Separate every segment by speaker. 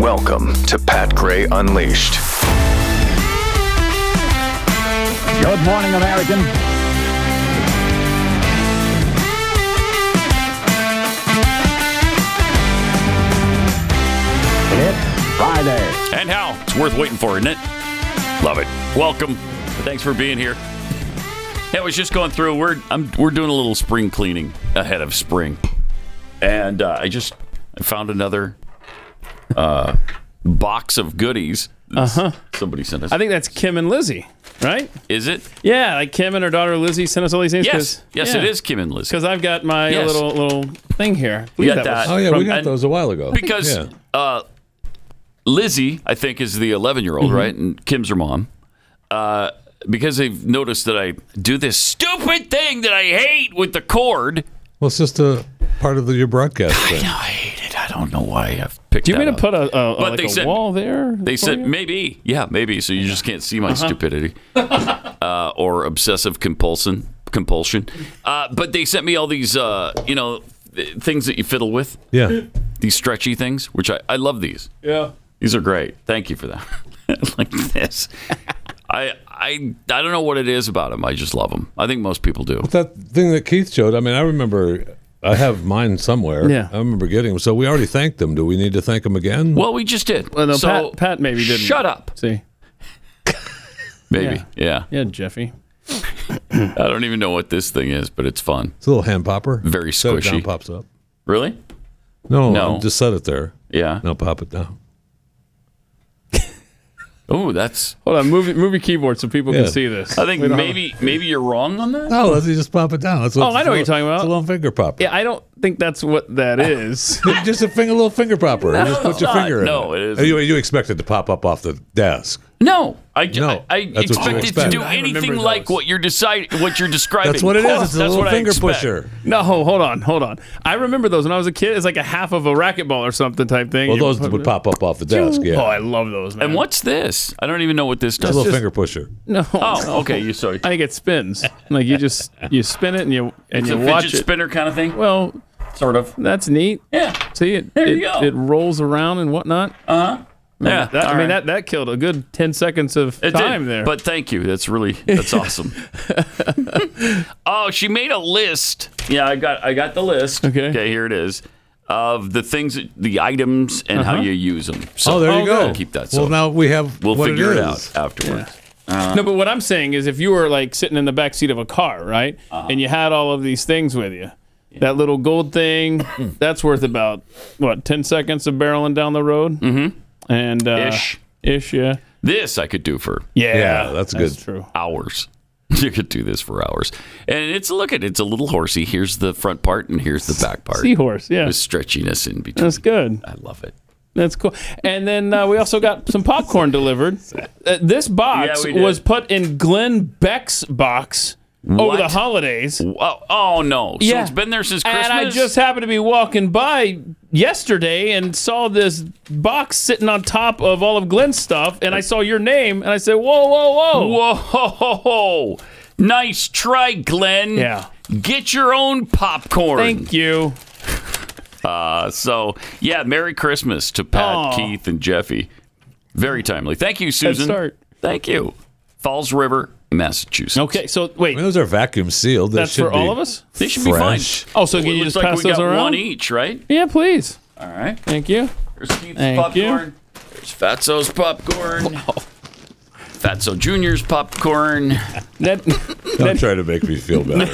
Speaker 1: Welcome to Pat Gray Unleashed.
Speaker 2: Good morning, American. It's Friday.
Speaker 3: And how? It's worth waiting for, isn't it? Love it. Welcome. Thanks for being here. I was just going through. We're I'm, we're doing a little spring cleaning ahead of spring, and uh, I just I found another uh, box of goodies. Uh huh. Somebody sent us.
Speaker 4: I think that's Kim and Lizzie, right?
Speaker 3: Is it?
Speaker 4: Yeah, like Kim and her daughter Lizzie sent us all these things.
Speaker 3: Yes. Yes, it is Kim and Lizzie.
Speaker 4: Because I've got my
Speaker 3: Yes.
Speaker 4: little little thing here.
Speaker 3: We
Speaker 4: Believe
Speaker 3: got that.
Speaker 4: was
Speaker 5: Oh yeah, we
Speaker 4: from-
Speaker 5: got
Speaker 3: and-
Speaker 5: those a while ago.
Speaker 3: because
Speaker 5: yeah.
Speaker 3: uh, Lizzie, I think, is the 11 year old,
Speaker 5: Mm-hmm.
Speaker 3: right? And Kim's her mom. Uh, because they've noticed that I do this stupid thing that I hate with the cord.
Speaker 5: well, it's just a part of the, your broadcast. Thing.
Speaker 3: I hate it. I don't know why I've picked.
Speaker 4: Do you
Speaker 3: that
Speaker 4: mean to
Speaker 3: up.
Speaker 4: put a, a, a-
Speaker 3: But
Speaker 4: Uh, like
Speaker 3: they
Speaker 4: a
Speaker 3: said-
Speaker 4: wall there?
Speaker 3: They
Speaker 4: for
Speaker 3: said
Speaker 4: you? Uh-huh.
Speaker 3: maybe, yeah, maybe. So you just can't see my stupidity uh, or obsessive compulsion. Compulsion. Uh, but they sent me all these, uh, you know, th- things that you fiddle with.
Speaker 5: Yeah,
Speaker 3: These stretchy things, which I, I love these.
Speaker 4: Yeah.
Speaker 3: These are great. Thank you for that. like this. I I I don't know what it is about them. I just love them. I think most people do.
Speaker 5: that thing that Keith showed. I mean, I remember. I have mine somewhere.
Speaker 4: Yeah.
Speaker 5: I remember getting them. So we already thanked them. Do we need to thank them again?
Speaker 3: Well, we just did.
Speaker 4: Well, no,
Speaker 3: so
Speaker 4: Pat, Pat maybe didn't.
Speaker 3: Shut up,
Speaker 4: See.
Speaker 3: baby.
Speaker 4: Yeah.
Speaker 3: yeah.
Speaker 4: Yeah, Jeffy.
Speaker 3: I don't even know what this thing is, but it's fun.
Speaker 5: It's a little hand popper.
Speaker 3: Very
Speaker 5: Set it down,
Speaker 3: squishy.
Speaker 5: pops up.
Speaker 3: Really?
Speaker 5: No,
Speaker 3: No.
Speaker 5: um, just set it there.
Speaker 3: Yeah.
Speaker 5: Now pop it down.
Speaker 3: Oh, that's.
Speaker 4: Hold on, move move your keyboard so people
Speaker 5: Yeah.
Speaker 4: can see this.
Speaker 3: I think
Speaker 4: We don't have-
Speaker 3: maybe maybe you're wrong on that.
Speaker 5: No, let's just pop it down. That's what
Speaker 4: Oh, I know what
Speaker 5: it's a
Speaker 4: you're talking about.
Speaker 5: It's a little finger popper.
Speaker 4: yeah, I don't think that's what that is.
Speaker 5: just a finger, little finger popper. You just put your
Speaker 3: not.
Speaker 5: finger in.
Speaker 3: No, it
Speaker 5: it Oh,
Speaker 3: isn't.
Speaker 5: You, you expect it to pop up off the desk.
Speaker 3: No, I
Speaker 5: No,
Speaker 3: I, I
Speaker 5: that's what you
Speaker 3: expected to
Speaker 5: expect.
Speaker 3: do
Speaker 5: I
Speaker 3: anything like what you're decide what you're describing.
Speaker 5: That's what it is.
Speaker 3: Oh,
Speaker 5: It's a
Speaker 3: that's
Speaker 5: little
Speaker 3: what I
Speaker 5: finger
Speaker 3: expect.
Speaker 5: pusher.
Speaker 4: no, hold on, hold on. I remember those when I was a kid. It's like a half of a racquetball or something type thing.
Speaker 5: Well,
Speaker 4: You
Speaker 5: those
Speaker 4: put-
Speaker 5: would pop up off the desk. Yeah.
Speaker 4: Oh, I love those. Man.
Speaker 3: And what's this? I don't even know what this
Speaker 5: a
Speaker 3: does.
Speaker 5: little finger pusher.
Speaker 4: No.
Speaker 3: Oh, okay. You sorry.
Speaker 4: I think it spins. Like you just you spin it and you and
Speaker 3: It's
Speaker 4: you
Speaker 3: a
Speaker 4: watch
Speaker 3: fidget
Speaker 4: it.
Speaker 3: spinner kind of thing.
Speaker 4: Well,
Speaker 3: Sort of.
Speaker 4: that's neat.
Speaker 3: Yeah.
Speaker 4: See it
Speaker 3: There
Speaker 4: it,
Speaker 3: you go. Uh-huh.
Speaker 4: it rolls around and whatnot.
Speaker 3: Yeah.
Speaker 4: That, I
Speaker 3: all
Speaker 4: mean
Speaker 3: right.
Speaker 4: that that killed a good ten seconds of
Speaker 3: It did,
Speaker 4: time there.
Speaker 3: But thank you. That's really that's awesome. oh, she made a list. Yeah, I got I got the list.
Speaker 4: Okay.
Speaker 3: Okay, here it is. Of the things, the items, and how you use them. So
Speaker 5: Oh, there you
Speaker 4: Uh-huh. Oh,
Speaker 5: go.
Speaker 4: good.
Speaker 3: Keep that.
Speaker 5: well,
Speaker 3: So
Speaker 5: now we have.
Speaker 3: we'll
Speaker 5: what
Speaker 3: figure it,
Speaker 5: it is.
Speaker 3: out afterwards. Uh,
Speaker 4: no, but what I'm saying is if you were like sitting in the back seat of a car, right,
Speaker 3: Uh-huh.
Speaker 4: and you had all of these things with you. That little gold thing,
Speaker 3: Hmm.
Speaker 4: that's worth about what ten seconds of barreling down the road, mm-hmm. and uh,
Speaker 3: Ish.
Speaker 4: ish, yeah,
Speaker 3: This I could do for
Speaker 4: yeah,
Speaker 5: Yeah, that's good.
Speaker 4: true.
Speaker 3: hours. You could do this for hours. And it's look at it's a little horsey. Here's the front part and here's the back part.
Speaker 4: Seahorse, yeah,
Speaker 3: With stretchiness in between.
Speaker 4: that's good.
Speaker 3: I love it.
Speaker 4: That's cool. And then uh, we also got some popcorn delivered. Uh, this box
Speaker 3: Yeah, we did.
Speaker 4: was put in Glenn Beck's box over
Speaker 3: What?
Speaker 4: the holidays.
Speaker 3: Oh, oh no. So
Speaker 4: Yeah.
Speaker 3: it's been there since Christmas.
Speaker 4: And I just happened to be walking by yesterday and saw this box sitting on top of all of Glenn's stuff. And I saw your name and I said, Whoa, whoa, whoa.
Speaker 3: Whoa, ho, ho, ho. nice try, Glenn.
Speaker 4: Yeah.
Speaker 3: Get your own popcorn.
Speaker 4: Thank you.
Speaker 3: Uh, so, yeah, Merry Christmas to Pat,
Speaker 4: Aw.
Speaker 3: Keith, and Jeffy. Very timely. Thank you,
Speaker 4: Good
Speaker 3: Susan.
Speaker 4: start.
Speaker 3: Thank you. Falls River, Massachusetts.
Speaker 4: Okay, so wait,
Speaker 5: I mean, those are vacuum sealed. They
Speaker 4: that's
Speaker 5: should
Speaker 4: for
Speaker 5: be
Speaker 4: all of us?
Speaker 3: They should
Speaker 5: fresh.
Speaker 3: be fine.
Speaker 4: Oh, so
Speaker 3: It
Speaker 4: can you
Speaker 3: looks
Speaker 4: just
Speaker 3: like
Speaker 4: pass
Speaker 3: we
Speaker 4: those
Speaker 3: got
Speaker 4: around?
Speaker 3: one each, right?
Speaker 4: Yeah, please.
Speaker 3: All right.
Speaker 4: Thank you.
Speaker 3: There's Keith's
Speaker 4: Thank you.
Speaker 3: popcorn. There's Fatso's popcorn. Fatso Jr.'s popcorn.
Speaker 4: Ned-
Speaker 5: Don't try to make me feel better.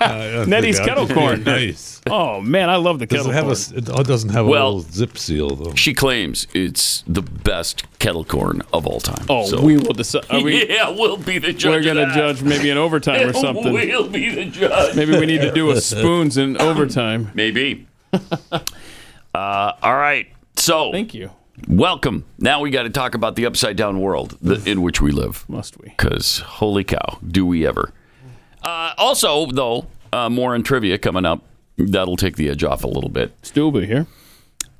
Speaker 5: Uh,
Speaker 4: Nettie's
Speaker 5: yeah.
Speaker 4: kettle corn.
Speaker 5: nice.
Speaker 4: oh, man, I love the
Speaker 5: Does
Speaker 4: kettle.
Speaker 5: it have
Speaker 4: corn.
Speaker 5: a? s- It oh, it doesn't have
Speaker 3: Well-
Speaker 5: a little zip seal though.
Speaker 3: She claims it's the best kettle corn of all time.
Speaker 4: Oh,
Speaker 3: So-
Speaker 4: we will decide. Are we,
Speaker 3: yeah, we'll be the judge.
Speaker 4: we're
Speaker 3: going
Speaker 4: gonna
Speaker 3: to
Speaker 4: judge maybe in overtime or something.
Speaker 3: We'll be the judge.
Speaker 4: Maybe we need to do a spoons in overtime.
Speaker 3: Maybe. uh, all right. So,
Speaker 4: Thank you.
Speaker 3: welcome. Now we got to talk about the upside down world the, in which we live.
Speaker 4: Must we?
Speaker 3: Because, holy cow, do we ever. Uh, also, though, uh, more on trivia coming up. That'll take the edge off a little bit.
Speaker 4: Stu will be here,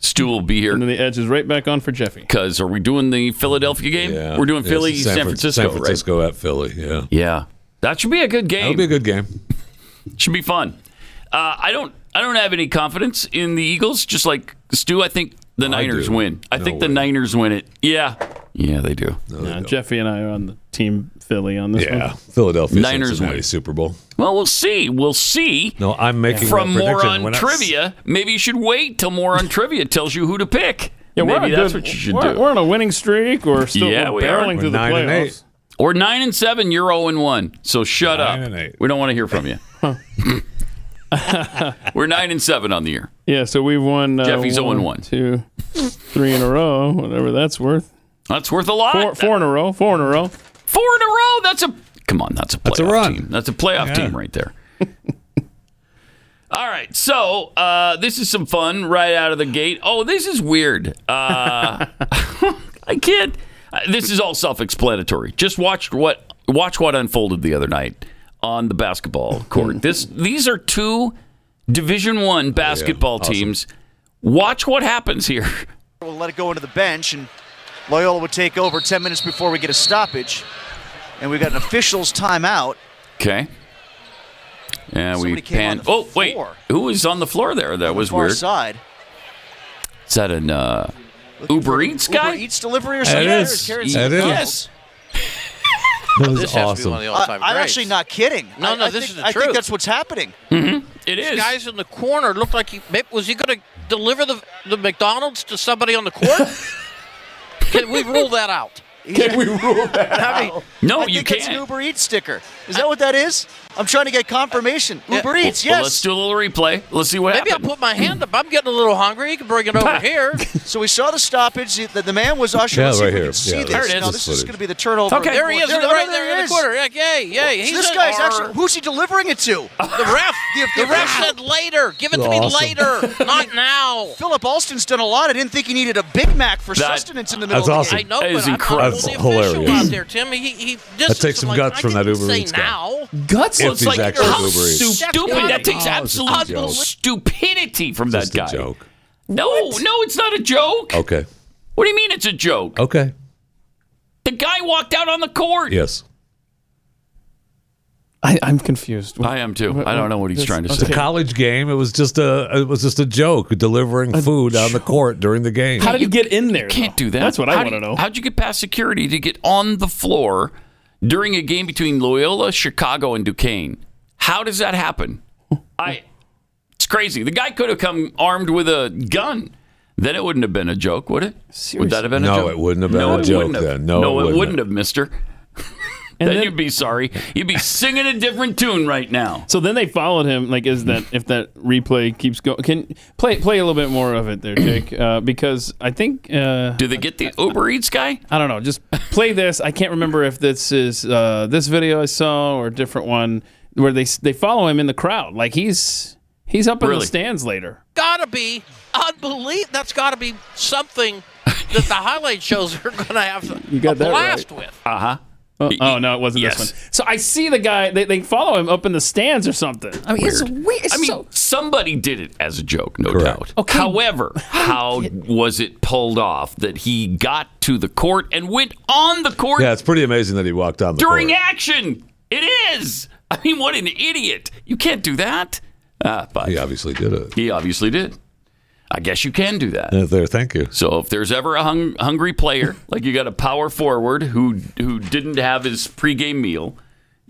Speaker 3: Stu will be
Speaker 4: and then
Speaker 3: here.
Speaker 4: the edge is right back on for Jeffy.
Speaker 3: Because, are we doing the Philadelphia game? We're doing
Speaker 5: Yeah,
Speaker 3: Philly,
Speaker 5: it's
Speaker 3: San,
Speaker 5: Fran-
Speaker 3: Francisco,
Speaker 5: San Francisco at Philly. Yeah,
Speaker 3: right? Yeah. That should be a good
Speaker 5: that'll
Speaker 3: game.
Speaker 5: be a good game.
Speaker 3: Should be fun. Uh, I don't. I don't have any confidence in the Eagles. Just like Stu, I think The Niners
Speaker 5: do.
Speaker 3: win. I
Speaker 5: No
Speaker 3: think the
Speaker 5: way.
Speaker 3: Niners win it. Yeah. Yeah, they do.
Speaker 4: Yeah, Jeffy and I are on the team Philly on this
Speaker 5: Yeah,
Speaker 4: one.
Speaker 5: Philadelphia
Speaker 3: Niners
Speaker 5: Cincinnati
Speaker 3: win.
Speaker 5: Super Bowl.
Speaker 3: Well, we'll see. We'll see.
Speaker 5: No, I'm making
Speaker 3: From
Speaker 5: that prediction.
Speaker 3: Moron
Speaker 5: When I-
Speaker 3: Trivia, maybe you should wait till Moron Trivia tells you who to pick.
Speaker 4: Yeah, we're on
Speaker 3: maybe
Speaker 4: a
Speaker 3: that's
Speaker 4: good-
Speaker 3: what you should
Speaker 4: we're,
Speaker 3: do.
Speaker 4: We're on a winning streak. We're still
Speaker 3: Yeah,
Speaker 4: we're
Speaker 3: we are.
Speaker 4: barreling
Speaker 5: We're
Speaker 4: through the
Speaker 5: nine and
Speaker 4: playoffs.
Speaker 5: eight.
Speaker 3: Or nine and seven, you're zero and one. So shut
Speaker 5: Nine
Speaker 3: up.
Speaker 5: and eight.
Speaker 3: We don't want to hear from you. We're nine and seven on the year.
Speaker 4: Yeah, so we've won. Uh,
Speaker 3: Jeffy's zero and one.
Speaker 4: two, three in a row, whatever that's worth.
Speaker 3: That's worth a lot.
Speaker 4: Four, four in a row. Four in a row.
Speaker 3: Four in a row. That's a come on. That's a playoff
Speaker 5: That's a run.
Speaker 3: team. That's a playoff
Speaker 5: Yeah.
Speaker 3: team right there. All right, so uh, this is some fun right out of the gate. Oh, this is weird. Uh, I can't. uh, This is all self-explanatory. Just watch what watch what unfolded the other night on the basketball court. this these are two Division One basketball teams. Watch what happens here.
Speaker 6: We'll let it go into the bench, and Loyola would take over 10 minutes before we get a stoppage. And we've got an official's timeout.
Speaker 3: Okay. Yeah, we
Speaker 6: Somebody came on
Speaker 3: pan.
Speaker 6: the
Speaker 3: Oh, wait.
Speaker 6: floor.
Speaker 3: Who was on the floor there? That was
Speaker 6: far
Speaker 3: weird.
Speaker 6: side.
Speaker 3: Is that an uh, Uber Eats guy?
Speaker 6: Uber Eats delivery or something?
Speaker 5: is.
Speaker 6: There's carrots
Speaker 5: That
Speaker 6: and
Speaker 5: is.
Speaker 6: apples.
Speaker 5: That was
Speaker 7: This has to be
Speaker 5: awesome.
Speaker 7: one of the
Speaker 6: I,
Speaker 7: all-time
Speaker 6: I'm
Speaker 7: greats.
Speaker 6: actually not kidding.
Speaker 7: No,
Speaker 6: I-
Speaker 7: no,
Speaker 6: I
Speaker 7: this
Speaker 6: think,
Speaker 7: is the
Speaker 6: I think
Speaker 7: truth.
Speaker 6: that's what's happening.
Speaker 3: it
Speaker 7: These
Speaker 3: is.
Speaker 7: guys in the corner looked like he maybe- was he going to deliver the, the McDonald's to somebody on the court? Can we rule that out?
Speaker 6: I mean,
Speaker 3: no,
Speaker 6: I
Speaker 3: you
Speaker 6: think That's an
Speaker 3: can't.
Speaker 6: Uber Eats sticker. Is that what that is? I'm trying to get confirmation. Uh, Uber Eats,
Speaker 3: Well,
Speaker 6: yes.
Speaker 3: let's do a little replay. Let's see what
Speaker 7: Maybe I'll
Speaker 3: happened.
Speaker 7: put my hand up. I'm getting a little hungry. You can bring it over here.
Speaker 6: So we saw the stoppage. The, the man was ushering.
Speaker 5: Yeah,
Speaker 6: Let's see
Speaker 5: right
Speaker 6: if we
Speaker 5: here.
Speaker 6: can see
Speaker 5: Yeah,
Speaker 6: this.
Speaker 5: there
Speaker 3: it is.
Speaker 6: Now,
Speaker 5: This
Speaker 6: this is
Speaker 5: footage.
Speaker 6: going to be the turnover.
Speaker 3: Okay.
Speaker 7: There he is,
Speaker 6: no, no,
Speaker 7: right
Speaker 6: no,
Speaker 7: there
Speaker 6: he
Speaker 7: in the
Speaker 6: is.
Speaker 7: corner. Like, yay, yay.
Speaker 6: So
Speaker 7: He's
Speaker 6: this
Speaker 7: in-
Speaker 6: guy's
Speaker 7: or-
Speaker 6: actually. Who's he delivering it to?
Speaker 7: The ref.
Speaker 6: The-
Speaker 7: the ref said later. Give it to me
Speaker 5: Awesome.
Speaker 7: later, not now.
Speaker 6: Philip Alston's done a lot. I didn't think he needed a Big Mac for
Speaker 3: That-
Speaker 6: sustenance in the middle
Speaker 5: that's
Speaker 6: of the
Speaker 5: awesome.
Speaker 7: I know,
Speaker 3: That is
Speaker 7: but I'm
Speaker 3: incredible.
Speaker 7: not the
Speaker 5: That's
Speaker 7: official
Speaker 5: hilarious.
Speaker 7: out there, Tim. He, he just
Speaker 5: That takes some guts from that Uber
Speaker 7: say
Speaker 5: Eats guy.
Speaker 7: now.
Speaker 3: Guts
Speaker 5: If
Speaker 3: looks
Speaker 5: he's
Speaker 3: like
Speaker 5: actually
Speaker 3: how
Speaker 5: Uber Eats.
Speaker 3: stupid. That takes
Speaker 5: Oh, it's just a
Speaker 3: absolute
Speaker 5: joke.
Speaker 3: stupidity from
Speaker 5: Just
Speaker 3: that guy.
Speaker 5: a joke.
Speaker 3: No, no, it's not a joke.
Speaker 5: Okay.
Speaker 3: What do you mean it's a joke?
Speaker 5: Okay.
Speaker 3: The guy walked out on the court.
Speaker 5: Yes.
Speaker 4: I, I'm confused.
Speaker 3: I am too. I don't know what he's
Speaker 4: This-
Speaker 3: trying to
Speaker 4: okay.
Speaker 3: say.
Speaker 5: It's a college game. It was just a. It was just a joke delivering food on the court during the game.
Speaker 4: How did he get in there?
Speaker 3: Can't
Speaker 4: though?
Speaker 3: do that.
Speaker 4: That's what I
Speaker 3: How
Speaker 4: want to
Speaker 3: do-
Speaker 4: know.
Speaker 3: How'd you get past security to get on the floor during a game between Loyola, Chicago, and Duquesne? How does that happen? I. It's crazy. The guy could have come armed with a gun. Then it wouldn't have been a joke, would it? Would that have been a
Speaker 5: No,
Speaker 3: joke?
Speaker 5: it wouldn't have been
Speaker 3: No,
Speaker 5: a
Speaker 3: it
Speaker 5: joke
Speaker 3: wouldn't have.
Speaker 5: then. No, it
Speaker 3: it,
Speaker 5: wouldn't
Speaker 3: wouldn't
Speaker 5: have.
Speaker 3: have, mister.
Speaker 4: and
Speaker 3: Then,
Speaker 4: then,
Speaker 3: you'd be sorry. You'd be singing a different tune right now.
Speaker 4: so then they followed him. Like, is that if that replay keeps going? Can play play a little bit more of it there, Jake? Uh, because I think uh,
Speaker 3: Do they get the Uber Eats guy?
Speaker 4: I don't know. Just play this. I can't remember if this is uh, this video I saw or a different one where they they follow him in the crowd. Like he's he's up in
Speaker 3: Really?
Speaker 4: the stands later.
Speaker 7: Gotta be unbelievable. That's gotta be something that the highlight shows are gonna have
Speaker 4: You got
Speaker 7: a
Speaker 4: that
Speaker 7: blast with.
Speaker 3: Uh huh.
Speaker 4: Oh, oh, no, it wasn't
Speaker 3: Yes.
Speaker 4: this one. So I see the guy. They, they follow him up in the stands or something. I mean,
Speaker 3: Weird. I mean, somebody did it as a joke, no
Speaker 5: Correct.
Speaker 3: doubt. However, how was it pulled off that he got to the court and went on the court
Speaker 5: Yeah, it's pretty amazing that he walked on the
Speaker 3: during
Speaker 5: court.
Speaker 3: action? It is. I mean, what an idiot! You can't do that. Ah, but
Speaker 5: He obviously did it.
Speaker 3: he obviously did. I guess you can do that.
Speaker 5: Uh, There, thank you.
Speaker 3: So if there's ever a hung, hungry player, like you got a power forward who who didn't have his pregame meal,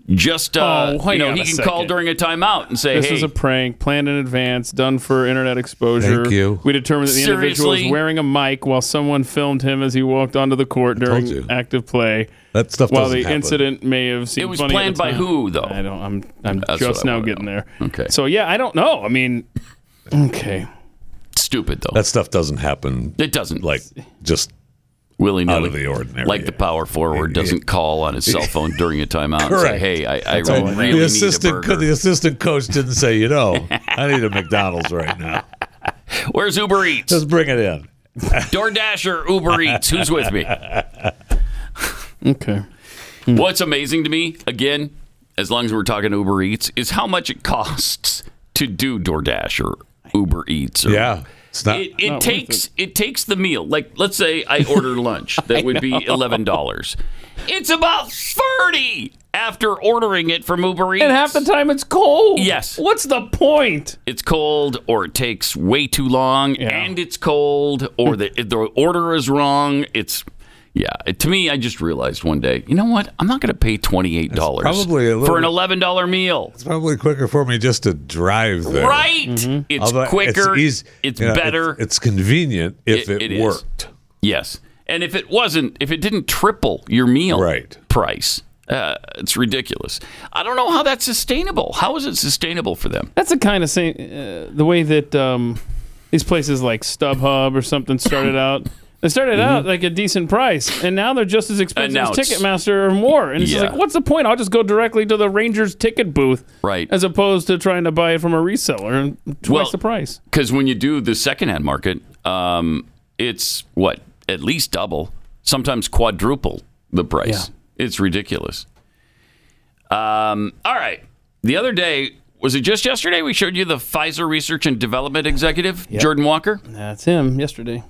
Speaker 3: just uh,
Speaker 4: Oh, hang
Speaker 3: you know
Speaker 4: on
Speaker 3: he
Speaker 4: a
Speaker 3: can call
Speaker 4: second.
Speaker 3: during a timeout and say,
Speaker 4: this
Speaker 3: "Hey,
Speaker 4: is a prank planned in advance, done for internet exposure.
Speaker 5: Thank you.
Speaker 4: We determined that the individual was
Speaker 3: Seriously?
Speaker 4: wearing a mic while someone filmed him as he walked onto the court
Speaker 5: you.
Speaker 4: during active play.
Speaker 5: That stuff
Speaker 4: While
Speaker 5: doesn't
Speaker 4: the
Speaker 5: happen.
Speaker 4: incident may have seemed
Speaker 3: It was
Speaker 4: funny at
Speaker 3: planned
Speaker 4: the
Speaker 3: by
Speaker 4: time.
Speaker 3: who, though?
Speaker 4: I don't. I'm. I'm
Speaker 3: That's
Speaker 4: just
Speaker 3: what I
Speaker 4: now
Speaker 3: wanna
Speaker 4: getting
Speaker 3: know.
Speaker 4: there.
Speaker 3: Okay.
Speaker 4: So yeah, I don't know. I mean, okay.
Speaker 3: stupid though."
Speaker 5: That stuff doesn't happen.
Speaker 3: It doesn't
Speaker 5: Like just
Speaker 3: willy nilly
Speaker 5: out of the ordinary.
Speaker 3: Like the power forward doesn't call on his cell phone during a timeout. and say,
Speaker 5: Correct.
Speaker 3: hey, I, I
Speaker 5: Hey,
Speaker 3: really need
Speaker 5: the
Speaker 3: a
Speaker 5: assistant.
Speaker 3: burger.
Speaker 5: the assistant coach didn't say, you know, I need a McDonald's right now.
Speaker 3: Where's Uber Eats?
Speaker 5: Just bring it in.
Speaker 3: DoorDash or Uber Eats? Who's with me?
Speaker 5: Hmm.
Speaker 4: Okay.
Speaker 3: What's amazing to me, again, as long as we're talking Uber Eats, is how much it costs to do DoorDash or Uber Eats. Or,
Speaker 5: Yeah, It's not.
Speaker 3: It, it
Speaker 4: worth
Speaker 3: takes it. takes the meal. Like let's say I order lunch, that would be eleven dollars. It's about thirty after ordering it from Uber Eats.
Speaker 4: And half the time it's cold.
Speaker 3: Yes.
Speaker 4: What's the point?
Speaker 3: it's cold, or it takes way too long, and it's cold, or the the order is wrong. It's yeah. It, to me, I just realized one day, you know what? I'm not going to pay twenty eight dollars
Speaker 5: That's probably a little-
Speaker 3: for an eleven dollar meal.
Speaker 5: it's probably quicker for me just to drive there.
Speaker 3: Right?
Speaker 4: Mm-hmm.
Speaker 3: It's
Speaker 5: Although
Speaker 3: quicker. It's,
Speaker 5: eas- you know,
Speaker 3: better.
Speaker 5: It's, it's convenient if
Speaker 3: It-
Speaker 5: it,
Speaker 3: it is.
Speaker 5: worked.
Speaker 3: Yes. And if it wasn't, if it didn't triple your meal
Speaker 5: Right.
Speaker 3: price, uh, it's ridiculous. I don't know how that's sustainable. How is it sustainable for them?
Speaker 4: That's the kind of same, uh, the way that um, these places like StubHub or something started out. They started out like a decent price, and now they're just as expensive
Speaker 3: Mm-hmm. now
Speaker 4: as
Speaker 3: it's-
Speaker 4: Ticketmaster or more. And it's just
Speaker 3: Yeah.
Speaker 4: like, what's the point? I'll just go directly to the Rangers ticket booth,
Speaker 3: Right.
Speaker 4: As opposed to trying to buy it from a reseller and twice
Speaker 3: Well-
Speaker 4: the price.
Speaker 3: Because when you do the secondhand market, um, it's what at least double, sometimes quadruple the price. It's ridiculous. Um, all right. The other day was it just yesterday? We showed you the Pfizer research and development executive Jordan Walker.
Speaker 4: That's him yesterday.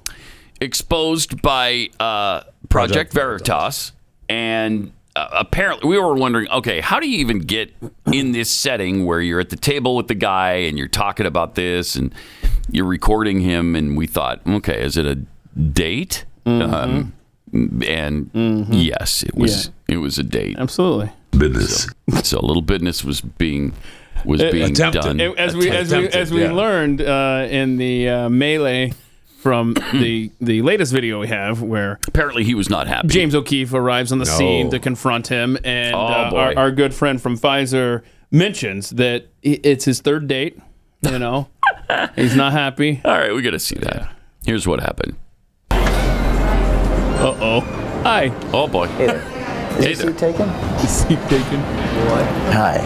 Speaker 3: exposed by uh, Project, Veritas, and uh, apparently we were wondering, okay, how do you even get in this setting where you're at the table with the guy and you're talking about this and you're recording him? And we thought, okay, is it a date? Um, and yes, it was. It was a date.
Speaker 4: Absolutely.
Speaker 3: So a little business was being was being
Speaker 5: attempted.
Speaker 3: done.
Speaker 4: It- as we as we
Speaker 5: Attempted,
Speaker 4: as we
Speaker 5: yeah.
Speaker 4: learned uh, in the uh, melee from the the latest video we have, where
Speaker 3: Apparently, he was not happy. Oh,
Speaker 4: James O'Keefe arrives on the scene
Speaker 5: No.
Speaker 4: to confront him, and uh,
Speaker 3: boy.
Speaker 4: our, our good friend from Pfizer mentions that i- it's his third date. You know, he's not happy.
Speaker 3: All right, we got to see that. Here's what happened.
Speaker 4: Uh oh. Hi.
Speaker 3: Oh boy. Hey there.
Speaker 8: Seat taken?
Speaker 4: Is he taken?
Speaker 8: Hi.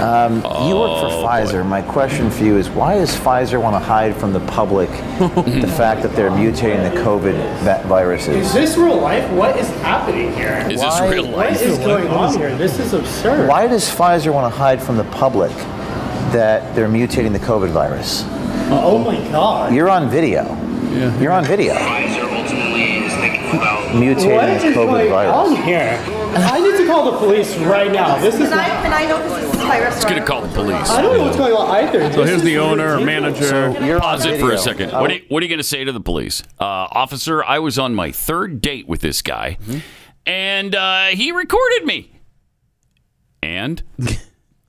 Speaker 8: Um, you work
Speaker 7: Oh,
Speaker 8: for Pfizer. My question for you is why does Pfizer want to hide from the public the fact that they're mutating the COVID va- viruses?
Speaker 7: Is this real life? What is happening here?
Speaker 3: Is this
Speaker 8: Why-
Speaker 3: real
Speaker 7: What
Speaker 3: life?
Speaker 7: is going on here? This is absurd.
Speaker 8: Why does Pfizer want to hide from the public that they're mutating the COVID virus?
Speaker 7: Oh my god.
Speaker 8: You're on video. You're on video
Speaker 9: Pfizer ultimately is thinking about
Speaker 7: What
Speaker 8: mutating
Speaker 7: is
Speaker 8: the COVID
Speaker 7: going
Speaker 8: virus.
Speaker 7: on here? I need to call the police right now. This is not,
Speaker 10: And I know this is virus.
Speaker 3: It's gonna call the police.
Speaker 7: I don't know what's going on either.
Speaker 4: So here's the owner or manager.
Speaker 8: You're on
Speaker 3: Pause it for a
Speaker 8: video. Uh,
Speaker 3: second.
Speaker 7: Oh.
Speaker 8: I
Speaker 3: What are, you, what are you going to say to the police? Uh, officer, I was on my third date with this guy, and uh, he recorded me. And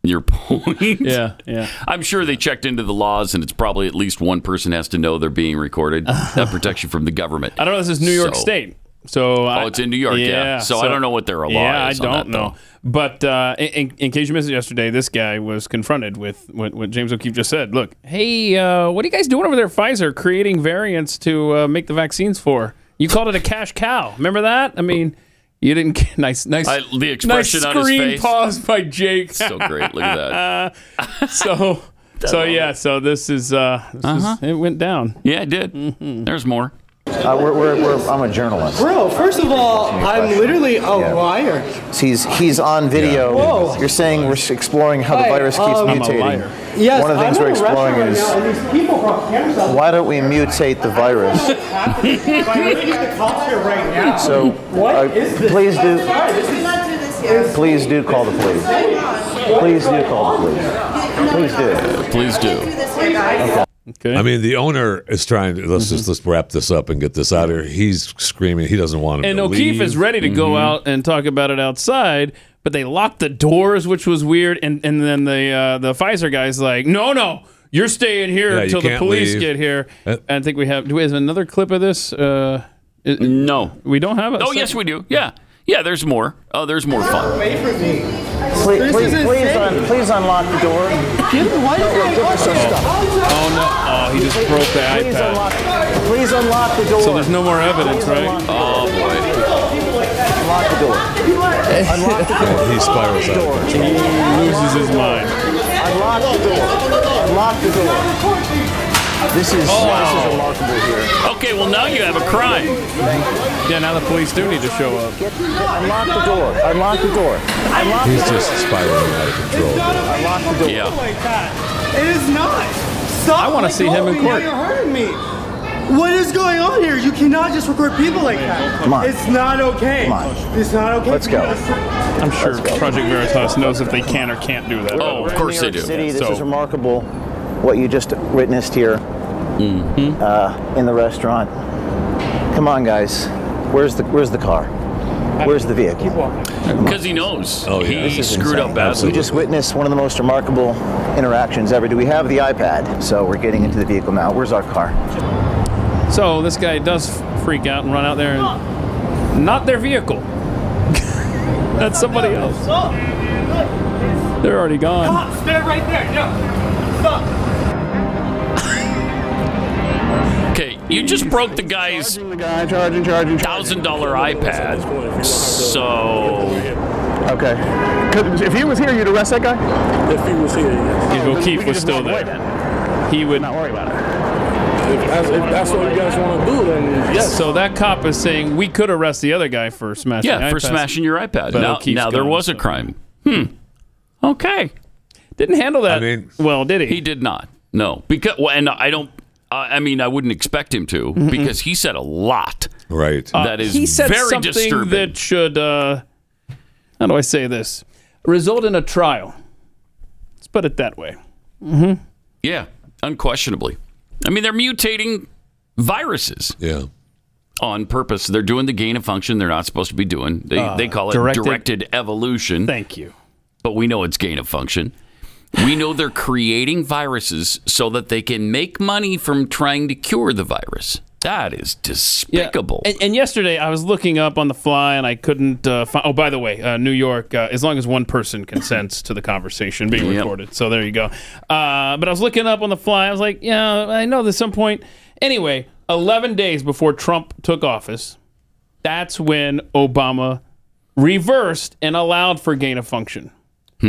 Speaker 3: your point?
Speaker 4: Yeah, yeah.
Speaker 3: I'm sure they checked into the laws, and it's probably at least one person has to know they're being recorded. that protection from the government.
Speaker 4: I don't know. This is New York
Speaker 3: So-
Speaker 4: State. So
Speaker 3: Oh, it's in New York, yeah. So I don't know what their law
Speaker 4: yeah,
Speaker 3: is
Speaker 4: I
Speaker 3: on
Speaker 4: don't
Speaker 3: that,
Speaker 4: know.
Speaker 3: though.
Speaker 4: But uh, in- in, in case you missed it yesterday, this guy was confronted with what, what James O'Keefe just said. Look, hey, uh, what are you guys doing over there, at Pfizer, creating variants to uh, make the vaccines for? You called it a cash cow. Remember that? I mean, you didn't. Nice, nice.
Speaker 3: I- the expression
Speaker 4: nice
Speaker 3: on his
Speaker 4: screen
Speaker 3: face.
Speaker 4: pause by Jake.
Speaker 3: So great. Look at that.
Speaker 4: so, so yeah. So this is uh, this is, it went down.
Speaker 3: Uh-huh.
Speaker 4: Mm-hmm.
Speaker 3: Yeah, I did. There's more.
Speaker 8: Uh, we're, we're, we're, I'm a journalist.
Speaker 7: Bro, first of all, I'm literally a
Speaker 8: Yeah.
Speaker 7: liar.
Speaker 8: He's he's on video.
Speaker 7: Whoa.
Speaker 8: You're saying we're exploring how the
Speaker 7: Hi,
Speaker 8: virus keeps
Speaker 7: um, I'm a
Speaker 8: mutating.
Speaker 4: liar.
Speaker 7: Yes,
Speaker 8: One of the things
Speaker 7: I'm
Speaker 8: we're
Speaker 7: in a restaurant
Speaker 8: exploring
Speaker 7: right
Speaker 8: is
Speaker 7: now, and these people brought cameras out.
Speaker 8: why don't we mutate the virus?
Speaker 7: What's happening? If I really get the cops here right now.
Speaker 8: So
Speaker 7: What
Speaker 8: uh,
Speaker 7: is this?
Speaker 8: please
Speaker 7: I'm
Speaker 8: do
Speaker 7: sorry, this is-
Speaker 10: not do this here.
Speaker 8: please do call the police. Please do call the police. Please do.
Speaker 3: Please do.
Speaker 10: Do this here, guys.
Speaker 4: Okay. Mm-hmm.
Speaker 5: I mean, the owner is trying to let's just let's wrap this up and get this out of here. He's screaming. He doesn't want him
Speaker 4: and
Speaker 5: to
Speaker 4: O'Keefe
Speaker 5: leave. Mm-hmm.
Speaker 4: is ready to go out and talk about it outside, but they locked the doors, which was weird. And and then the uh, the Pfizer guy's like, "No, no, you're staying here
Speaker 5: Yeah, you
Speaker 4: until the
Speaker 5: can't
Speaker 4: police
Speaker 5: leave."
Speaker 4: get here."
Speaker 5: Uh,
Speaker 4: and I think we have. Do we have another clip of this? Uh, it-
Speaker 3: No.
Speaker 4: we don't have. A
Speaker 3: Oh, yes, we do. Yeah. Yeah, there's more. Oh, there's more fun.
Speaker 7: Away from me.
Speaker 8: Please please
Speaker 7: is
Speaker 8: please,
Speaker 7: insane.
Speaker 8: un, please unlock the door.
Speaker 7: Why is
Speaker 8: Look, look, this is stuff.
Speaker 4: Oh no! Oh, he just broke the
Speaker 8: Please
Speaker 4: iPad.
Speaker 8: unlock. Please unlock the door.
Speaker 4: So there's no more evidence, right?
Speaker 3: Oh, boy.
Speaker 8: Unlock the door. Unlock the door.
Speaker 5: And he spirals out.
Speaker 8: Door.
Speaker 4: He loses his mind.
Speaker 8: Unlock the door. Unlock the door.
Speaker 4: Oh,
Speaker 8: This is this is remarkable here.
Speaker 3: Okay, well, now you have a crime.
Speaker 4: Yeah, now the police do need to show up.
Speaker 8: Unlock the door. Unlock the door. Unlock
Speaker 5: He's
Speaker 8: the door.
Speaker 5: just spiraling out of control.
Speaker 8: Unlock the door.
Speaker 3: Yeah.
Speaker 7: like that. It is not. Stop.
Speaker 4: I wanna
Speaker 7: like,
Speaker 4: see him in
Speaker 7: going. Now
Speaker 4: court.
Speaker 7: You're hurting me. What is going on here? You cannot just record people like that.
Speaker 4: Come on.
Speaker 7: It's not okay.
Speaker 4: Come
Speaker 7: It's not okay.
Speaker 4: Let's
Speaker 7: for you
Speaker 4: go.
Speaker 7: to-
Speaker 4: I'm sure Project Veritas knows if they can or can't do
Speaker 3: Oh,
Speaker 4: that. Oh,
Speaker 8: We're in New York City. This is remarkable what you just witnessed here
Speaker 3: Mm-hmm.
Speaker 8: uh, in the restaurant. Come on, guys. Where's the Where's the car? Where's the vehicle? Keep walking.
Speaker 3: Because he knows. Oh, yeah. He screwed up badly.
Speaker 8: We just witnessed one of the most remarkable interactions ever. Do we have the iPad? So we're getting into the vehicle now. Where's our car?
Speaker 4: So this guy does freak out and run out there and not their vehicle. That's somebody else.
Speaker 7: Stop.
Speaker 4: They're already gone.
Speaker 7: Stop. Stay right there. No. Stop.
Speaker 3: Okay, you just broke the guy's thousand dollar iPad. So
Speaker 11: Okay. Could, if he was here, you'd arrest that guy? If he was here, yes.
Speaker 4: If O'Keefe was still there, he would not worry about it.
Speaker 11: If that's, if that's what you guys want to do, then yes.
Speaker 4: So that cop is saying we could arrest the other guy for smashing.
Speaker 3: yeah, for
Speaker 4: iPads,
Speaker 3: smashing your iPad.
Speaker 4: but
Speaker 3: Now,
Speaker 4: O'Keefe's
Speaker 3: now there
Speaker 4: gone,
Speaker 3: was a
Speaker 4: so-
Speaker 3: crime. Hmm. Okay.
Speaker 4: Didn't handle that well, did he?
Speaker 3: He did not. No, because well, and I don't. I I mean, I wouldn't expect him to
Speaker 4: Mhm.
Speaker 3: because he said a lot.
Speaker 5: Right.
Speaker 4: Uh,
Speaker 3: that is
Speaker 4: he said
Speaker 3: very
Speaker 4: something
Speaker 3: disturbing.
Speaker 4: that should uh, how do I say this result in a trial. Let's put it that way. Mm-hmm.
Speaker 3: Yeah, unquestionably. I mean, they're mutating viruses.
Speaker 5: Yeah.
Speaker 3: On purpose. They're doing the gain of function they're not supposed to be doing. They,
Speaker 4: Uh,
Speaker 3: they call it
Speaker 4: directed-
Speaker 3: directed, evolution.
Speaker 4: Thank you.
Speaker 3: But we know it's gain of function. We know they're creating viruses so that they can make money from trying to cure the virus. That is despicable.
Speaker 4: And, and yesterday I was looking up on the fly and I couldn't. Uh, find, oh, by the way, uh, New York, uh, as long as one person consents to the conversation being
Speaker 3: Yep.
Speaker 4: recorded. So there you go. Uh, but I was looking up on the fly. I was like, yeah, I know there's some point. Anyway, 11 days before Trump took office, that's when Obama reversed and allowed for gain of function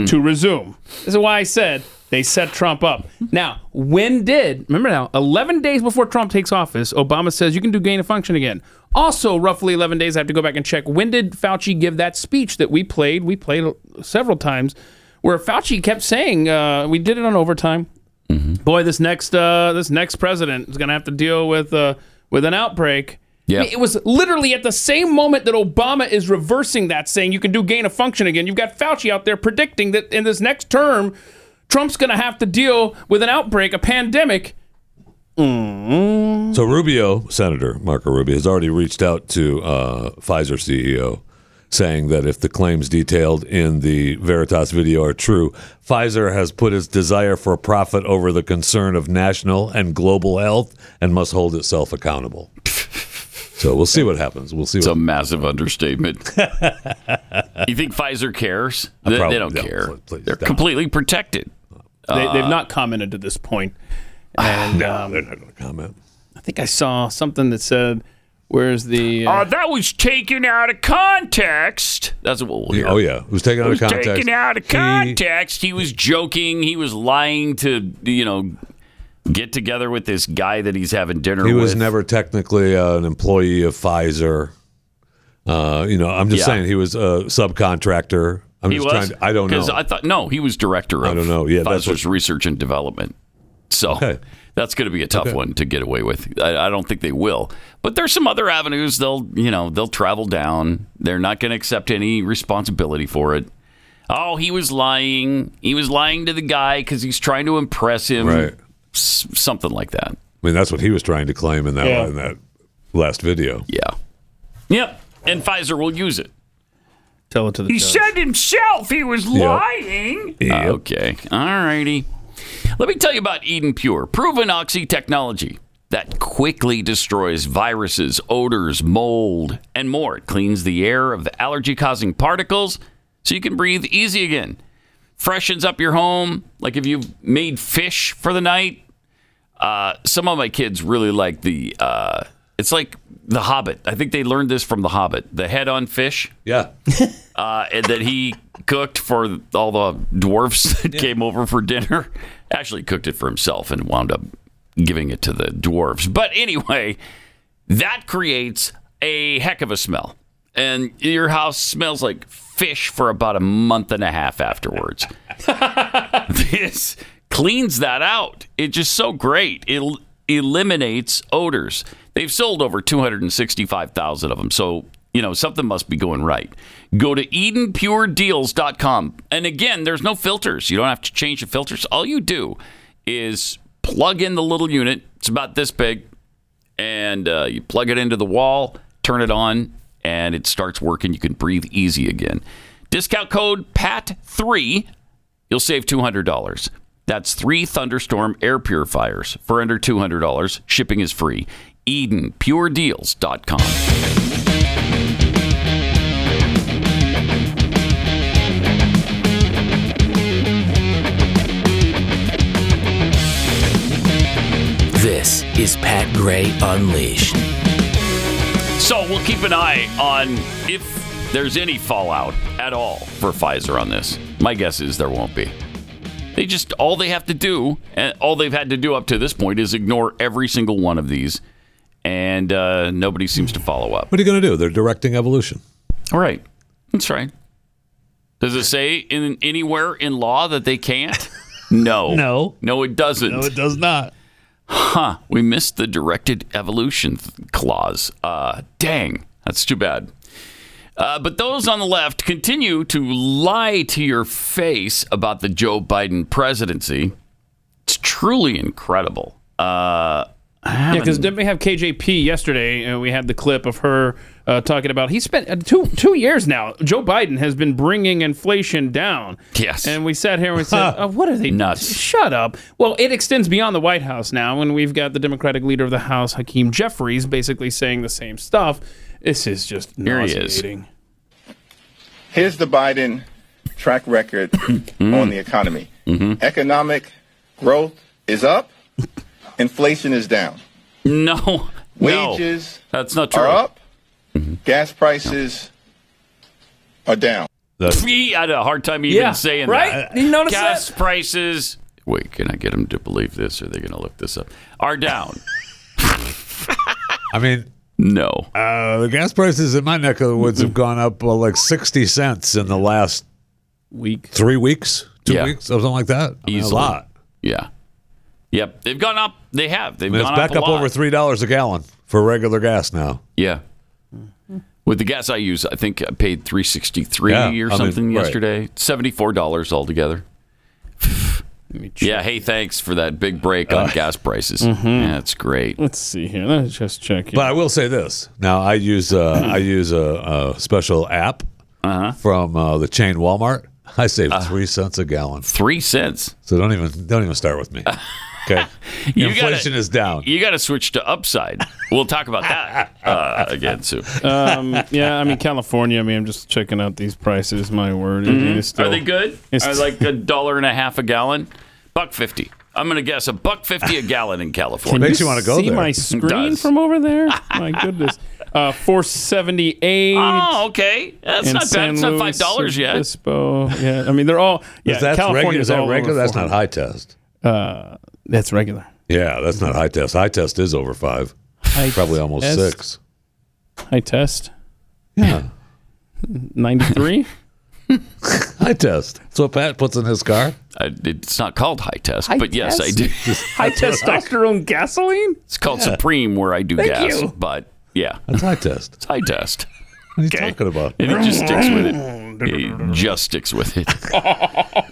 Speaker 4: to resume. Mm. This is why I said they set Trump up. Now, when did, remember now, 11 days before Trump takes office, Obama says you can do gain of function again. Also, roughly 11 days, I have to go back and check. When did Fauci give that speech that we played? We played several times where Fauci kept saying, uh, we did it on overtime. Boy, this next uh, this next president is going to have to deal with uh, with an outbreak.
Speaker 3: Yeah.
Speaker 4: I mean, it was literally at the same moment that Obama is reversing that, saying you can do gain of function again. You've got Fauci out there predicting that in this next term, Trump's going to have to deal with an outbreak, a pandemic.
Speaker 5: So Rubio, Senator Marco Rubio, has already reached out to uh, Pfizer CEO, saying that if the claims detailed in the Veritas video are true, Pfizer has put its desire for profit over the concern of national and global health and must hold itself accountable. so we'll see what happens. We'll see. It's
Speaker 3: a massive understatement. you think Pfizer cares?
Speaker 5: I
Speaker 3: They,
Speaker 5: probably
Speaker 3: they don't
Speaker 5: don't.
Speaker 3: care.
Speaker 5: Please, please
Speaker 3: They're
Speaker 5: don't.
Speaker 3: completely protected.
Speaker 4: They,
Speaker 3: Uh,
Speaker 4: they've not commented to this point, and um, they're
Speaker 5: Ah, not going to comment.
Speaker 4: I think I saw something that said, "Where's the?"
Speaker 3: Uh, that was taken out of context. That's what we'll hear.
Speaker 5: Oh yeah, who's taken
Speaker 3: It
Speaker 5: out of
Speaker 3: was
Speaker 5: context?
Speaker 3: taken out of
Speaker 5: He-
Speaker 3: context. He was joking. He was lying to you know get together with this guy that he's having dinner
Speaker 5: He
Speaker 3: with.
Speaker 5: was never technically uh, an employee of Pfizer. Uh, you know, I'm just
Speaker 3: Yeah.
Speaker 5: saying he was a subcontractor. I'm
Speaker 3: he
Speaker 5: just
Speaker 3: was.
Speaker 5: trying. To, I don't
Speaker 3: 'Cause
Speaker 5: know.
Speaker 3: I thought no, he was director. Of I don't know. Yeah, Pfizer's research and development. So that's going to be a tough one to get away with. I, I don't think they will. But there's some other avenues they'll you know they'll travel down. They're not going to accept any responsibility for it. Oh, he was lying. He was lying to the guy because he's trying to impress him.
Speaker 5: Right.
Speaker 3: S- something like that.
Speaker 5: I mean, that's what he was trying to claim in that
Speaker 3: Yeah.
Speaker 5: in that last video.
Speaker 3: Yeah. Yep. And Pfizer will use it.
Speaker 4: Tell it to
Speaker 9: He said himself he was
Speaker 3: Yep.
Speaker 9: lying.
Speaker 3: Ah, Okay. All righty. Let me tell you about Eden Pure, proven oxy technology that quickly destroys viruses, odors, mold, and more. It cleans the air of the allergy causing particles so you can breathe easy again. Freshens up your home, like if you've made fish for the night. Uh, some of my kids really like the, uh, it's like The Hobbit. I think they learned this from The Hobbit, the head on fish
Speaker 5: Yeah.
Speaker 3: uh, and that he cooked for all the dwarfs that came over for dinner. Actually, cooked it for himself and wound up giving it to the dwarfs. But anyway, that creates a heck of a smell, and your house smells like fish for about a month and a half afterwards. this cleans that out. It's just so great. It eliminates odors. They've sold over 265,000 of them. So, you know, something must be going right. Go to EdenPureDeals.com. And again, there's no filters. You don't have to change the filters. All you do is plug in the little unit. It's about this big. And uh, you plug it into the wall, turn it on, and it starts working. You can breathe easy again. Discount code PAT3, you'll save $200. That's three Thunderstorm air purifiers for under $200. Shipping is free. EdenPureDeals.com.
Speaker 12: This is Pat Gray Unleashed.
Speaker 3: So we'll keep an eye on if there's any fallout at all for Pfizer on this. My guess is there won't be. They just, all they have to do, and all they've had to do up to this point is ignore every single one of these, and uh, nobody seems to follow up.
Speaker 5: What are you going to do? They're directing evolution.
Speaker 3: All right. That's right. Does it say in anywhere in law that they can't? No. no. No, it doesn't.
Speaker 13: No, it does not.
Speaker 3: Huh. We missed the directed evolution th- clause. Uh, dang. That's too bad. Uh, but those on the left continue to lie to your face about the Joe Biden presidency. It's truly incredible. Uh,
Speaker 4: Yeah, because didn't we have KJP yesterday, and we had the clip of her uh, talking about he spent uh, two two years now. Joe Biden has been bringing inflation down.
Speaker 3: Yes,
Speaker 4: and we sat here and we said, oh, "What are they nuts? Shut up!" Well, it extends beyond the White House now, and we've got the Democratic leader of the House, Hakeem Jeffries, basically saying the same stuff. This is just
Speaker 3: Here he is.
Speaker 4: nauseating.
Speaker 14: Here's the Biden track record
Speaker 3: Hmm.
Speaker 14: on the economy.
Speaker 3: mm-hmm.
Speaker 14: Economic growth is up, inflation is down.
Speaker 3: No.
Speaker 14: Wages
Speaker 3: That's not true.
Speaker 14: are up, gas prices are down.
Speaker 3: We had a hard time even
Speaker 14: Yeah,
Speaker 3: saying
Speaker 14: right?
Speaker 3: that.
Speaker 14: You notice
Speaker 3: Gas prices. Wait, can I get them to believe this? Or are they going to look this up? Are down.
Speaker 5: I mean,
Speaker 3: no.
Speaker 5: Uh, the gas prices in my neck of the woods have gone up well, like 60 cents in the last
Speaker 4: week,
Speaker 5: three weeks, two
Speaker 3: Yeah.
Speaker 5: weeks, something like that. I mean, a
Speaker 3: Easily.
Speaker 5: lot.
Speaker 3: Yeah. Yep. They've gone up. They have.
Speaker 5: I
Speaker 3: They've
Speaker 5: mean, it's
Speaker 3: gone
Speaker 5: back
Speaker 3: up, a
Speaker 5: up,
Speaker 3: lot.
Speaker 5: over $3 a gallon for regular gas now.
Speaker 3: Yeah. With the gas I use, I think I paid three sixty three
Speaker 5: Yeah, I
Speaker 3: or
Speaker 5: mean,
Speaker 3: something
Speaker 5: right.
Speaker 3: yesterday. Seventy four dollars altogether. yeah. Hey, thanks for that big break
Speaker 5: Uh,
Speaker 3: on gas prices.
Speaker 5: Mhm.
Speaker 3: Yeah, that's great.
Speaker 4: Let's see here. Let's just check.
Speaker 5: But I will say this. Now I use uh, I use a, a special app
Speaker 4: Uh-huh.
Speaker 5: from uh, the chain Walmart. I save three cents a gallon.
Speaker 3: Three cents.
Speaker 5: So don't even don't even start with me. Okay,
Speaker 3: You gotta-
Speaker 5: inflation is down.
Speaker 3: You got to switch to upside. We'll talk about that uh, again soon.
Speaker 4: um, yeah, I mean California. I mean, I'm just checking out these prices. My word, it
Speaker 3: Mhm.
Speaker 4: is still-
Speaker 3: Are they good?
Speaker 4: it's
Speaker 3: Are like a dollar and a half a gallon? Buck fifty. I'm gonna guess a buck fifty a gallon in California.
Speaker 4: See my screen from over there. My goodness, uh, four seventy eight.
Speaker 3: Oh, okay. That's not bad. It's not five dollars yet.
Speaker 4: Yeah, I mean they're all. Yeah,
Speaker 5: is that
Speaker 4: California
Speaker 5: regular? Is that regular? That's not high test.
Speaker 4: Uh, that's regular.
Speaker 5: Yeah, that's not high test. High test is over five.
Speaker 4: High
Speaker 5: Probably almost
Speaker 4: test.
Speaker 5: six.
Speaker 4: High test.
Speaker 5: Yeah.
Speaker 4: Ninety three.
Speaker 5: High test. So Pat puts in his car.
Speaker 3: it's not called high test,
Speaker 4: High
Speaker 3: but yes, I
Speaker 4: test?
Speaker 3: do.
Speaker 4: High testosterone gasoline.
Speaker 3: It's called Supreme where I do
Speaker 4: Thank
Speaker 3: gas,
Speaker 4: you.
Speaker 3: but yeah,
Speaker 5: that's high test.
Speaker 3: It's high test.
Speaker 5: What are you talking about?
Speaker 3: And it just sticks with it. It just sticks with it.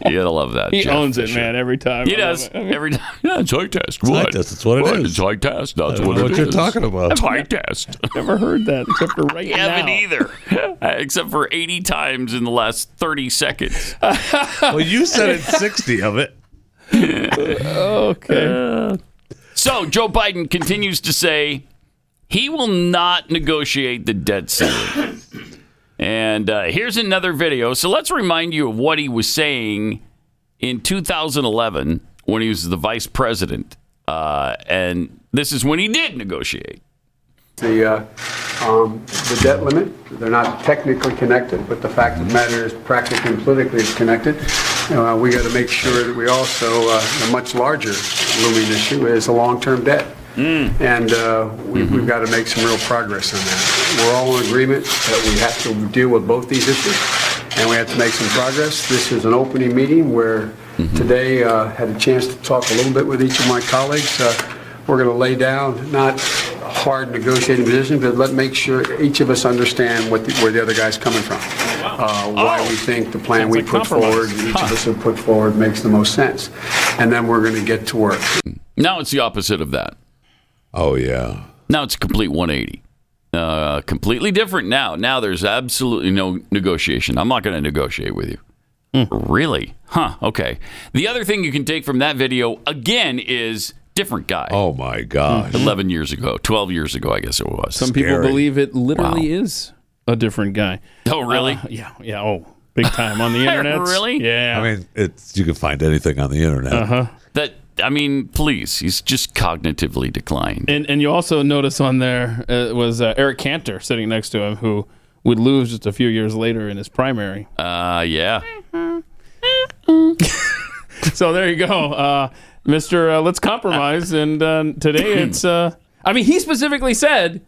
Speaker 3: you gotta love that.
Speaker 4: He
Speaker 3: Jeff
Speaker 4: owns it,
Speaker 3: Fisher.
Speaker 4: man. Every time.
Speaker 3: He
Speaker 4: I love
Speaker 3: does.
Speaker 4: it. I mean-
Speaker 3: Every time. Yeah, it's high test. What?
Speaker 5: test. It's what it
Speaker 3: What?
Speaker 5: is.
Speaker 3: It's high test. That's
Speaker 5: I don't
Speaker 3: what
Speaker 5: know
Speaker 3: it
Speaker 5: what you're
Speaker 3: is.
Speaker 5: talking about.
Speaker 3: It's high test.
Speaker 4: Never heard that except for right
Speaker 3: I haven't
Speaker 4: now.
Speaker 3: either, Uh, except for 80 times in the last 30 seconds.
Speaker 5: well, you said it 60 of it.
Speaker 4: okay.
Speaker 3: so Joe Biden continues to say he will not negotiate the debt ceiling. and uh, here's another video. So let's remind you of what he was saying in 2011 when he was the vice president. Uh, and this is when he did negotiate.
Speaker 15: the, uh, um, the debt limit. They're not technically connected, but the fact of the matter is practically and politically it's connected. Uh, we got to make sure that we also, uh, the much larger looming issue is the long-term debt. And uh, we, we've got to make some real progress on that. We're all in agreement that we have to deal with both these issues, and we have to make some progress. This is an opening meeting where today uh, had a chance to talk a little bit with each of my colleagues. Uh, We're going to lay down, not a hard negotiating position, but let make sure each of us understand what the, where the other guy's coming from. Uh, why we think the plan
Speaker 7: Sounds
Speaker 15: we
Speaker 7: like
Speaker 15: put
Speaker 7: compromise.
Speaker 15: forward, each of us have put forward, makes the most sense. And then we're going to get to work.
Speaker 3: Now it's the opposite of that.
Speaker 5: Oh yeah.
Speaker 3: Now it's a complete 180. Uh, completely different now. Now there's absolutely no negotiation. I'm not going to negotiate with you.
Speaker 5: Hmm.
Speaker 3: Really? Huh. Okay. The other thing you can take from that video again is different guy.
Speaker 5: Oh my gosh.
Speaker 3: 11 years ago, 12 years ago, I guess it was.
Speaker 4: Some people believe it literally is a different guy.
Speaker 3: Oh, really?
Speaker 4: yeah, yeah. Oh, big time on the internet.
Speaker 3: Really?
Speaker 4: Yeah.
Speaker 5: I mean, it's you can find anything on the internet.
Speaker 4: Uh-huh.
Speaker 3: That I mean, please, he's just cognitively declined.
Speaker 4: And and you also notice on there uh, was uh, Eric Cantor sitting next to him, who would lose just a few years later in his primary.
Speaker 3: Uh, yeah.
Speaker 4: so there you go, uh, Mister. Uh, let's compromise. And uh, today it's. Uh, I mean, he specifically said,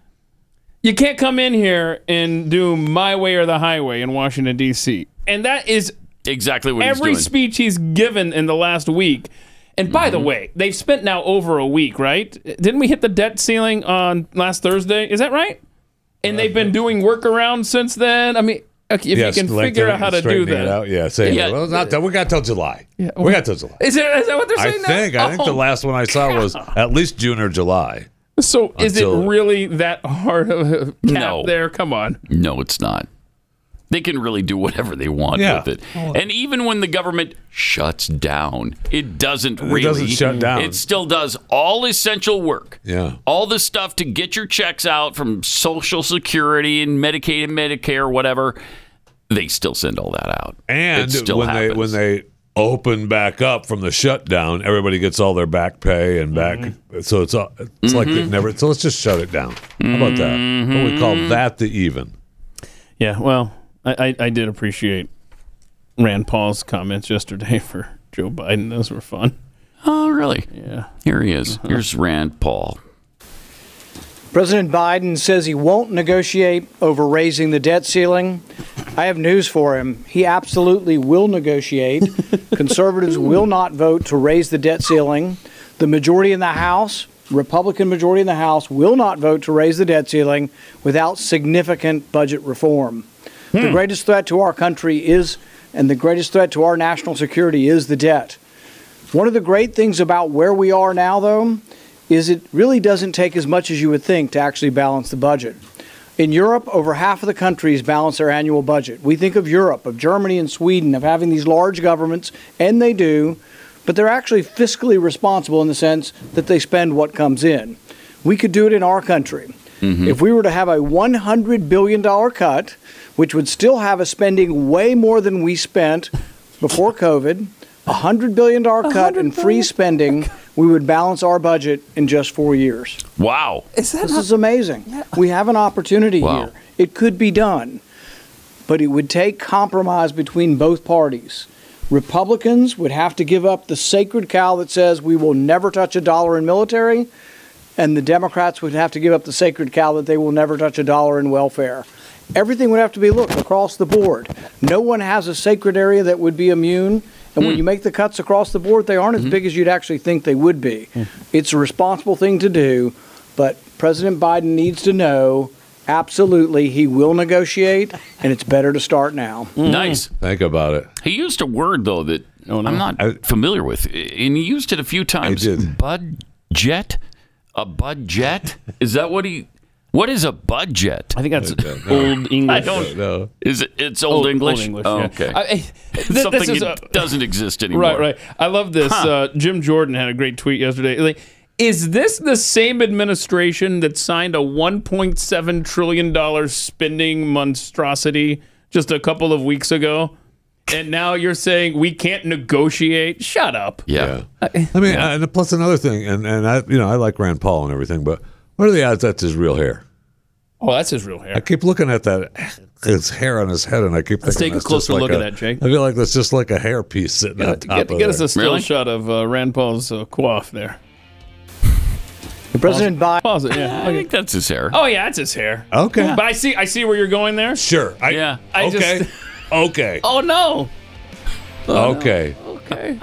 Speaker 4: "You can't come in here and do my way or the highway in Washington D.C." And that is
Speaker 3: exactly what he's
Speaker 4: every
Speaker 3: doing.
Speaker 4: speech he's given in the last week. And by the
Speaker 3: Mm-hmm.
Speaker 4: way, they've spent now over a week, right? Didn't we hit the debt ceiling on last Thursday? Is that right? And they've been doing workarounds since then. I mean, okay, if
Speaker 5: Yes,
Speaker 4: you can
Speaker 5: like
Speaker 4: figure
Speaker 5: they're
Speaker 4: out how to do
Speaker 5: straightening it
Speaker 4: that,
Speaker 5: out. Yeah, saying,
Speaker 4: Yeah.
Speaker 5: well, it's not done. We got till July. we got till July.
Speaker 4: Is, there, is that what they're
Speaker 5: I
Speaker 4: saying? now?
Speaker 5: think. I think the
Speaker 4: Oh,
Speaker 5: last one I saw was at least June or July.
Speaker 4: So is it
Speaker 5: until-
Speaker 4: really that hard of a cap
Speaker 3: No.
Speaker 4: there? Come on.
Speaker 3: No, it's not. They can really do whatever they want
Speaker 4: Yeah.
Speaker 3: with it. And even when the government shuts down, it doesn't
Speaker 5: It
Speaker 3: really
Speaker 5: doesn't shut down.
Speaker 3: It still does all essential work.
Speaker 5: Yeah.
Speaker 3: All the stuff to get your checks out from Social Security and Medicaid and Medicare, whatever, they still send all that out.
Speaker 5: And
Speaker 3: it still
Speaker 5: when
Speaker 3: happens.
Speaker 5: they when they open back up from the shutdown, everybody gets all their back pay and back.
Speaker 4: Mm-hmm.
Speaker 5: So it's all, it's like
Speaker 4: Mhm.
Speaker 3: Mm-hmm.
Speaker 5: they've never. So let's just shut it down. How about that? What we call
Speaker 4: Mhm.
Speaker 5: that the even.
Speaker 4: Yeah, well, I, I, I did appreciate Rand Paul's comments yesterday for Joe Biden. Those were fun.
Speaker 3: Oh, really?
Speaker 4: Yeah.
Speaker 3: Here he is. Here's Rand Paul.
Speaker 13: President Biden says he won't negotiate over raising the debt ceiling. I have news for him. He absolutely will negotiate. Conservatives will not vote to raise the debt ceiling. The majority in the House, Republican majority in the House, will not vote to raise the debt ceiling without significant budget reform.
Speaker 3: Hmm.
Speaker 13: The greatest threat to our country is, and the greatest threat to our national security is the debt. One of the great things about where we are now, though, is it really doesn't take as much as you would think to actually balance the budget. In Europe, over half of the countries balance their annual budget. We think of Europe, of Germany and Sweden, of having these large governments, and they do, but they're actually fiscally responsible in the sense that they spend what comes in. We could do it in our country.
Speaker 3: Mm-hmm.
Speaker 13: If we were to have a $100 billion cut, which would still have us spending way more than we spent before COVID, a $100 billion cut in free spending, we would balance our budget in just four years.
Speaker 3: Wow.
Speaker 13: this is amazing. We have an opportunity
Speaker 3: Wow.
Speaker 13: here. It could be done, but it would take compromise between both parties. Republicans would have to give up the sacred cow that says we will never touch a dollar in military, and the Democrats would have to give up the sacred cow that they will never touch a dollar in welfare. Everything would have to be looked across the board. No one has a sacred area that would be immune. And when you make the cuts across the board, they aren't as big as you'd actually think they would be. It's a responsible thing to do, but President Biden needs to know absolutely he will negotiate, and it's better to start now.
Speaker 4: Mm.
Speaker 3: Nice.
Speaker 5: Think about it.
Speaker 3: He used a word though that I'm not familiar with, and he used it a few times. Budget, a budget. Is that what he? What is a budget? I
Speaker 4: think that's
Speaker 5: old
Speaker 3: I
Speaker 5: English.
Speaker 3: don't
Speaker 5: know.
Speaker 3: Is it? It's
Speaker 4: Old-
Speaker 3: old, English.
Speaker 4: Old English,
Speaker 3: Oh,
Speaker 4: yeah.
Speaker 3: okay.
Speaker 4: I- I- th- this
Speaker 3: Something
Speaker 4: is
Speaker 3: that
Speaker 4: a-
Speaker 3: doesn't exist anymore.
Speaker 4: Right, right. I love this.
Speaker 3: Huh.
Speaker 4: Uh, Jim Jordan had a great tweet yesterday. Like, is this the same administration that signed a 1.7 trillion dollar spending monstrosity just a couple of weeks ago? And now you're saying we can't negotiate? Shut up.
Speaker 3: Yeah.
Speaker 4: Uh,
Speaker 5: I mean, uh, and plus another thing, and and I you know I like Rand Paul and everything, but what are the odds that's his real hair?
Speaker 4: Oh, that's his real hair.
Speaker 5: I keep looking at that his hair on his head, and I keep
Speaker 4: Let's
Speaker 5: thinking
Speaker 4: take a
Speaker 5: that's just
Speaker 4: closer
Speaker 5: like
Speaker 4: look at
Speaker 5: a-
Speaker 4: that, Jake.
Speaker 5: I feel like that's just like a hair piece sitting on
Speaker 4: Get,
Speaker 5: top
Speaker 4: get,
Speaker 5: of
Speaker 4: get us
Speaker 5: there.
Speaker 4: a still shot of uh, Rand Paul's uh, quaff there.
Speaker 13: President Biden.
Speaker 4: Pause it. Yeah.
Speaker 3: I think that's his hair.
Speaker 4: Oh yeah, that's his hair.
Speaker 5: Okay.
Speaker 4: But I see I see where you're going there.
Speaker 5: Sure. I,
Speaker 4: yeah. I
Speaker 5: okay.
Speaker 4: just
Speaker 5: Okay.
Speaker 4: Oh no.
Speaker 5: Okay.
Speaker 4: Okay.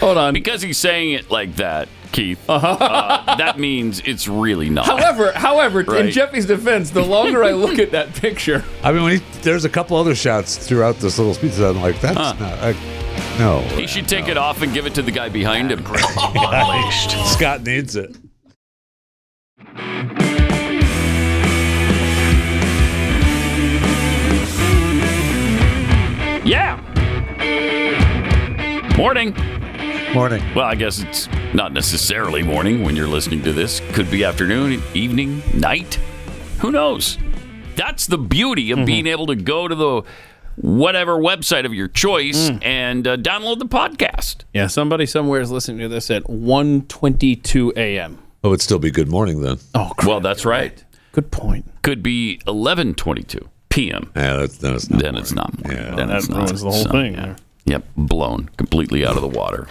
Speaker 4: Hold on.
Speaker 3: Because he's saying it like that, Keith, uh, that means it's really not.
Speaker 4: Uh-huh. However, however, in
Speaker 3: Right.
Speaker 4: Jeffy's defense, the longer I look at that picture,
Speaker 5: I mean, when he, there's a couple other shots throughout this little speech that I'm like, that's
Speaker 3: Huh.
Speaker 5: not. I, no.
Speaker 3: he should take it off and give it to the guy behind him.
Speaker 5: Scott needs it.
Speaker 3: Yeah. Morning.
Speaker 5: Morning.
Speaker 3: Well, I guess it's not necessarily morning when you're listening to this. Could be afternoon, evening, night. Who knows? That's the beauty of being able to go to the whatever website of your choice and uh, download the podcast.
Speaker 4: yeah, somebody somewhere is listening to this at 1:22 a.m.
Speaker 5: Oh, it'd still be good morning then.
Speaker 4: Oh,
Speaker 3: well, that's right.
Speaker 4: Good point.
Speaker 3: Could be 11:22 p.m.
Speaker 5: Yeah, that's, that's not
Speaker 3: then it's not morning.
Speaker 5: Yeah,
Speaker 3: then
Speaker 5: that
Speaker 3: it's not.
Speaker 5: ruins the whole thing
Speaker 3: yeah.
Speaker 5: there.
Speaker 3: Yep, blown completely out of the water.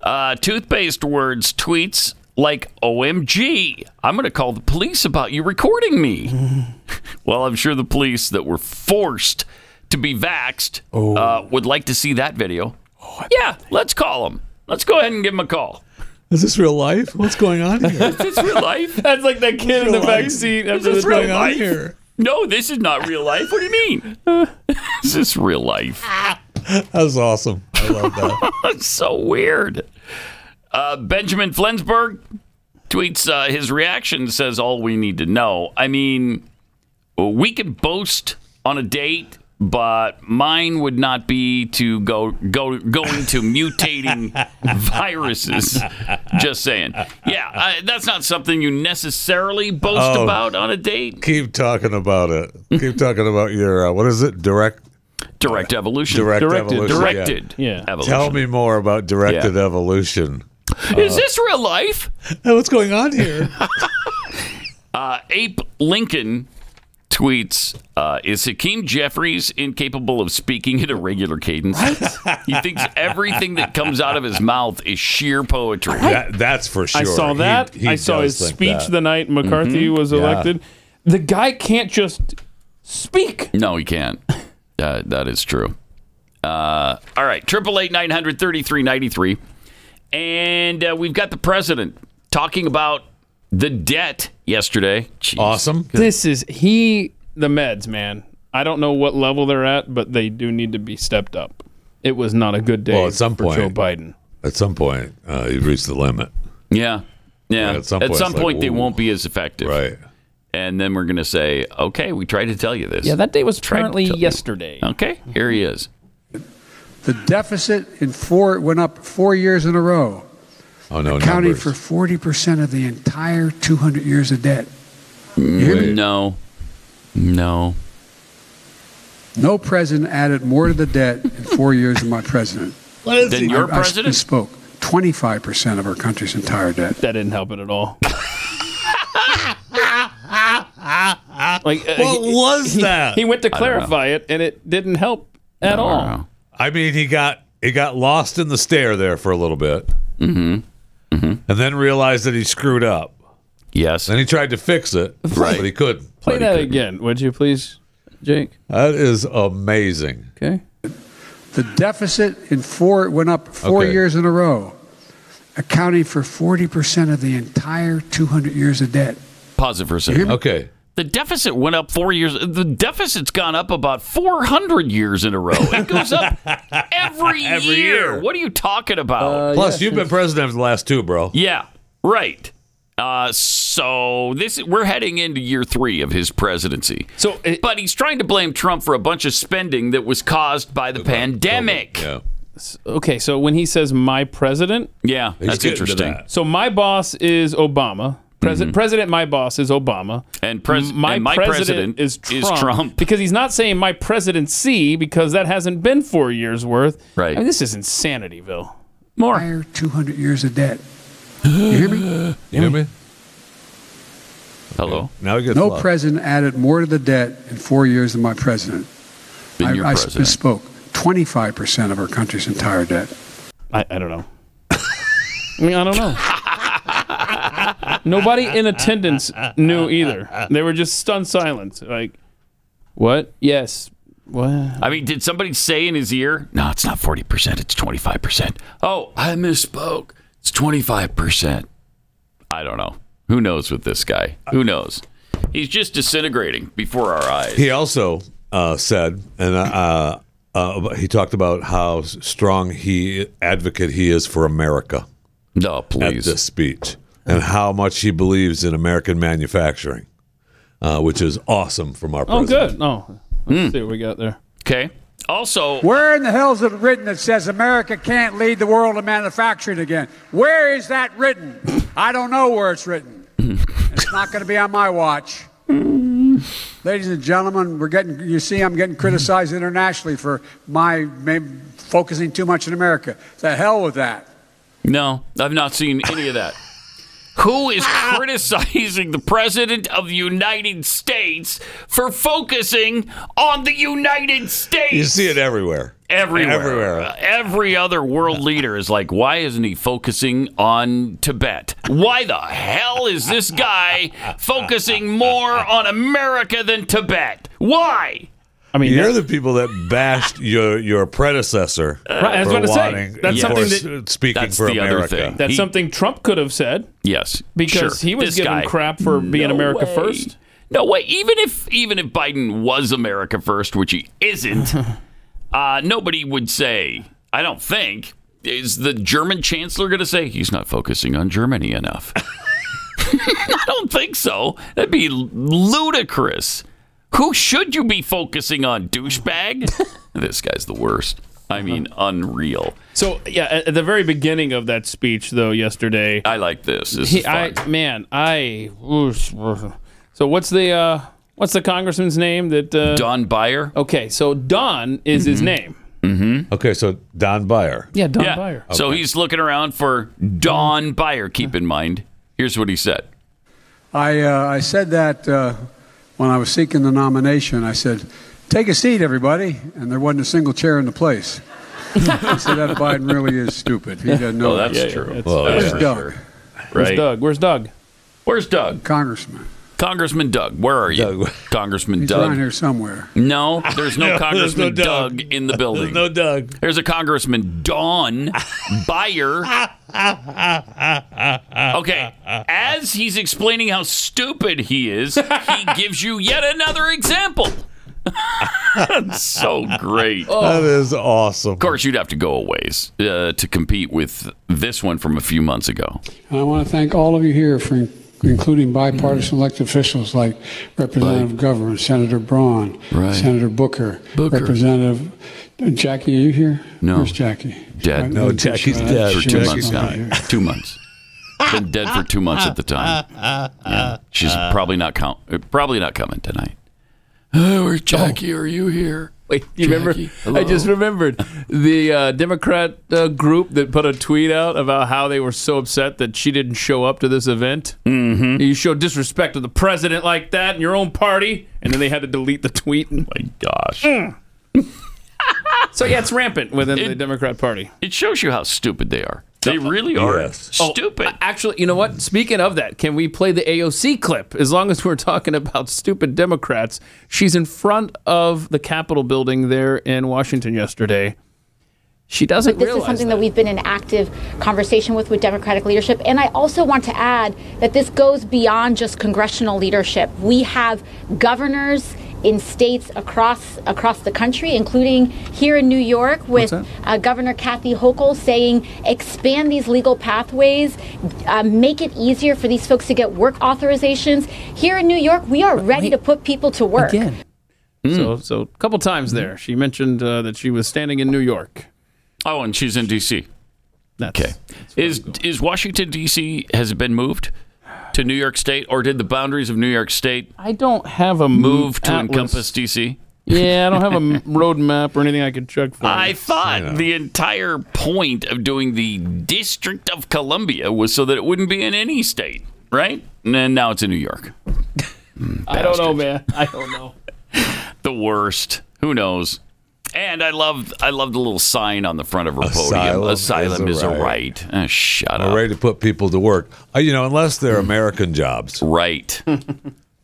Speaker 3: uh, toothpaste words tweets like "OMG, I'm going to call the police about you recording me." well, I'm sure the police that were forced to be vaxxed
Speaker 5: Oh.
Speaker 3: uh, would like to see that video. yeah, let's call them. Let's go ahead and give them a call.
Speaker 5: Is this real life? What's going on here?
Speaker 3: Is this real life? That's
Speaker 4: like that kid in the back seat
Speaker 3: Is
Speaker 4: after
Speaker 3: this
Speaker 4: the
Speaker 3: real
Speaker 4: thing.
Speaker 3: life? No, this is not real life. What do you mean? Is this real life?
Speaker 11: Uh,
Speaker 5: that was awesome. I love that.
Speaker 3: That's so weird. Uh, Benjamin Flensburg tweets uh, his reaction says all we need to know. I mean, we could boast on a date, but mine would not be to go go going to mutating viruses. Just saying. Yeah, I, that's not something you necessarily boast
Speaker 5: Oh.
Speaker 3: about on a date.
Speaker 5: Keep talking about it. Keep talking about your, uh, what is it? Direct.
Speaker 3: Direct evolution.
Speaker 5: Direct
Speaker 3: Directed.
Speaker 5: evolution.
Speaker 3: Directed. Yeah. Evolution.
Speaker 5: Tell me more about directed evolution.
Speaker 3: Is this real life?
Speaker 5: What's going on here?
Speaker 3: Uh, Ape Lincoln tweets uh, Is Hakeem Jeffries incapable of speaking at a regular cadence? he thinks everything that comes out of his mouth is sheer poetry.
Speaker 5: That- that's for
Speaker 4: I saw that. I saw his speech the night McCarthy
Speaker 3: Mhm.
Speaker 4: was
Speaker 3: Yeah.
Speaker 4: elected. The guy can't just speak.
Speaker 3: No, he can't. Uh, that is true. Uh, all right, triple eight nine hundred thirty three ninety three, and uh, we've got the president talking about the debt yesterday.
Speaker 5: Awesome.
Speaker 4: This is he the meds, man. I don't know what level they're at, but they do need to be stepped up. It was not a good day
Speaker 5: Well, at some
Speaker 4: for Joe
Speaker 5: point,
Speaker 4: Biden.
Speaker 5: At some point, uh, you reach the limit.
Speaker 3: Yeah, yeah.
Speaker 5: Yeah,
Speaker 3: at some point,
Speaker 5: it's like,
Speaker 3: they
Speaker 5: ooh.
Speaker 3: won't be as effective,
Speaker 5: right?
Speaker 3: And then we're going to say, okay, we tried to tell you this.
Speaker 4: Yeah, that day was
Speaker 3: Tried to
Speaker 4: apparently
Speaker 3: tell you.
Speaker 4: yesterday.
Speaker 3: Okay, here he is.
Speaker 15: The deficit in four went up four years in a row,
Speaker 5: Oh no,
Speaker 15: accounting
Speaker 5: numbers.
Speaker 15: for 40% of the entire 200 years of debt. hear me?
Speaker 3: No, no.
Speaker 15: No president added more to the debt in four years than my president.
Speaker 5: What
Speaker 3: is Than he? your
Speaker 15: I- I
Speaker 3: president?
Speaker 15: misspoke. 25% of our country's entire debt.
Speaker 4: That didn't help it at all. Like, uh,
Speaker 5: Ah, What
Speaker 4: he-
Speaker 5: was
Speaker 4: he-
Speaker 5: that?
Speaker 4: He went to
Speaker 5: I don't know.
Speaker 4: clarify it, and it didn't help at all.
Speaker 5: I mean, he got he got lost in the stare there for a little bit, mm-hmm. Mm-hmm. and then realized that he screwed up.
Speaker 3: Yes.
Speaker 5: Then he tried to fix it, right? But he couldn't.
Speaker 4: Play that again, would you please, Jake?
Speaker 5: That is amazing.
Speaker 4: Okay.
Speaker 15: The deficit in four went up four
Speaker 5: Okay.
Speaker 15: years in a row, accounting for 40% of the entire 200 years of debt.
Speaker 3: Pause it for a second.
Speaker 5: Okay.
Speaker 3: The deficit went up four years. The deficit's gone up about 400 years in a row. It goes up every,
Speaker 5: Every
Speaker 3: year.
Speaker 5: year.
Speaker 3: What are you talking
Speaker 4: Uh,
Speaker 3: about?
Speaker 5: Plus, you've been president for the last two, bro.
Speaker 3: Yeah, right. Uh, so this we're heading into year three of his presidency.
Speaker 4: So,
Speaker 5: uh,
Speaker 3: but he's trying to blame Trump for a bunch of spending that was caused by the pandemic.
Speaker 5: Yeah,
Speaker 4: Okay, so when he says my president,
Speaker 3: yeah,
Speaker 5: He's
Speaker 3: that's
Speaker 5: getting to
Speaker 3: interesting. Mm-hmm.
Speaker 5: that.
Speaker 4: so my boss is Obama. President, president, my boss is Obama,
Speaker 3: And pres-
Speaker 4: M- my,
Speaker 3: and my
Speaker 4: president,
Speaker 3: president
Speaker 4: is
Speaker 3: is
Speaker 4: Trump,
Speaker 3: Trump.
Speaker 4: because he's not saying my presidency because that hasn't been four years worth. Right, I mean, this is insanityville.
Speaker 3: More.
Speaker 15: Entire 200 years of debt. You hear me?
Speaker 5: You hear me?
Speaker 3: Hello.
Speaker 5: Now he gets
Speaker 15: No
Speaker 5: lost.
Speaker 15: president added more to the debt in four years than my president.
Speaker 3: Than
Speaker 15: I,
Speaker 3: your
Speaker 15: I
Speaker 3: president.
Speaker 15: misspoke. 25% of our country's entire debt.
Speaker 4: I, I don't know. I mean, I don't know. Nobody in attendance knew either. They were just stunned silent. Like, what? Yes. What?
Speaker 3: I mean, did somebody say in his ear, "No, it's not forty percent; it's twenty-five percent"? Oh, I misspoke. It's 25%. I don't know. Who knows with this guy? Who knows? He's just disintegrating before our eyes.
Speaker 5: He also uh, said, and uh, uh, he talked about how s- strong he advocate he is for America.
Speaker 3: No, please.
Speaker 5: At this speech, and how much he believes in American manufacturing, uh, which is awesome from our
Speaker 4: Oh,
Speaker 5: president.
Speaker 4: good. Oh, let's see what we got there.
Speaker 3: Okay. Hmm. Also,
Speaker 16: Where in the hell is it written that says America can't lead the world in manufacturing again? Where is that written? I don't know where it's written. it's not going to be on my watch. Ladies and gentlemen, we're getting, you see, I'm getting criticized internationally for my maybe focusing too much in America. The hell with that.
Speaker 3: No, I've not seen any of that. Who is criticizing the president of the United States for focusing on the United States?
Speaker 5: You see it everywhere.
Speaker 3: everywhere.
Speaker 5: Everywhere.
Speaker 3: Uh, Every other world leader is like, why isn't he focusing on Tibet? Why the hell is this guy focusing more on America than Tibet? Why?
Speaker 4: I
Speaker 5: mean, you're the people that bashed your your predecessor.
Speaker 4: Right, that's
Speaker 5: Uh, for
Speaker 4: what I'm saying.
Speaker 5: wanting-
Speaker 4: That's
Speaker 5: for
Speaker 4: something
Speaker 5: s-
Speaker 4: that
Speaker 5: speaking for America.
Speaker 4: That's something Trump could have said
Speaker 3: Yes,
Speaker 4: because
Speaker 3: sure.
Speaker 4: he was
Speaker 3: This
Speaker 4: given
Speaker 3: guy.
Speaker 4: crap for being
Speaker 3: No
Speaker 4: America
Speaker 3: way.
Speaker 4: first.
Speaker 3: No way. Even if even if Biden was America first, which he isn't, uh, nobody would say. I don't think is the German chancellor going to say he's not focusing on Germany enough. I don't think so. That'd be ludicrous. Who should you be focusing on, douchebag? this guy's the worst. I mean, unreal.
Speaker 4: So yeah, at, at the very beginning of that speech, though, yesterday,
Speaker 3: I like this. This is
Speaker 4: I man, I. oosh, brr. So what's the uh, what's the congressman's name that uh,
Speaker 3: Don Byer?
Speaker 4: Okay, so Don is his name.
Speaker 5: Mm-hmm. Okay, so Don Byer.
Speaker 4: Yeah, Don
Speaker 3: Yeah.
Speaker 4: Byer.
Speaker 3: So he's looking around for Don Byer. Keep in mind, here's what he said.
Speaker 16: I, uh, I said that uh, when I was seeking the nomination. I said, take a seat, everybody. And there wasn't a single chair in the place. so that Biden really is stupid. He doesn't know
Speaker 3: Oh, that's
Speaker 16: that.
Speaker 3: true. That's-
Speaker 16: Well,
Speaker 3: that's
Speaker 16: Where's
Speaker 3: for
Speaker 16: Doug?
Speaker 3: sure.
Speaker 4: Where's
Speaker 3: Right.
Speaker 4: Doug? Where's Doug?
Speaker 3: Where's Doug?
Speaker 16: Congressman.
Speaker 3: Congressman Doug, where are you? Congressman
Speaker 16: He's
Speaker 3: Doug.
Speaker 16: around here somewhere.
Speaker 3: No, there's no,
Speaker 16: No, there's
Speaker 3: Congressman
Speaker 16: no
Speaker 3: Doug.
Speaker 16: Doug.
Speaker 3: in the building.
Speaker 5: There's no Doug.
Speaker 3: There's a Congressman Don Byer. okay, as he's explaining how stupid he is, he gives you yet another example. That's so great.
Speaker 5: That is awesome. Of
Speaker 3: course, you'd have to go a ways uh, to compete with this one from a few months ago.
Speaker 16: And I want to thank all of you here for in- including bipartisan elected officials like Representative Governor, Senator Braun,
Speaker 3: Right.
Speaker 16: Senator Booker,
Speaker 3: Booker.
Speaker 16: Representative uh, Jackie. Are you here?
Speaker 3: No.
Speaker 16: Where's Jackie? I-
Speaker 3: Dead.
Speaker 16: I'm sure I-
Speaker 3: For
Speaker 16: she
Speaker 3: two
Speaker 16: was
Speaker 3: months
Speaker 16: not
Speaker 3: now.
Speaker 16: here.
Speaker 3: Two months. Been dead for two months at the time. Yeah. She's probably not count, uh, probably not coming tonight. Oh, where's Jackie? Are you here?
Speaker 4: Wait, you remember? I just remembered the uh, Democrat uh, group that put a tweet out about how they were so upset that she didn't show up to this event. Mm-hmm. You show disrespect to the president like that in your own party, and then they had to delete the tweet. My
Speaker 3: gosh.
Speaker 11: Mm.
Speaker 4: so yeah, it's rampant within the Democrat Party.
Speaker 3: It shows you how stupid they are. They really are. Oh, Stupid.
Speaker 4: Oh, actually, you know what? Speaking of that, can we play the AOC clip? As long as we're talking about stupid Democrats, she's in front of the Capitol building there in Washington yesterday. She doesn't
Speaker 17: But this is
Speaker 4: realize
Speaker 17: something that. we've been in active conversation with with Democratic leadership. And I also want to add that this goes beyond just congressional leadership. We have governors in states across across the country, including here in New York, with
Speaker 18: What's
Speaker 17: uh, Governor Kathy Hochul saying, expand these legal pathways, uh, make it easier for these folks to get work authorizations. Here in New York, we are ready to put people to work.
Speaker 3: Hmm.
Speaker 4: So, so a couple times there, she mentioned uh, that she was standing in New York.
Speaker 3: Oh, and she's in D.C.
Speaker 4: okay.
Speaker 3: Is is Washington D.C. has it been moved to New York State, or did the boundaries of New York State
Speaker 4: I don't have a
Speaker 3: move to
Speaker 4: atlas.
Speaker 3: encompass
Speaker 4: Mm,
Speaker 3: D.C.?
Speaker 4: Yeah, I don't have a m- road map or anything I could check for.
Speaker 3: I
Speaker 4: you.
Speaker 3: thought the entire point of doing the District of Columbia was so that it wouldn't be in any state, right? And then now it's in New York.
Speaker 4: I don't know, man. I don't know.
Speaker 3: The worst. Who knows? And I love I love the little sign on the front of her
Speaker 5: Asylum
Speaker 3: podium.
Speaker 5: is
Speaker 3: Asylum
Speaker 5: a
Speaker 3: is a right.
Speaker 5: right.
Speaker 3: Ah, shut
Speaker 5: We're
Speaker 3: up. Hmm.
Speaker 5: ready to put people to work. Uh, you know, unless they're American jobs.
Speaker 3: Right.
Speaker 5: Can't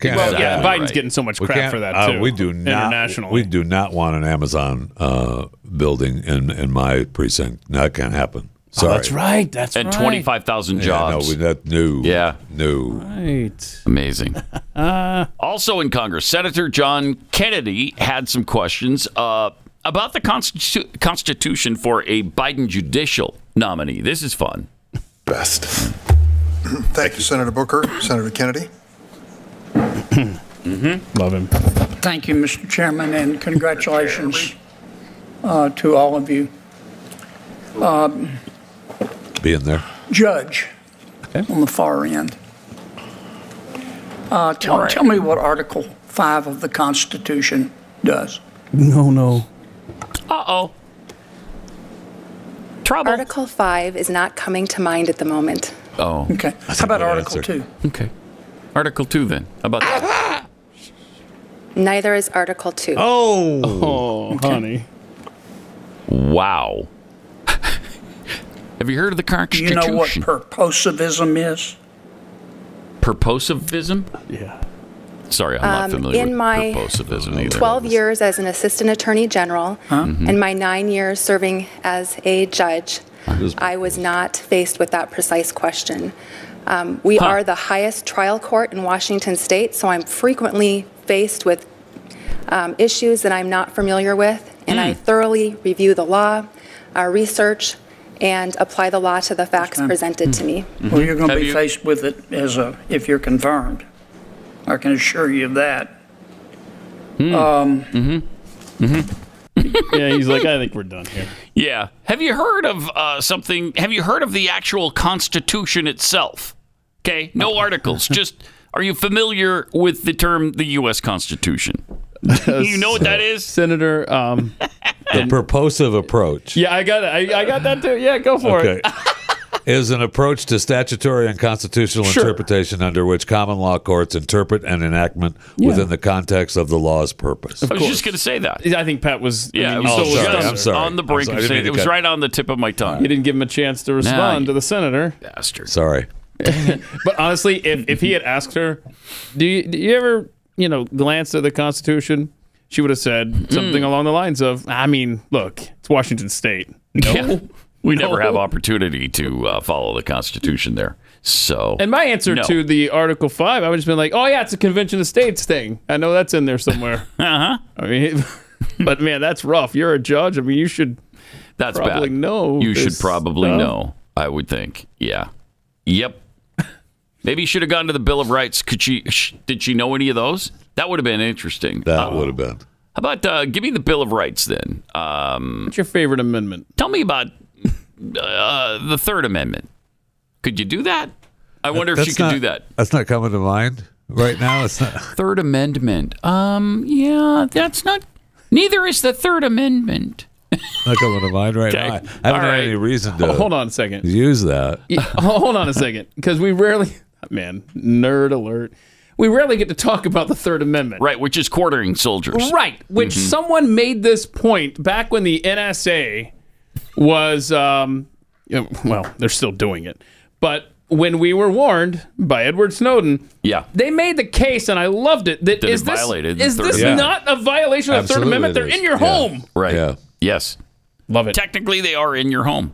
Speaker 4: Well,
Speaker 5: have
Speaker 4: yeah,
Speaker 5: that.
Speaker 4: Biden's getting so much
Speaker 5: We
Speaker 4: crap
Speaker 5: can't-
Speaker 4: for that,
Speaker 5: uh,
Speaker 4: too,
Speaker 5: we do not.
Speaker 4: internationally.
Speaker 5: We do not want an Amazon uh, building in in my precinct. No, that can't happen.
Speaker 3: Oh,
Speaker 5: Sorry.
Speaker 4: that's right. That's
Speaker 3: and
Speaker 4: right.
Speaker 3: 25,000 jobs.
Speaker 5: Yeah, no, we, that, no.
Speaker 3: Yeah.
Speaker 5: No.
Speaker 4: Right.
Speaker 3: Amazing. Uh, also in Congress, Senator John Kennedy had some questions uh, about the constitu- Constitution for a Biden judicial nominee. This is fun.
Speaker 18: Best. Thank you, Senator Booker, Senator Kennedy.
Speaker 4: mm-hmm. Love him.
Speaker 19: Thank you, Mr. Chairman, and congratulations uh, to all of you. Um,
Speaker 5: Being there.
Speaker 19: Judge, on the far end, uh, tell, tell me what Article 5 of the Constitution does.
Speaker 4: No, no.
Speaker 3: Uh oh. Trouble.
Speaker 20: Article 5 is not coming to mind at the moment.
Speaker 3: Oh.
Speaker 19: Okay. How about Article 2?
Speaker 3: Okay. Article 2 then. How about that?
Speaker 20: Neither is Article 2.
Speaker 3: Oh.
Speaker 4: Oh, honey.
Speaker 3: Wow. Have you heard of the
Speaker 19: Do
Speaker 3: Constitution?
Speaker 19: you know what purposivism is?
Speaker 3: Purposivism? Yeah. Sorry, I'm not
Speaker 20: Um,
Speaker 3: familiar
Speaker 20: in
Speaker 3: with
Speaker 20: my
Speaker 3: purposivism either.
Speaker 20: 12 years as an assistant attorney general
Speaker 3: Huh? Mhm.
Speaker 20: and my nine years serving as a judge, I was not faced with that precise question. Um, we
Speaker 21: Huh.
Speaker 20: are the highest trial court in Washington state, so I'm frequently faced with um, issues that I'm not familiar with, and
Speaker 3: Hmm.
Speaker 20: I thoroughly review the law, uh, research, and apply the law to the facts presented
Speaker 3: Hmm.
Speaker 20: to me.
Speaker 19: Well, you're going
Speaker 20: Mm-hmm.
Speaker 19: to
Speaker 20: Have
Speaker 19: be
Speaker 20: you-
Speaker 19: faced with it as a, if you're confirmed. I can assure you of that.
Speaker 20: Hmm.
Speaker 19: Um,
Speaker 3: Mm-hmm. Mm-hmm.
Speaker 4: yeah, he's like, I think we're done here.
Speaker 3: Yeah. Have you heard of uh, something? Have you heard of the actual Constitution itself? Okay, no articles. Just are you familiar with the term the U.S. Constitution? you know what that is?
Speaker 4: Senator. Um,
Speaker 5: The purposive approach
Speaker 4: yeah, I got it. I, I got that too. Yeah, go for it.
Speaker 5: is an approach to statutory and constitutional
Speaker 4: Sure.
Speaker 5: interpretation under which common law courts interpret an enactment within the context of the law's purpose.
Speaker 3: I was just going to say that.
Speaker 4: I think Pat was.
Speaker 3: Yeah,
Speaker 4: I
Speaker 3: it
Speaker 4: mean,
Speaker 3: was,
Speaker 4: so
Speaker 3: just
Speaker 4: was Gunter.
Speaker 5: I'm sorry.
Speaker 3: on the
Speaker 5: I'm
Speaker 3: brink
Speaker 5: sorry. I
Speaker 3: of
Speaker 5: didn't
Speaker 3: saying
Speaker 5: mean
Speaker 3: it.
Speaker 5: to
Speaker 3: It was
Speaker 5: cut.
Speaker 3: right on the tip of my tongue.
Speaker 4: You didn't give him a chance to respond
Speaker 3: you
Speaker 4: to the senator.
Speaker 3: Bastard.
Speaker 5: Sorry.
Speaker 4: but honestly, if, if he had asked her, do you, do you ever, you know, glance at the Constitution? She would have
Speaker 3: Hmm.
Speaker 4: said something along the lines of, I mean, look, it's Washington State. No.
Speaker 3: We
Speaker 4: No.
Speaker 3: never have opportunity to uh, follow the Constitution there. So,
Speaker 4: And my answer
Speaker 3: No.
Speaker 4: to the Article 5, I would just been like, oh, yeah, it's a Convention of States thing. I know that's in there somewhere.
Speaker 3: uh huh.
Speaker 4: I mean, but man, that's rough. You're a judge. I mean, you should
Speaker 3: That's
Speaker 4: probably
Speaker 3: bad.
Speaker 4: know.
Speaker 3: You should
Speaker 4: this
Speaker 3: probably
Speaker 4: stuff.
Speaker 3: know. I would think. Yeah. Yep. Maybe you should have gone to the Bill of Rights. Could she? Sh- did she know any of those? That would have been interesting. That
Speaker 5: would have been.
Speaker 3: How about uh, give me the Bill of Rights then? Um,
Speaker 4: What's your favorite amendment?
Speaker 3: Tell me about uh, the Third Amendment. Could you do that? I wonder if
Speaker 5: That's
Speaker 3: she could
Speaker 5: not-
Speaker 3: do that.
Speaker 5: That's not coming to mind right now. It's not.
Speaker 3: Third Amendment. Um, yeah, that's not. Neither is the Third Amendment.
Speaker 5: Not coming to mind right now. I haven't had any reason to.
Speaker 4: Oh, hold on a second.
Speaker 5: Use that.
Speaker 4: Yeah, ho- hold on a second, because we rarely, man, nerd alert. We rarely get to talk about the Third Amendment.
Speaker 3: Right, which is quartering soldiers.
Speaker 4: Right, which
Speaker 3: Mhm.
Speaker 4: someone made this point back when the NSA was, um, you know, well, they're still doing it, but when we were warned by Edward Snowden,
Speaker 3: yeah,
Speaker 4: they made the case, and I loved it. That,
Speaker 3: That it
Speaker 4: is this
Speaker 3: violated the
Speaker 4: is
Speaker 3: Third
Speaker 4: this
Speaker 3: Amendment.
Speaker 4: not a violation of the Third
Speaker 3: Absolutely
Speaker 4: Amendment?
Speaker 3: it
Speaker 4: They're
Speaker 3: is.
Speaker 4: in your
Speaker 3: Yeah.
Speaker 4: home.
Speaker 3: Right. Yes.
Speaker 4: Love it.
Speaker 3: Technically, they are in your home.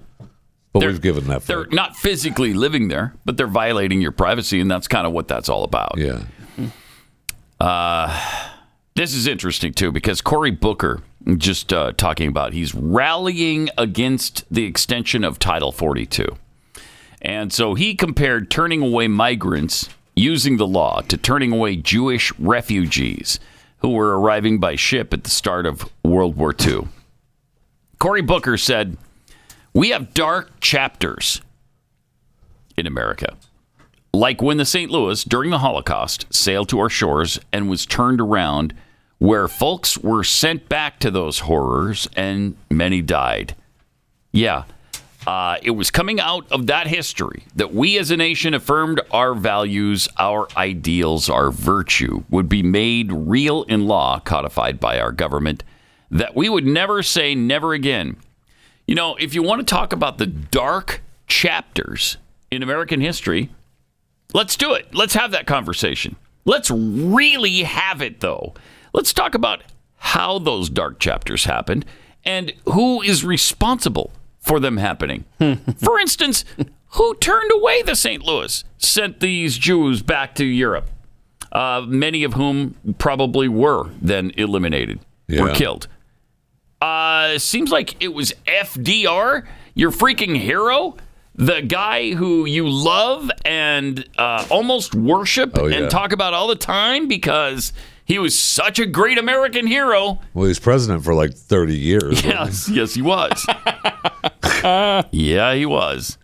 Speaker 5: But we've given that.
Speaker 3: They're not physically living there, but they're violating your privacy, and that's kind of what that's all about.
Speaker 5: Yeah.
Speaker 3: Uh, this is interesting too because Cory Booker just uh, talking about he's rallying against the extension of Title 42. And so he compared turning away migrants using the law to turning away Jewish refugees who were arriving by ship at the start of World War II. Cory Booker said, We have dark chapters in America, like when the St. Louis, during the Holocaust, sailed to our shores and was turned around, where folks were sent back to those horrors and many died. Yeah. Uh, it was coming out of that history that we as a nation affirmed our values, our ideals, our virtue would be made real in law, codified by our government, that we would never say never again. You know, if you want to talk about the dark chapters in American history, Let's do it. Let's have that conversation. Let's really have it, though. Let's talk about how those dark chapters happened and who is responsible for them happening. for instance, who turned away the St. Louis, sent these Jews back to Europe, uh, many of whom probably were then eliminated, were
Speaker 5: Yeah.
Speaker 3: killed. Uh, seems like it was FDR, your freaking hero, the guy who you love and uh, almost worship
Speaker 5: yeah.
Speaker 3: and talk about all the time because he was such a great American hero.
Speaker 5: Well, he's president for like 30 years.
Speaker 3: Yes, yes, he was. yeah, he was.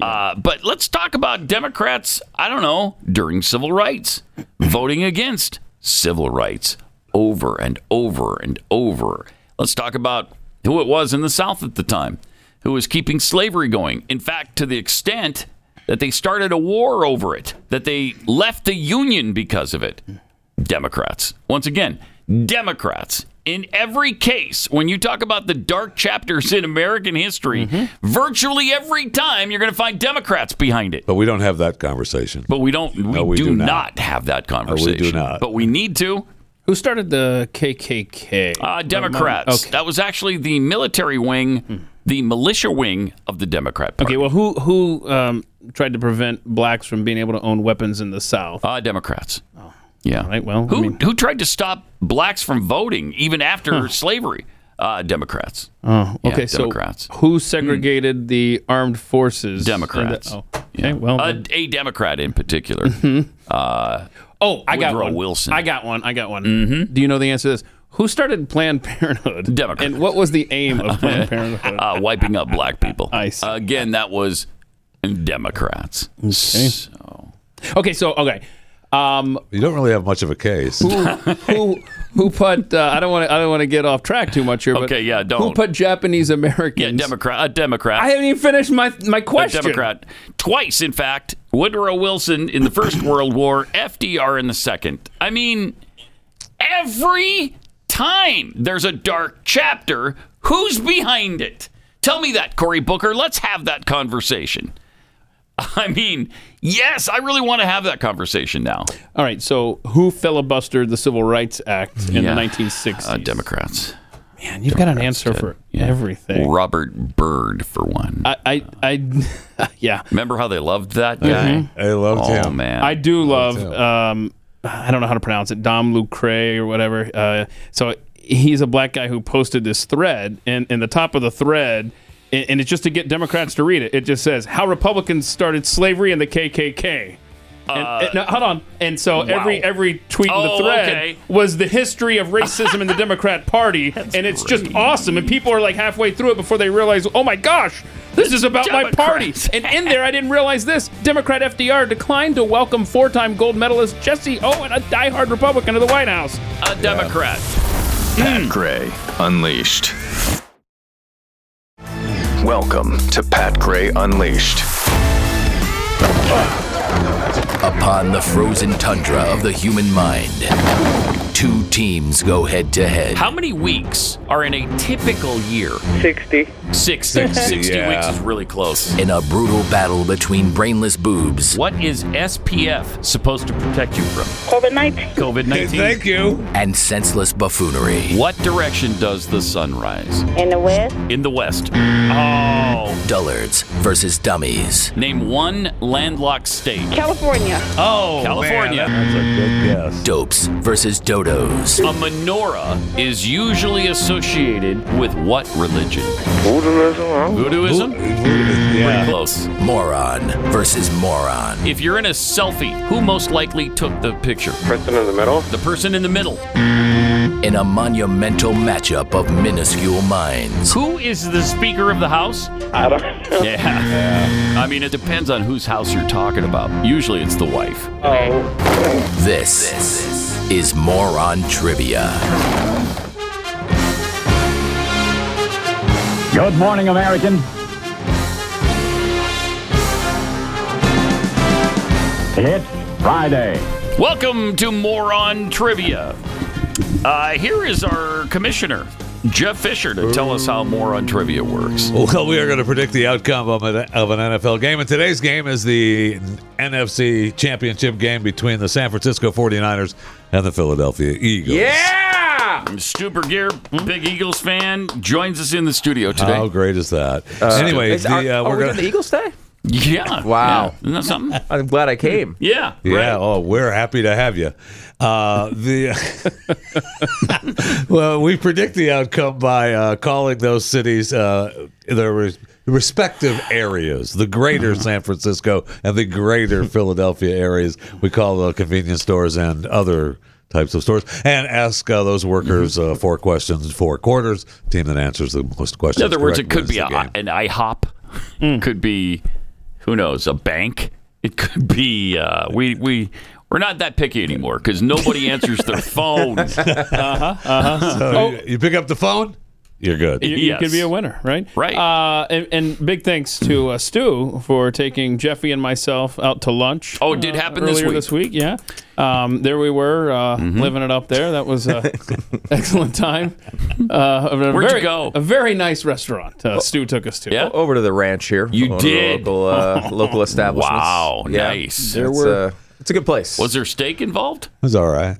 Speaker 3: Uh, but let's talk about Democrats, I don't know, during civil rights, voting against civil rights over and over and over. Let's talk about who it was in the South at the time who was keeping slavery going. In fact, to the extent that they started a war over it, that they left the Union because of it. Democrats. Once again, Democrats. In every case, when you talk about the dark chapters in American history, virtually every time you're going to find Democrats behind it.
Speaker 5: But we don't have that conversation.
Speaker 3: But we don't. We,
Speaker 5: we
Speaker 3: do,
Speaker 5: do
Speaker 3: not.
Speaker 5: not.
Speaker 3: have that
Speaker 5: we do
Speaker 3: conversation.
Speaker 5: not.
Speaker 3: But we need to.
Speaker 4: Who started the KKK?
Speaker 3: Uh, Democrats. That was actually the military wing, the militia wing of the Democrat Party.
Speaker 4: Okay, well, who who um, tried to prevent blacks from being able to own weapons in the South?
Speaker 3: Uh, Democrats. Oh. Yeah.
Speaker 4: Right. Well,
Speaker 3: Who who tried to stop blacks from voting even after
Speaker 4: Huh.
Speaker 3: slavery? Uh, Democrats.
Speaker 4: Oh,
Speaker 3: Yeah,
Speaker 4: okay. so
Speaker 3: Democrats.
Speaker 4: who segregated the armed forces?
Speaker 3: Democrats. Uh,
Speaker 4: And the- oh, okay. Well,
Speaker 3: a,
Speaker 4: then- Mm-hmm.
Speaker 3: a Democrat in particular. Uh,
Speaker 4: oh, I got
Speaker 3: Woodrow
Speaker 4: one.
Speaker 3: Wilson.
Speaker 4: I got one. I got one.
Speaker 3: Mm-hmm.
Speaker 4: Do you know the answer to this? Who started Planned Parenthood? Democrats. And what was the aim of Planned Parenthood?
Speaker 3: uh, wiping up black people. Again, that was Democrats. So.
Speaker 4: Okay, so okay. Um,
Speaker 5: you don't really have much of a case.
Speaker 4: who who who put? Uh, I don't want to. I don't want to get off track too much here. But
Speaker 3: Okay, yeah,
Speaker 4: Who
Speaker 3: don't.
Speaker 4: put Japanese Americans?
Speaker 3: Yeah, Democrat. A Democrat.
Speaker 4: I haven't even finished my my question.
Speaker 3: A Democrat. Twice, in fact. Woodrow Wilson in the First World War, FDR in the Second. I mean, every time there's a dark chapter, who's behind it? Tell me that, Cory Booker. Let's have that conversation. I mean, yes, I really want to have that conversation now.
Speaker 4: All right, so who filibustered the Civil Rights Act in
Speaker 3: Yeah.
Speaker 4: the 1960s?
Speaker 3: Uh, Democrats.
Speaker 4: Man, you've got an answer for everything.
Speaker 3: Robert Byrd, for one.
Speaker 4: I, I, I yeah. Mm-hmm.
Speaker 3: Remember how they loved that guy?
Speaker 5: I loved
Speaker 3: oh,
Speaker 5: him.
Speaker 3: man.
Speaker 4: I do love. Um, I don't know how to pronounce it. Dom Lucre or whatever. Uh, so he's a black guy who posted this thread, and in the top of the thread, and, and it's just to get Democrats to read it. It just says how Republicans started slavery and the KKK. And, and- no, hold on. And so every
Speaker 3: Uh, Wow.
Speaker 4: every tweet
Speaker 3: Oh,
Speaker 4: in the thread
Speaker 3: okay.
Speaker 4: was the history of racism in the Democrat Party, and it's just awesome. And people are like halfway through it before they realize, oh my gosh, this is about my party. And in there, I didn't realize this: Democrat FDR declined to welcome four-time gold medalist Jesse Owen, a diehard Republican, to the White House.
Speaker 3: A Democrat.
Speaker 1: Pat Gray Unleashed. Welcome to Pat Gray Unleashed.
Speaker 12: Upon the frozen tundra of the human mind, two teams go head to head.
Speaker 3: How many weeks are in a typical year?
Speaker 12: 60.
Speaker 3: 60. 60 weeks is really close.
Speaker 12: In a brutal battle between brainless boobs.
Speaker 3: What is SPF supposed to protect you from?
Speaker 12: COVID 19.
Speaker 3: COVID 19. Thank
Speaker 12: you. And senseless buffoonery.
Speaker 3: What direction does the sun rise?
Speaker 12: In the West?
Speaker 3: In the West. Oh.
Speaker 12: Dullards versus dummies.
Speaker 3: Name one landlocked state.
Speaker 12: California.
Speaker 3: Oh, California.
Speaker 12: that's a good guess. Dopes versus dodos.
Speaker 3: A menorah is usually associated with what religion? Voodooism. Voodooism? Pretty close.
Speaker 12: Moron versus moron.
Speaker 3: If you're in a selfie, who most likely took the picture? Person in the middle. The person in the middle.
Speaker 12: In a monumental matchup of minuscule minds.
Speaker 3: Who is the Speaker of the House? I don't know. Yeah. I mean, it depends on whose house you're talking about. Usually it's the wife.
Speaker 12: This is Moron Trivia.
Speaker 2: Good morning, American. It's Friday.
Speaker 3: Welcome to Moron Trivia. Uh, here is our commissioner, Jeff Fisher, to tell us how Moron Trivia works.
Speaker 5: Well, we are going to predict the outcome of an, of an NFL game. And today's game is the NFC Championship game between the San Francisco 49ers and the Philadelphia Eagles.
Speaker 1: Yeah!
Speaker 3: Yeah. Mm, Stuber Gear, big Eagles fan, joins us in the studio today.
Speaker 5: How great is that? anyway,
Speaker 3: is-
Speaker 5: the, uh,
Speaker 3: are- are
Speaker 5: we're
Speaker 3: we
Speaker 5: gonna,
Speaker 3: doing
Speaker 22: the Eagles Day?
Speaker 3: Yeah.
Speaker 22: Wow.
Speaker 3: Isn't that something?
Speaker 22: I'm glad I came.
Speaker 3: Yeah.
Speaker 5: Yeah. Oh, we're happy to have you. Uh, the well, we predict the outcome by uh, calling those cities uh, their res- respective areas, the greater San Francisco and the greater Philadelphia areas. We call the convenience stores and other types of stores and ask uh, those workers
Speaker 3: Mm-hmm.
Speaker 5: uh, four questions, four quarters. Team that answers the most questions.
Speaker 3: In other words, it
Speaker 5: correct
Speaker 3: could be
Speaker 5: wins
Speaker 3: a,
Speaker 5: the game.
Speaker 3: an IHOP. Could be, who knows, a bank. It could be. Uh, we we we're not that picky anymore because nobody answers their phone.
Speaker 5: Uh-huh,
Speaker 3: uh-huh.
Speaker 5: So
Speaker 3: Oh.
Speaker 5: you- you pick up the phone, you're good.
Speaker 4: You, you could be a winner, right? Right. Uh, and, and big thanks to uh, Stu for taking Jeffy and myself out to lunch.
Speaker 3: Oh, it did
Speaker 4: uh,
Speaker 3: happen this
Speaker 4: earlier
Speaker 3: week.
Speaker 4: This week, yeah. Um, there we were uh, living it up there. That was an excellent time. Uh, of a
Speaker 22: Where'd you
Speaker 4: very,
Speaker 22: go?
Speaker 4: A very nice restaurant. Uh, Stu took us to.
Speaker 22: Yeah. Over to the ranch here. You
Speaker 3: did?
Speaker 22: Local, uh, local
Speaker 5: Oh,
Speaker 22: establishments.
Speaker 3: Wow,
Speaker 22: Yeah.
Speaker 3: nice.
Speaker 22: There
Speaker 3: There
Speaker 22: it's,
Speaker 3: were-
Speaker 22: uh, it's a good place.
Speaker 3: Was there steak involved?
Speaker 5: It was all right.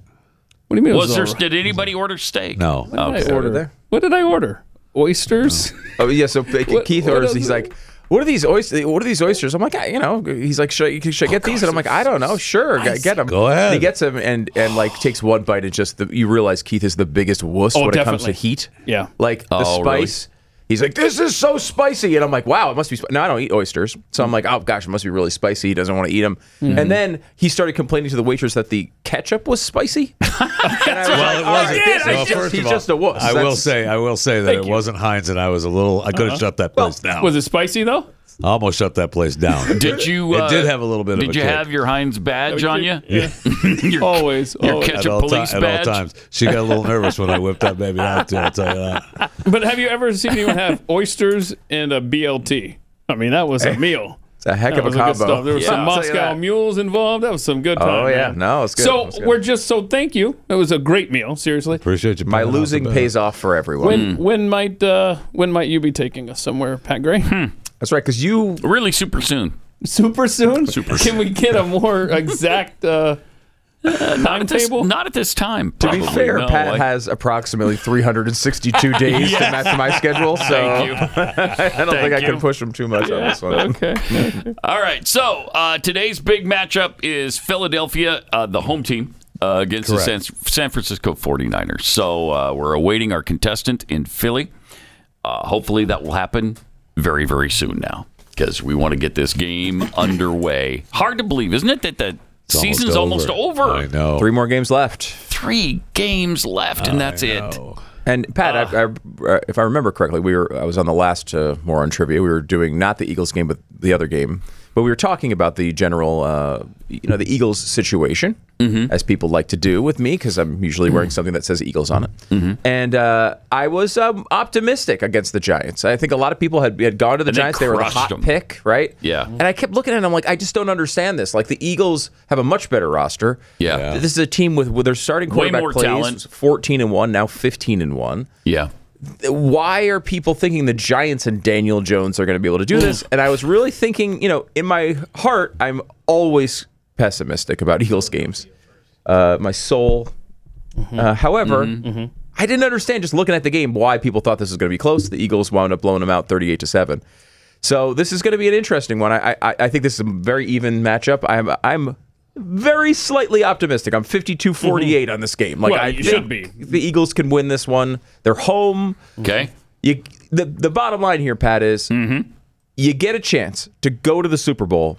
Speaker 4: What do you mean? it
Speaker 3: Was,
Speaker 4: was
Speaker 3: there?
Speaker 4: all right?
Speaker 3: Did anybody order steak?
Speaker 5: No.
Speaker 4: What did
Speaker 22: Okay.
Speaker 4: I order?
Speaker 22: There.
Speaker 4: What did I order? Oysters.
Speaker 22: Oh yeah, so Ke- Keith
Speaker 4: what
Speaker 22: orders.
Speaker 4: is
Speaker 22: He's
Speaker 4: it?
Speaker 22: like, "What are these oysters? What are these oysters?" I'm like, I, "You know." He's like, "Should I, should I get these?" And I'm like, "I don't know. Sure, g- get them."
Speaker 5: Go ahead.
Speaker 22: And he gets them and and like takes one bite and just the, you realize Keith is the biggest wuss
Speaker 4: Oh,
Speaker 22: when it comes to
Speaker 4: definitely.
Speaker 22: heat.
Speaker 4: Yeah.
Speaker 22: like the
Speaker 4: Oh, really?
Speaker 22: spice. He's like, "This is so spicy," and I'm like, "Wow, it must be." Sp-. No, I don't eat oysters, so I'm like, "Oh gosh, it must be really spicy." He doesn't want to eat them.
Speaker 4: Mm-hmm.
Speaker 5: Mhm.
Speaker 22: And then he started complaining to the waitress that the ketchup was spicy.
Speaker 5: well, it wasn't.
Speaker 22: I did, I
Speaker 5: Well,
Speaker 22: just-
Speaker 5: first
Speaker 22: he's
Speaker 5: of all,
Speaker 22: just a wuss.
Speaker 5: I
Speaker 22: That's-
Speaker 5: will say, I will say that
Speaker 22: Thank
Speaker 5: it wasn't Heinz, and I was a little. I could have
Speaker 3: Uh-huh.
Speaker 5: shut that place down.
Speaker 4: Was it spicy though?
Speaker 5: I almost shut that place down.
Speaker 3: Did you? uh,
Speaker 5: it did have a little bit
Speaker 3: Did
Speaker 5: of. a
Speaker 3: you
Speaker 5: kick.
Speaker 3: have your Heinz badge on you?
Speaker 5: Yeah.
Speaker 3: your, always. Your
Speaker 5: Oh, At
Speaker 3: ketchup
Speaker 5: all ti-
Speaker 3: police
Speaker 5: at
Speaker 3: badge.
Speaker 5: all times. She got a little nervous when I whipped that baby out. Too, I'll tell you that.
Speaker 4: But have you ever seen anyone have oysters and a BLT? I mean, that was a meal.
Speaker 22: It's a heck
Speaker 4: That
Speaker 22: of a
Speaker 4: was good
Speaker 22: combo.
Speaker 4: stuff. There was
Speaker 22: Yeah,
Speaker 4: some
Speaker 22: I'll tell you
Speaker 4: Moscow
Speaker 22: that.
Speaker 4: mules involved. That was some good
Speaker 22: Oh,
Speaker 4: time.
Speaker 22: yeah.
Speaker 4: man.
Speaker 22: No, it's good.
Speaker 4: So
Speaker 22: It's good.
Speaker 4: we're just so thank you. It was a great meal. Seriously.
Speaker 5: Appreciate you.
Speaker 22: My losing pays off for everyone.
Speaker 4: When when might uh, when might you be taking us somewhere, Pat Gray?
Speaker 22: That's right, because you
Speaker 3: Hmm. really super soon.
Speaker 4: Super soon. Super. Can we get a more exact uh,
Speaker 3: Not at, this,
Speaker 4: timetable?
Speaker 3: not at this time.
Speaker 22: To be
Speaker 3: probably.
Speaker 22: fair,
Speaker 3: No,
Speaker 22: Pat
Speaker 3: I-
Speaker 22: has approximately 362 days to
Speaker 3: Yes.
Speaker 22: match my schedule, so
Speaker 3: Thank you.
Speaker 22: I don't think I
Speaker 3: Thank
Speaker 22: can
Speaker 3: you.
Speaker 22: push him too much on this one.
Speaker 4: Okay.
Speaker 3: All right. So uh, today's big matchup is Philadelphia, uh, the home team, uh, against the San,
Speaker 5: Correct.
Speaker 3: San Francisco 49ers. So uh, we're awaiting our contestant in Philly. Uh, hopefully that will happen very, very soon now because we want to get this game underway. Hard to believe, isn't it, that the season's almost over?
Speaker 5: I know.
Speaker 22: Three more games left,
Speaker 3: Three games left, and that's it.
Speaker 22: and Pat, I, I, if I remember correctly, we were I was on the last uh, more on trivia. We were doing not the Eagles game, but the other game. But we were talking about the general, uh, you know, the Eagles situation, as people like to do with me, because I'm usually wearing something that says Eagles on it.
Speaker 3: Mm-hmm.
Speaker 22: And uh, I was um, optimistic against the Giants. I think a lot of people had had gone to the
Speaker 3: And they
Speaker 22: Giants. They, were the
Speaker 3: crushed
Speaker 22: hot
Speaker 3: 'em.
Speaker 22: pick, right?
Speaker 3: Yeah.
Speaker 22: And I kept looking at it. and I'm like, I just don't understand this. Like the Eagles have a much better roster.
Speaker 3: Yeah.
Speaker 22: This is a team with, with their starting
Speaker 3: Way
Speaker 22: quarterback
Speaker 3: more
Speaker 22: plays
Speaker 3: talent.
Speaker 22: 14 and one, now 15 and one.
Speaker 3: Yeah.
Speaker 22: Why are people thinking the Giants and Daniel Jones are going to be able to do this? And I was really thinking, you know, in my heart, I'm always pessimistic about Eagles games. Uh, my soul.
Speaker 3: Mm-hmm.
Speaker 22: Uh, however,
Speaker 4: Mm-hmm.
Speaker 22: I didn't understand just looking at the game why people thought this was going to be close. The Eagles wound up blowing them out 38 to seven. So this is going to be an interesting one. I, I I think this is a very even matchup. I'm I'm very slightly optimistic. I'm 52 48 on this game. Like
Speaker 4: Mm-hmm. Well,
Speaker 22: I
Speaker 4: you
Speaker 22: think
Speaker 4: should be.
Speaker 22: the Eagles can win this one. They're home.
Speaker 3: Okay.
Speaker 22: You the the bottom line here, Pat, is you get a chance to go to the Super Bowl.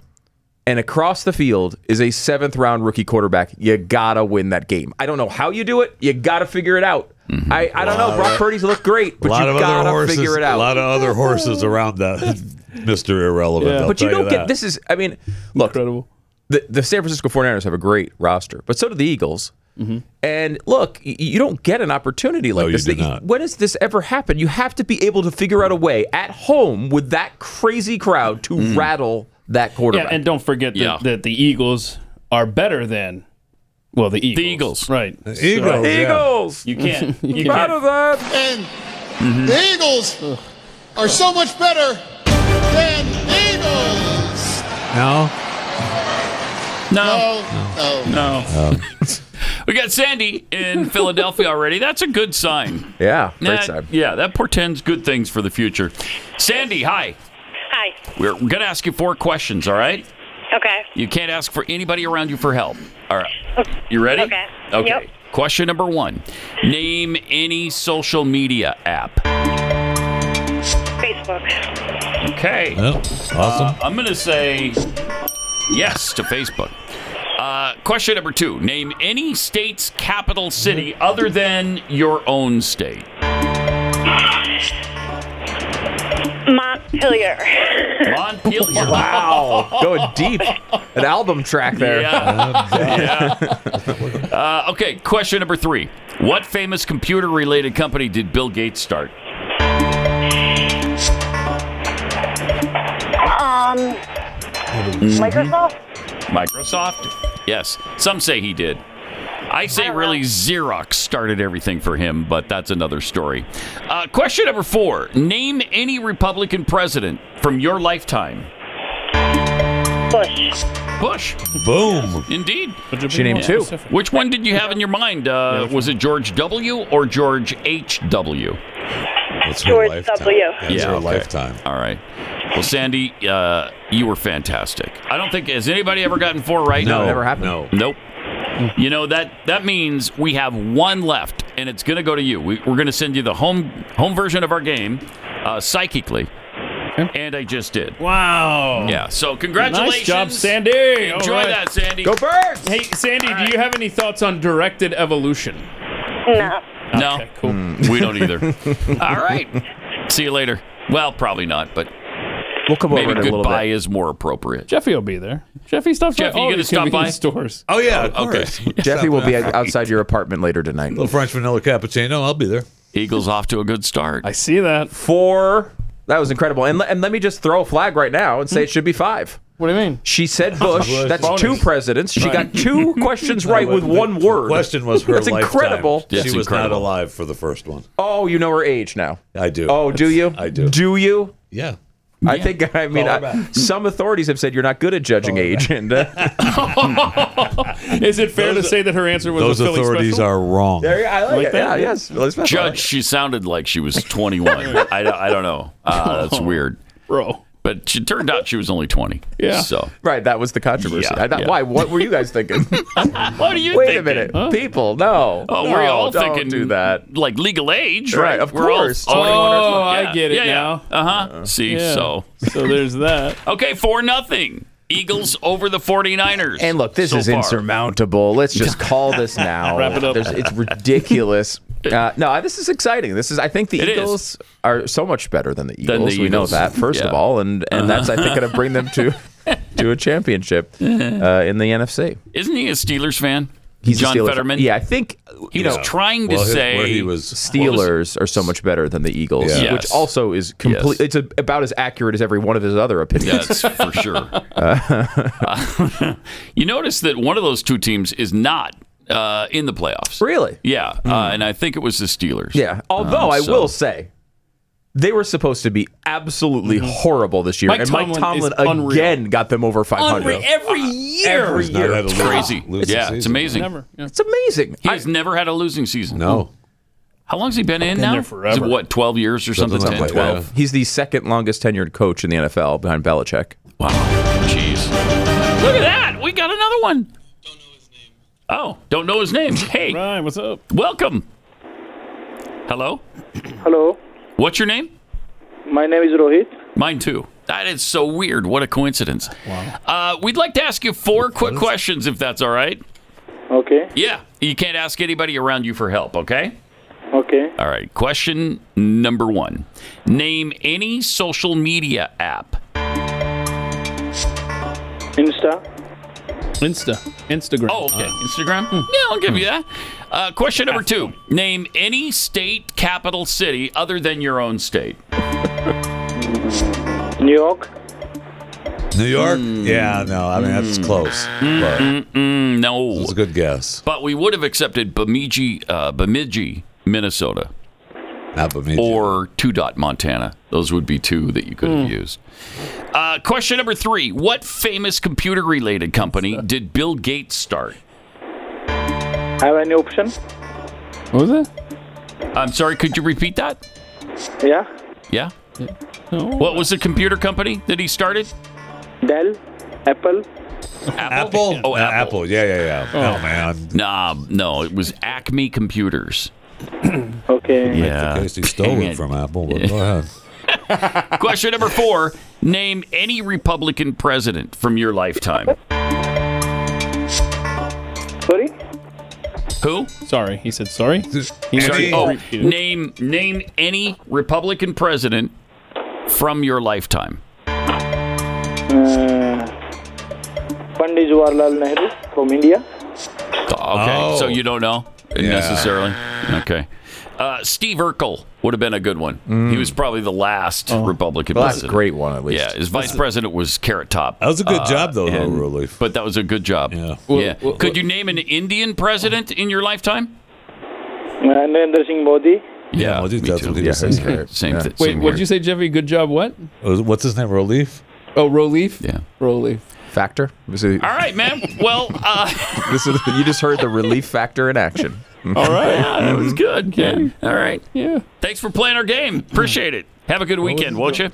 Speaker 22: And across the field is a seventh round rookie quarterback. You gotta win that game. I don't know how you do it. You gotta figure it out.
Speaker 3: Mm-hmm.
Speaker 22: I, I don't know. Brock Purdy's looked great,
Speaker 5: A
Speaker 22: but
Speaker 5: lot
Speaker 22: you
Speaker 5: of other
Speaker 22: gotta
Speaker 5: horses.
Speaker 22: figure it out.
Speaker 5: A lot of other horses around that, Mister Irrelevant. I'll
Speaker 22: But you
Speaker 5: tell
Speaker 22: don't
Speaker 5: that.
Speaker 22: get this is I mean, look. Incredible. The the San Francisco 49ers have a great roster, but so do the Eagles.
Speaker 3: Mm-hmm.
Speaker 22: And look, y- you don't get an opportunity like
Speaker 5: you
Speaker 22: this.
Speaker 5: do
Speaker 22: The-
Speaker 5: not.
Speaker 22: When has this ever happened? You have to be able to figure out a way at home with that crazy crowd to
Speaker 5: Mm.
Speaker 22: rattle that quarterback.
Speaker 4: Yeah, and don't forget that, that the Eagles are better than well the Eagles. The Eagles, right? So-
Speaker 5: Eagles, yeah.
Speaker 22: Eagles.
Speaker 4: You can't.
Speaker 22: You
Speaker 4: You
Speaker 22: can't.
Speaker 4: can't.
Speaker 21: And
Speaker 7: Mm-hmm.
Speaker 21: the Eagles are so much better than Eagles.
Speaker 5: No.
Speaker 3: No.
Speaker 21: No.
Speaker 3: No.
Speaker 5: Um,
Speaker 3: we We got Sandy in Philadelphia already. That's a good sign.
Speaker 22: Yeah, great
Speaker 3: That-
Speaker 22: sign.
Speaker 3: Yeah, that portends good things for the future. Sandy, hi.
Speaker 23: Hi.
Speaker 3: We're going to ask you four questions, all right?
Speaker 23: Okay.
Speaker 3: You can't ask for anybody around you for help. All right. You ready?
Speaker 23: Okay.
Speaker 3: Okay.
Speaker 23: Yep.
Speaker 3: Question number one Name any social media app.
Speaker 23: Facebook.
Speaker 3: Okay.
Speaker 5: Well, awesome.
Speaker 3: Uh, I'm going to say yes to Facebook. Uh, question number two Name any state's capital city other than your own state.
Speaker 23: Montpelier.
Speaker 3: Montpelier.
Speaker 22: Wow. Going deep. An album track there.
Speaker 3: Yeah. Uh, okay, question number three. What famous computer related company did Bill Gates start?
Speaker 23: Um,
Speaker 10: Mm-hmm.
Speaker 23: Microsoft?
Speaker 3: Microsoft? Yes. Some say he did. I say really Xerox started everything for him, but that's another story. Uh, question number four Name any Republican president from your lifetime.
Speaker 23: Bush.
Speaker 3: Bush.
Speaker 5: Boom.
Speaker 3: Indeed.
Speaker 22: She named
Speaker 3: Yeah.
Speaker 22: two.
Speaker 3: Which one did you have in your mind? Uh, was it George W. or George H.W.?
Speaker 5: It's
Speaker 23: her George lifetime. W. Yeah,
Speaker 5: it's her
Speaker 3: okay.
Speaker 5: lifetime.
Speaker 3: All right. Well, Sandy, uh, you were fantastic. I don't think has anybody ever gotten four right.
Speaker 5: No, No. never happened. No.
Speaker 3: Nope. You know that that means we have one left, and it's going to go to you. We, we're going to send you the home home version of our game uh, psychically, and I just did.
Speaker 4: Wow.
Speaker 3: Yeah. So congratulations.
Speaker 4: Nice job, Sandy.
Speaker 3: Enjoy
Speaker 4: All right.
Speaker 3: that, Sandy.
Speaker 22: Birds!
Speaker 4: Hey, Sandy, do you have any thoughts on directed evolution?
Speaker 23: No.
Speaker 3: No, Mm, we don't either. All right. See you later. Well, probably not, but
Speaker 22: we'll come
Speaker 3: maybe
Speaker 4: over in a little
Speaker 3: goodbye
Speaker 4: bit.
Speaker 3: is more appropriate.
Speaker 4: Jeffy will be there. Jeffy stops
Speaker 3: Jeffy,
Speaker 4: by
Speaker 3: you
Speaker 4: all
Speaker 3: gonna
Speaker 4: these
Speaker 3: stop by?
Speaker 4: convenience stores.
Speaker 5: Oh yeah.
Speaker 3: Oh, okay.
Speaker 22: Jeffy will be outside your apartment later tonight.
Speaker 5: Little French vanilla cappuccino. I'll be there.
Speaker 3: Eagles off to a good start.
Speaker 4: I see that.
Speaker 22: Four. That was incredible. And, le- and let me just throw a flag right now and say it should be five.
Speaker 4: What do you mean?
Speaker 22: She said Bush.
Speaker 5: Bush.
Speaker 22: That's
Speaker 5: Bonus.
Speaker 22: two presidents. She got two questions right with one word.
Speaker 5: The question was her
Speaker 22: That's
Speaker 5: lifetime.
Speaker 22: incredible.
Speaker 5: She was not alive for the first one.
Speaker 22: Oh, you know her age now.
Speaker 5: I do.
Speaker 22: Oh, do you?
Speaker 5: I do.
Speaker 22: Do you?
Speaker 5: Yeah.
Speaker 22: I think I mean
Speaker 5: Call her
Speaker 22: I-
Speaker 5: back.
Speaker 22: some authorities have said you're not good at judging age, and uh,
Speaker 4: Is it fair to say that her answer was
Speaker 5: Those
Speaker 4: a Philly
Speaker 5: authorities
Speaker 4: special?
Speaker 5: are wrong.
Speaker 22: there, I like,
Speaker 4: Like
Speaker 22: it.
Speaker 4: that?
Speaker 22: Yeah, yes, really special.
Speaker 3: Judge, she sounded like she was 21. I, don't- I don't know. Uh, that's weird.
Speaker 4: Bro.
Speaker 3: But she turned out she was only 20.
Speaker 4: Yeah.
Speaker 3: So,
Speaker 22: Right, that was the controversy.
Speaker 3: Yeah,
Speaker 22: I thought,
Speaker 3: yeah.
Speaker 22: Why? What were you guys thinking?
Speaker 3: what do you
Speaker 22: Wait
Speaker 3: thinking?
Speaker 22: a minute, people. No,
Speaker 3: Oh,
Speaker 22: no,
Speaker 3: we're all
Speaker 22: don't
Speaker 3: thinking
Speaker 22: do that.
Speaker 3: like legal age, right?
Speaker 22: Right, of
Speaker 3: We're all-
Speaker 22: course.
Speaker 3: oh,
Speaker 22: 21 or
Speaker 4: Oh, I get it
Speaker 3: yeah, yeah.
Speaker 4: now.
Speaker 3: Uh-huh. See,
Speaker 4: Yeah.
Speaker 3: so.
Speaker 4: So there's that.
Speaker 3: Okay, 4 nothing. Eagles over the 49ers.
Speaker 22: And look, this
Speaker 3: so
Speaker 22: is
Speaker 3: far.
Speaker 22: insurmountable. Let's just call this now.
Speaker 4: Wrap it up.
Speaker 22: There's, it's ridiculous. Uh, no, this is exciting. This is. I think the
Speaker 3: It is.
Speaker 22: Eagles are so much better than the Eagles.
Speaker 3: the
Speaker 22: we know
Speaker 3: Eagles.
Speaker 22: that first of
Speaker 3: Yeah.
Speaker 22: all, and and that's I think going to bring them to to a championship uh, in the NFC.
Speaker 3: Isn't he a Steelers fan?
Speaker 22: He's a
Speaker 3: John
Speaker 22: Steelers-
Speaker 3: Fetterman.
Speaker 22: Yeah, I think
Speaker 3: He
Speaker 22: you
Speaker 3: was
Speaker 22: know
Speaker 3: trying to
Speaker 5: Well, his-
Speaker 3: say
Speaker 5: where he was.
Speaker 22: Steelers are so much better than the Eagles,
Speaker 5: Yeah.
Speaker 22: which
Speaker 3: Yes.
Speaker 22: also is complete. It's a, about as accurate as every one of his other opinions. Uh,
Speaker 3: That's for sure. you notice that one of those two teams is not uh, in the playoffs.
Speaker 22: Really? Hmm.
Speaker 3: Yeah, uh, and I think it was the Steelers.
Speaker 22: Yeah. Although
Speaker 3: Um,
Speaker 22: I
Speaker 3: so-
Speaker 22: will say, they were supposed to be absolutely
Speaker 3: Mm-hmm.
Speaker 22: horrible this year,
Speaker 4: Mike
Speaker 22: and Mike Tomlin
Speaker 4: Tomlin is unreal.
Speaker 22: again got them over 500.
Speaker 4: every year.
Speaker 22: Every
Speaker 5: Not
Speaker 22: year,
Speaker 5: had a
Speaker 22: it's
Speaker 5: lose-
Speaker 3: crazy.
Speaker 5: losing
Speaker 3: yeah, it's
Speaker 5: season.
Speaker 3: amazing.
Speaker 4: Never. Yeah.
Speaker 22: it's amazing.
Speaker 3: He's never had a losing season.
Speaker 5: No.
Speaker 3: How long's he been in
Speaker 4: Been
Speaker 3: now?
Speaker 4: there forever.
Speaker 3: Is it, what, 12 years or something?
Speaker 5: Something
Speaker 3: 10,
Speaker 5: like that,
Speaker 3: 12?
Speaker 5: yeah.
Speaker 22: He's the second longest tenured coach in the NFL behind Belichick.
Speaker 3: Wow. Jeez. Look at that. We got another one. Oh, don't know his name. Hey,
Speaker 4: Ryan, what's up?
Speaker 3: welcome. Hello?
Speaker 10: Hello,
Speaker 3: What's your name?
Speaker 10: my name is Rohit.
Speaker 3: Mine too. That is so weird. What a coincidence. Wow. Uh, we'd like to ask you four quick questions, if that's all right.
Speaker 10: Okay,
Speaker 3: Yeah. You can't ask anybody around you for help, okay?
Speaker 10: okay.
Speaker 3: All right. Question number one Name any social media app.
Speaker 10: Insta,
Speaker 4: Insta. Instagram.
Speaker 3: Oh, okay. Instagram? Yeah, I'll give you that. Uh, question number two Name any state capital city other than your own state.
Speaker 10: New York,
Speaker 5: New York? Yeah, no. I mean, that's close. But
Speaker 3: Mm, no.
Speaker 5: it's a good guess.
Speaker 3: But we would have accepted Bemidji, uh, Bemidji, Minnesota.
Speaker 5: Not but me.
Speaker 3: or Two Dot Montana. Those would be two that you could have used. Oh. Uh, question number three: What famous computer-related company did Bill Gates start?
Speaker 10: Have any option?
Speaker 4: What was it?
Speaker 3: I'm sorry. Could you repeat that?
Speaker 10: Yeah.
Speaker 3: Yeah. What was the computer company that he started?
Speaker 10: Dell, Apple.
Speaker 3: Apple. Oh, Apple.
Speaker 5: Uh, Yeah, yeah, yeah. Oh, man.
Speaker 3: Nah, no, it was Acme Computers.
Speaker 10: Okay.
Speaker 3: Yeah.
Speaker 5: He stole
Speaker 3: Dang
Speaker 5: it
Speaker 3: it.
Speaker 5: from Apple, but go ahead.
Speaker 3: Question number four: Name any Republican president from your lifetime.
Speaker 10: Sorry.
Speaker 3: Who?
Speaker 4: Sorry, he said sorry. He
Speaker 3: Sorry.
Speaker 4: meant-
Speaker 3: Oh,
Speaker 4: Repeat it.
Speaker 3: name name any Republican president from your lifetime.
Speaker 10: Uh, Pandit Jawaharlal Nehru from India.
Speaker 3: Okay, so
Speaker 10: Oh.
Speaker 3: you don't know
Speaker 10: Yeah.
Speaker 3: necessarily. Okay. Uh, Steve Urkel would have been a good one. He was probably the last Republican
Speaker 22: Well, that's a
Speaker 3: president.
Speaker 22: great one, at least.
Speaker 3: Yeah, his vice president was Carrot Top. That
Speaker 5: was a good job, though, though,
Speaker 3: really. But that was a good job. Yeah. yeah. Could you name an Indian president in your lifetime?
Speaker 10: Uh, Narendra Singh Modi.
Speaker 3: Yeah,
Speaker 5: well, dude, that's what he
Speaker 3: Yeah,
Speaker 5: was saying.
Speaker 3: same here. Same thi-
Speaker 4: Wait, what'd you say, Jeffy? Good job. What?
Speaker 22: Uh,
Speaker 5: you? What's his name? Relief?
Speaker 4: Oh, Relief.
Speaker 3: Yeah.
Speaker 4: Relief.
Speaker 22: Factor. Was it-
Speaker 3: All right, man. Well, uh,
Speaker 22: this is you just heard the relief factor in action.
Speaker 3: All right. Yeah, that was good. Okay. All right.
Speaker 4: Yeah.
Speaker 3: Thanks for playing our game. Appreciate it. Have a good weekend, won't you?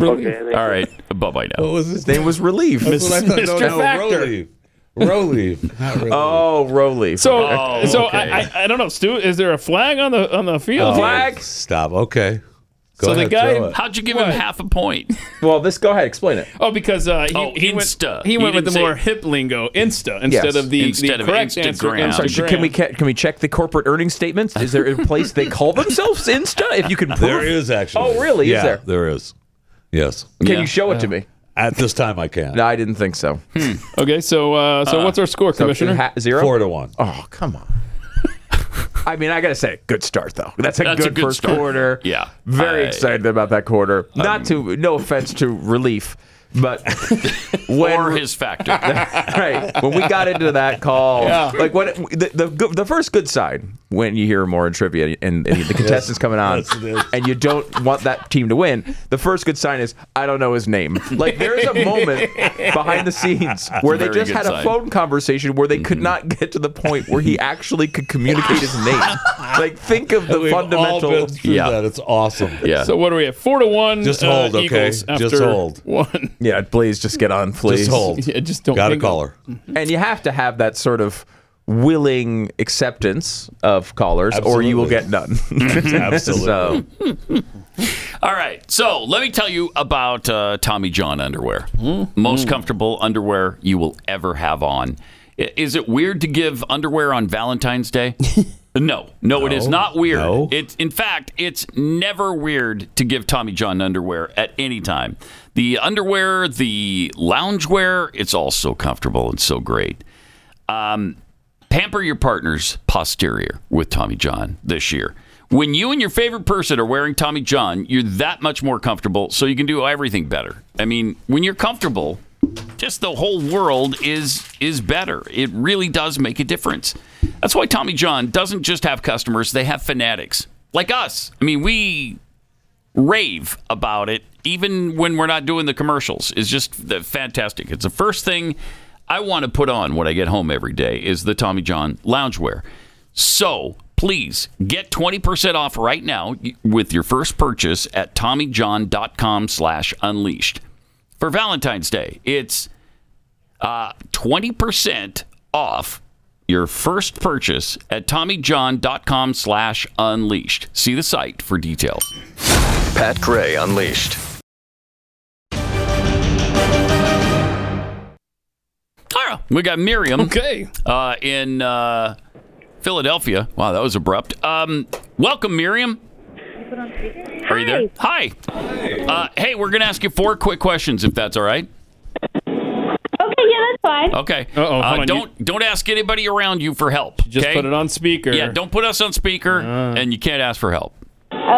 Speaker 3: All right. Bye bye now.
Speaker 5: What was his
Speaker 22: name? Was Relief.
Speaker 5: That's what I thought. No,
Speaker 4: Mr.
Speaker 5: no,
Speaker 4: Factor.
Speaker 5: Relief. Relief. Not Relief.
Speaker 22: Oh, Rowley.
Speaker 4: So,
Speaker 5: Oh,
Speaker 4: so
Speaker 5: okay.
Speaker 4: I, I, I don't know, Stu. Is there a flag on the on the
Speaker 22: Uh, Oh.
Speaker 4: field?
Speaker 5: Stop. Okay. Go
Speaker 4: So the
Speaker 5: ahead,
Speaker 4: guy-
Speaker 5: throw it.
Speaker 3: How'd you give him half a point?
Speaker 22: Well, this go ahead. Explain it.
Speaker 4: Oh, because uh, he,
Speaker 3: Oh,
Speaker 4: he
Speaker 3: Insta.
Speaker 4: went he
Speaker 3: You
Speaker 4: went with the
Speaker 3: didn't say-
Speaker 4: more hip lingo, Insta, instead
Speaker 22: Yes.
Speaker 4: of the,
Speaker 3: Instead
Speaker 4: the
Speaker 3: of
Speaker 4: correct
Speaker 3: Instagram.
Speaker 22: Sorry,
Speaker 4: answer. Instagram.
Speaker 22: should- can we ca- can we check the corporate earnings statements? Is there a place they call themselves Insta? If you could prove
Speaker 5: There is actually.
Speaker 22: Oh, really?
Speaker 5: Yeah,
Speaker 22: Is there?
Speaker 5: There is. Yes.
Speaker 22: Can you show it to me?
Speaker 5: At this time, I can.
Speaker 22: No, I didn't think so.
Speaker 4: Okay, so uh, so what's our score,
Speaker 22: so
Speaker 4: Commissioner?
Speaker 22: ha- zero?
Speaker 5: Four to one.
Speaker 22: Oh, come on. I mean, I gotta say, good start though. That's a,
Speaker 3: That's a
Speaker 22: good,
Speaker 3: good
Speaker 22: first
Speaker 3: start.
Speaker 22: quarter.
Speaker 3: Yeah.
Speaker 22: very
Speaker 3: I-
Speaker 22: excited about that quarter. Not to, no offense to relief, but when
Speaker 3: Or his factor.
Speaker 22: right when we got into that call,
Speaker 3: Yeah.
Speaker 22: like when the, the good- the first good sign when you hear more in trivia and, and the contestants coming on,
Speaker 5: Yes, it is.
Speaker 22: and you don't want that team to win. The first good sign is I don't know his name. Like there's a moment behind the scenes where they
Speaker 3: Very
Speaker 22: just
Speaker 3: good
Speaker 22: had a
Speaker 3: sign. Mm-hmm.
Speaker 22: phone conversation where they could not get to the point where he actually could communicate his name. Like think of the
Speaker 5: We've all
Speaker 22: fundamental.
Speaker 5: been through that. It's awesome.
Speaker 3: Yeah.
Speaker 4: So what are we at? Four to one.
Speaker 5: Just
Speaker 4: uh,
Speaker 5: hold, okay?
Speaker 4: Eagles
Speaker 5: Just
Speaker 4: after
Speaker 5: hold.
Speaker 4: One.
Speaker 22: Yeah, please just get on, please.
Speaker 5: Just hold.
Speaker 4: Yeah, just don't.
Speaker 5: Got a
Speaker 4: mingle. Mm-hmm.
Speaker 5: caller.
Speaker 22: And you have to have that sort of willing acceptance of callers, or you will get none.
Speaker 5: Absolutely.
Speaker 22: So,
Speaker 3: All right. So let me tell you about uh, Tommy John underwear. Most comfortable underwear you will ever have on. I- Is it weird to give underwear on Valentine's Day? No, no, it is
Speaker 5: No,
Speaker 3: not weird.
Speaker 5: no.
Speaker 3: It's in fact, it's never weird to give Tommy John underwear at any time. The underwear, the loungewear, it's all so comfortable and so great. Um, pamper your partner's posterior with Tommy John this year. When you and your favorite person are wearing Tommy John, you're that much more comfortable, so you can do everything better. I mean, when you're comfortable, just the whole world is is better. It really does make a difference. That's why Tommy John doesn't just have customers; they have fanatics like us. I mean, we rave about it even when we're not doing the commercials is just the, fantastic it's the first thing i want to put on when i get home every day is the tommy john loungewear so please get 20% off right now with your first purchase at tommyjohn.com slash unleashed for valentine's day it's uh, 20% off your first purchase at tommyjohn.com slash unleashed see the site for details
Speaker 1: Pat Gray Unleashed.
Speaker 3: Tara. We got Miriam.
Speaker 4: Okay.
Speaker 3: Uh, in uh, Philadelphia. Wow, that was abrupt. Um, welcome, Miriam. Are you there? Hi. Uh, hey, we're going to ask you four quick questions, if that's all right.
Speaker 8: Okay, yeah, that's fine.
Speaker 3: Okay.
Speaker 4: Uh-oh, Oh, hold on,
Speaker 3: Uh, don't don't ask anybody around you for help.
Speaker 4: Just
Speaker 3: okay?
Speaker 4: put it on speaker.
Speaker 3: Yeah, don't put us on speaker, and you can't ask for help.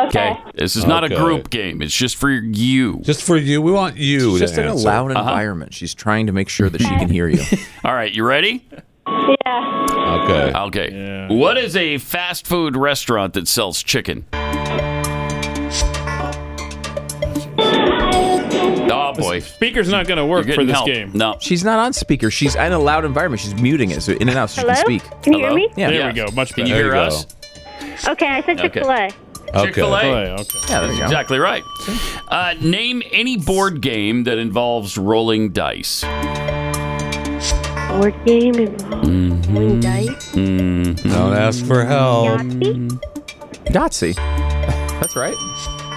Speaker 8: Okay.
Speaker 3: This is not
Speaker 5: Okay.
Speaker 3: a group game. It's just for you. Uh-huh.
Speaker 5: Just for you. We want you.
Speaker 22: just
Speaker 5: to
Speaker 22: in a
Speaker 5: answer.
Speaker 22: loud environment, she's trying to make sure that she can hear you.
Speaker 3: All right, you ready?
Speaker 8: Yeah.
Speaker 5: Okay.
Speaker 3: Okay. What is a fast food restaurant that sells chicken? Oh boy, boy.
Speaker 4: Speaker's not going to work for this game.
Speaker 3: No.
Speaker 22: She's not on speaker. She's in a loud environment. She's muting it, so in and out, so
Speaker 23: Hello?
Speaker 22: she can speak.
Speaker 23: Can you hear Hello? me?
Speaker 22: Yeah.
Speaker 23: There
Speaker 3: we go. Much
Speaker 22: Can
Speaker 3: better.
Speaker 22: you
Speaker 3: There
Speaker 22: hear
Speaker 3: you go.
Speaker 22: us?
Speaker 23: Okay, I said
Speaker 3: Okay.
Speaker 23: Chick-fil-A.
Speaker 3: Chick fil
Speaker 23: Oh,
Speaker 3: A.
Speaker 4: Okay.
Speaker 3: Yeah,
Speaker 22: There
Speaker 3: that's
Speaker 22: you go.
Speaker 3: exactly right. Uh, name any board game that involves rolling dice.
Speaker 23: Board game involved.
Speaker 3: Mm-hmm.
Speaker 23: Dice.
Speaker 3: Hmm.
Speaker 5: Don't ask for help.
Speaker 22: Yahtzee. That's right.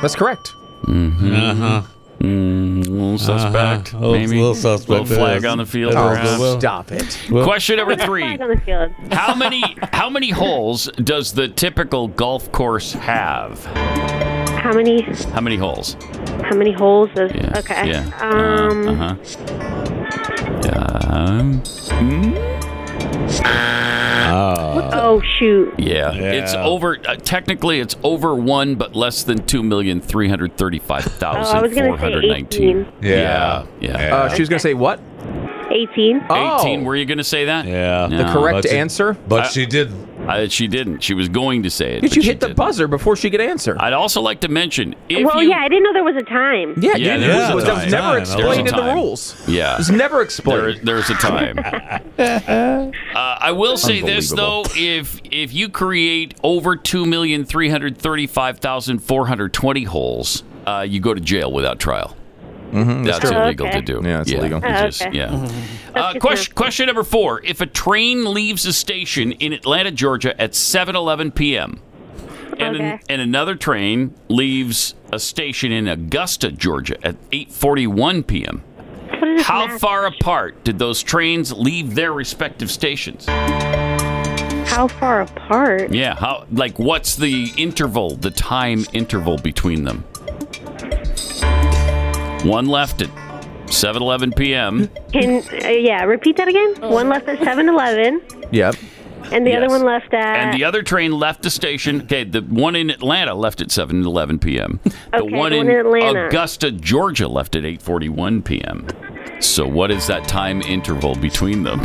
Speaker 22: That's correct.
Speaker 3: Uh huh. little suspect.
Speaker 5: Uh-huh. Little-
Speaker 3: maybe.
Speaker 5: little suspect,
Speaker 3: Little flag
Speaker 5: yes.
Speaker 3: on the field.
Speaker 5: It is.
Speaker 22: Oh,
Speaker 3: perhaps.
Speaker 5: Well-
Speaker 22: Stop it.
Speaker 5: Well-
Speaker 3: Question number three.
Speaker 23: Flag on the field.
Speaker 3: How many how many holes does the typical golf course have?
Speaker 23: How many?
Speaker 3: How many holes?
Speaker 23: How many holes? Is, Okay.
Speaker 3: Yeah.
Speaker 23: Um.
Speaker 3: Uh huh. Um. Ah.
Speaker 23: Oh shoot.
Speaker 3: yeah.
Speaker 23: Yeah.
Speaker 3: it's over. Uh, technically, it's over one, but less than two million three hundred thirty-five
Speaker 23: Oh, I
Speaker 3: thousand
Speaker 23: was gonna
Speaker 3: four
Speaker 23: say
Speaker 3: hundred nineteen.
Speaker 23: 18.
Speaker 3: Yeah, yeah.
Speaker 22: Uh, she was going to say what?
Speaker 23: 18.
Speaker 3: Uh-huh. Eighteen. Were you going to say that?
Speaker 5: Yeah.
Speaker 22: Oh. The correct answer?
Speaker 5: But she didn't.
Speaker 3: I, she didn't. She was going to say it.
Speaker 22: Did
Speaker 3: but
Speaker 22: you
Speaker 3: she
Speaker 22: hit the buzzer before she could answer?
Speaker 3: I'd also like to mention if
Speaker 23: well,
Speaker 3: you
Speaker 23: yeah, I didn't know there was a time.
Speaker 22: Yeah,
Speaker 3: Yeah,
Speaker 22: you-
Speaker 3: there was
Speaker 22: that
Speaker 3: a
Speaker 22: was, that was
Speaker 3: time.
Speaker 22: never
Speaker 3: There was a
Speaker 22: explained in the
Speaker 3: time.
Speaker 22: rules.
Speaker 3: yeah.
Speaker 22: It was never
Speaker 3: There,
Speaker 22: explained.
Speaker 3: there's a time. uh, I will say this though: if if you create over two million three hundred thirty-five thousand four hundred twenty holes, uh, you go to jail without trial.
Speaker 22: Mm-hmm,
Speaker 3: That's, illegal to do.
Speaker 22: Yeah, it's illegal.
Speaker 3: it's
Speaker 23: Oh,
Speaker 3: just-
Speaker 23: okay.
Speaker 3: yeah. Uh, question, question number four: If a train leaves a station in Atlanta, Georgia, at 7:11 p.m., and an,
Speaker 23: Okay.
Speaker 3: and another train leaves a station in Augusta, Georgia, at 8:41 p.m., how far apart did those trains leave their respective stations?
Speaker 23: How far apart?
Speaker 3: Yeah, how like what's the interval, the time interval between them? One left at 7:11 p.m.
Speaker 23: Can uh, yeah, repeat that again. One left at 7-Eleven,
Speaker 22: Yep.
Speaker 23: and the other
Speaker 3: Yes.
Speaker 23: one left at.
Speaker 3: And the other train left the station. Okay, the one in Atlanta left at 7:11 p.m. The
Speaker 23: Okay, the one in Atlanta.
Speaker 3: Augusta, Georgia left at 8:41 p.m. So what is that time interval between them?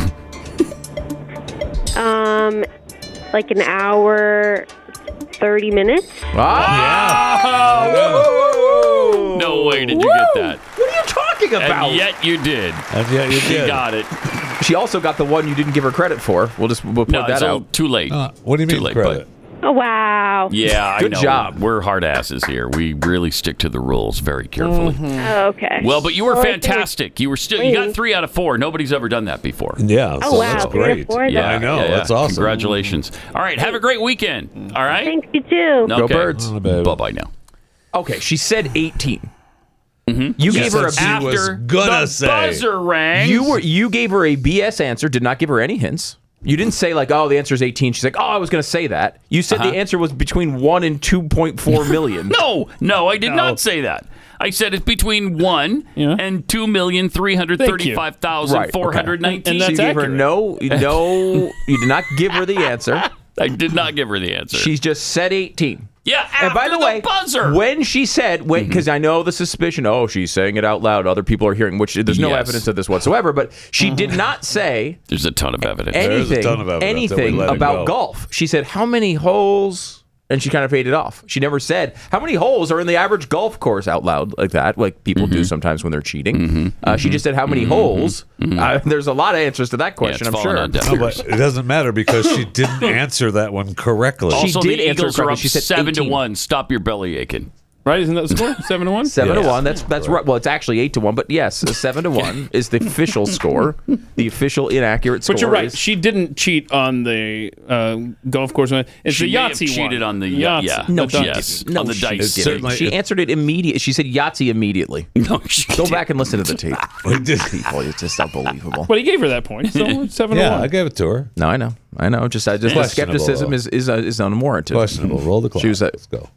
Speaker 23: Um, like an hour, thirty minutes.
Speaker 22: Ah!
Speaker 3: No way did you get that.
Speaker 22: What are you talking about?
Speaker 3: And yet you did.
Speaker 5: yeah, you
Speaker 3: She
Speaker 5: did.
Speaker 3: got it.
Speaker 22: She also got the one you didn't give her credit for. We'll just we'll put
Speaker 3: No,
Speaker 22: that
Speaker 3: it's all
Speaker 22: out. Uh,
Speaker 3: too late.
Speaker 5: what do you
Speaker 3: Too
Speaker 5: mean
Speaker 3: late,
Speaker 5: credit?
Speaker 23: Oh wow.
Speaker 3: Yeah,
Speaker 22: Good
Speaker 3: I know.
Speaker 22: job.
Speaker 3: We're hard asses here. We really stick to the rules very carefully.
Speaker 9: Mm-hmm.
Speaker 23: Oh, okay.
Speaker 3: Hmm. Well, but you were
Speaker 23: Well, I think it's
Speaker 3: fantastic. You were still you got
Speaker 23: three.
Speaker 3: three out of four. Nobody's ever done that before.
Speaker 5: Yeah,
Speaker 23: Oh,
Speaker 5: so
Speaker 23: wow,
Speaker 5: that's
Speaker 23: three to
Speaker 5: great.
Speaker 23: four,
Speaker 5: I know.
Speaker 3: yeah, yeah.
Speaker 5: That's awesome.
Speaker 3: Congratulations. All right, have a great weekend. All right.
Speaker 23: Thanks you too.
Speaker 22: Go birds.
Speaker 3: Bye bye now.
Speaker 22: Okay, she said 18.
Speaker 3: Mm-hmm.
Speaker 22: You
Speaker 5: Yes,
Speaker 22: gave her a
Speaker 5: that's what she was
Speaker 3: after
Speaker 5: gonna
Speaker 3: the
Speaker 5: say.
Speaker 3: buzzer rang.
Speaker 22: you were you gave her a BS answer. Did not give her any hints. You didn't say like, oh, the answer is 18. She's like, oh, I was gonna say that. You said the answer was between one and 2.4 million.
Speaker 3: Uh-huh. No, no, I did not say that. I said it's between one and two million three hundred thirty-five thousand four hundred nineteen.
Speaker 22: So you gave her no, no. you did not give her the answer.
Speaker 3: I did not give her the answer.
Speaker 22: She's just said 18.
Speaker 3: yeah. After
Speaker 22: and by the, way,
Speaker 3: buzzer. Mm-hmm.
Speaker 22: when she said, when because I know the suspicion, oh, she's saying it out loud, other people are hearing, which there's no
Speaker 3: Yes. Mm-hmm.
Speaker 22: evidence of this whatsoever, but she did not say
Speaker 3: There's a ton of evidence.
Speaker 5: is a
Speaker 22: anything,
Speaker 5: ton of evidence that we
Speaker 22: anything
Speaker 5: let it
Speaker 22: about
Speaker 5: go.
Speaker 22: golf. She said, how many holes? And she kind of faded off. She never said how many holes are in the average golf course out loud like that, like people
Speaker 3: Mm-hmm.
Speaker 22: do sometimes when they're cheating. Uh, she just said how many holes. Uh, there's a lot of answers to that question,
Speaker 3: Mm-hmm. it's
Speaker 22: I'm
Speaker 3: fallen
Speaker 22: sure.
Speaker 3: on deaf
Speaker 5: No, but it doesn't matter because she didn't answer that one correctly.
Speaker 22: She
Speaker 3: also,
Speaker 22: did
Speaker 3: the
Speaker 22: answer
Speaker 3: Eagles are
Speaker 22: correctly.
Speaker 3: up
Speaker 22: She said
Speaker 3: seven to
Speaker 22: 18.
Speaker 3: one. Stop your belly aching.
Speaker 4: Right? Isn't that the score? Seven to one.
Speaker 22: Seven
Speaker 3: Yes.
Speaker 22: to one. That's that's right. Well, it's actually eight to one, but yes, seven to one is the official score. The official inaccurate score.
Speaker 4: But you're right.
Speaker 22: is-
Speaker 4: She didn't cheat on the uh, golf course one. It's
Speaker 3: She
Speaker 4: the
Speaker 3: may have
Speaker 4: Yahtzee
Speaker 3: cheated
Speaker 4: one.
Speaker 3: on the
Speaker 4: Yahtzee.
Speaker 3: yeah.
Speaker 22: No,
Speaker 4: The
Speaker 22: she
Speaker 4: Yahtzee.
Speaker 3: yes,
Speaker 22: didn't. No,
Speaker 3: on the
Speaker 22: she
Speaker 3: dice.
Speaker 22: didn't.
Speaker 5: Certainly
Speaker 22: She
Speaker 5: if-
Speaker 22: answered it immediately. She said Yahtzee immediately.
Speaker 3: No, she
Speaker 22: Go
Speaker 3: didn't.
Speaker 22: back and listen to the tape. People, it's just unbelievable.
Speaker 4: But he gave her that point. So it's seven to
Speaker 5: yeah,
Speaker 4: one.
Speaker 5: I gave it to her.
Speaker 22: No, I know. I know. Just, I just the
Speaker 5: Questionable,
Speaker 22: skepticism
Speaker 5: though.
Speaker 22: is is uh, is unwarranted.
Speaker 5: Questionable. Roll the clock.
Speaker 22: She was a-
Speaker 5: Let's go.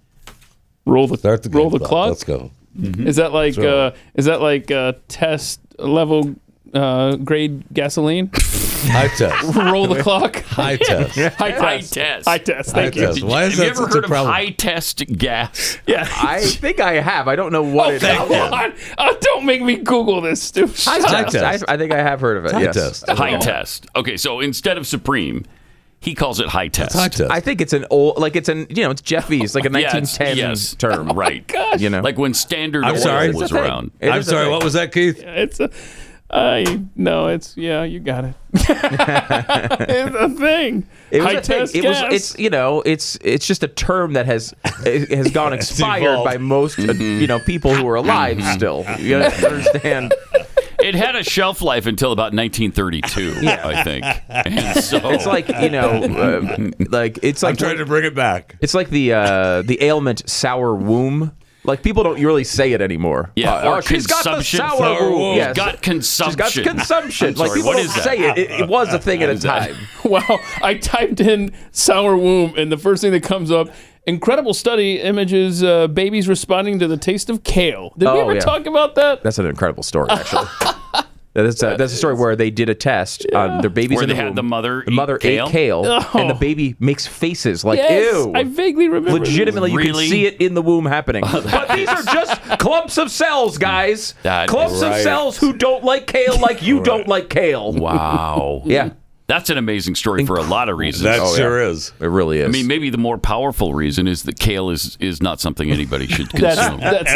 Speaker 4: roll the
Speaker 5: Start the
Speaker 4: roll
Speaker 5: game
Speaker 4: the clock.
Speaker 5: Let's go.
Speaker 3: Mm-hmm.
Speaker 4: Is that like
Speaker 5: Sure.
Speaker 4: uh, is that like uh, test level uh, grade gasoline?
Speaker 5: High test.
Speaker 4: roll the clock.
Speaker 5: High test.
Speaker 4: High
Speaker 3: High
Speaker 4: test.
Speaker 3: test.
Speaker 4: High test. Thank
Speaker 5: High
Speaker 4: you.
Speaker 5: test. Why is
Speaker 3: Have you
Speaker 5: that
Speaker 3: ever
Speaker 5: such
Speaker 3: heard
Speaker 5: a
Speaker 3: of
Speaker 5: problem?
Speaker 3: high test gas?
Speaker 4: Yeah. Oh,
Speaker 22: I think I have. I don't know what it is.
Speaker 3: thank
Speaker 4: Come on. Uh, don't make me Google this stupid.
Speaker 22: High
Speaker 5: High
Speaker 22: test. I,
Speaker 5: test.
Speaker 22: I think I have heard of it.
Speaker 5: High
Speaker 22: yes.
Speaker 5: test.
Speaker 3: High test. Okay, so instead of Supreme, He calls it high test.
Speaker 22: I think it's an old, like it's an, you know, it's Jeffy's, like a
Speaker 3: Yes,
Speaker 22: 1910
Speaker 3: yes.
Speaker 22: term,
Speaker 3: right? You know, like when Standard
Speaker 22: I'm
Speaker 3: Oil
Speaker 22: sorry.
Speaker 3: was
Speaker 22: It's a thing.
Speaker 3: around.
Speaker 22: It I'm is a sorry, thing.
Speaker 5: what was that, Keith?
Speaker 4: it's a. I no, it's yeah, you got it. it's a thing.
Speaker 22: It was
Speaker 4: High
Speaker 22: a thing.
Speaker 4: test
Speaker 22: It was.
Speaker 4: gas.
Speaker 22: It's you know. It's it's just a term that has it has gone expired
Speaker 3: evolved.
Speaker 22: by most uh,
Speaker 3: Mm-hmm.
Speaker 22: you know people who are alive
Speaker 5: Mm-hmm.
Speaker 22: still. You know, understand?
Speaker 3: It had a shelf life until about 1932, I think. And so
Speaker 22: it's like you know, uh, like it's like
Speaker 5: trying to bring it back.
Speaker 22: It's like the uh, the ailment sour womb. Like people don't really say it anymore.
Speaker 3: Yeah,
Speaker 22: Uh,
Speaker 3: or
Speaker 22: oh, she's got the
Speaker 3: consumption.
Speaker 22: sour,
Speaker 3: Sour
Speaker 22: womb.
Speaker 3: womb.
Speaker 22: Yes.
Speaker 3: Got
Speaker 22: She's
Speaker 3: consumption.
Speaker 22: got consumption.
Speaker 3: I'm
Speaker 22: like
Speaker 3: sorry,
Speaker 22: people
Speaker 3: what
Speaker 22: don't
Speaker 3: is that?
Speaker 22: say it. it. It was a thing at a time.
Speaker 4: Wow. I typed in sour womb, and the first thing that comes up incredible study images uh, babies responding to the taste of kale. Did we
Speaker 22: Oh,
Speaker 4: ever
Speaker 22: yeah.
Speaker 4: talk about that?
Speaker 22: That's an incredible story, actually. That's a, that's a story where they did a test on their babies
Speaker 3: Where
Speaker 22: in
Speaker 3: they
Speaker 22: the
Speaker 3: had
Speaker 22: womb.
Speaker 3: the mother
Speaker 22: the
Speaker 3: eat
Speaker 22: mother
Speaker 3: kale?
Speaker 22: ate kale, and the
Speaker 4: Oh.
Speaker 22: baby makes faces like
Speaker 4: Yes,
Speaker 22: ew.
Speaker 4: I vaguely remember. this.
Speaker 22: Legitimately, you
Speaker 3: Really?
Speaker 22: can see it in the womb happening. but these are just clumps of cells, guys.
Speaker 3: That
Speaker 22: clumps of
Speaker 3: right.
Speaker 22: cells who don't like kale like you don't like kale.
Speaker 3: Wow.
Speaker 22: Yeah. Oh,
Speaker 3: That's an amazing story for a lot of reasons.
Speaker 5: That sure is.
Speaker 22: It really is.
Speaker 3: I mean, maybe the more powerful reason is that kale is, is not something anybody should
Speaker 4: That's,
Speaker 3: consume.
Speaker 4: that's,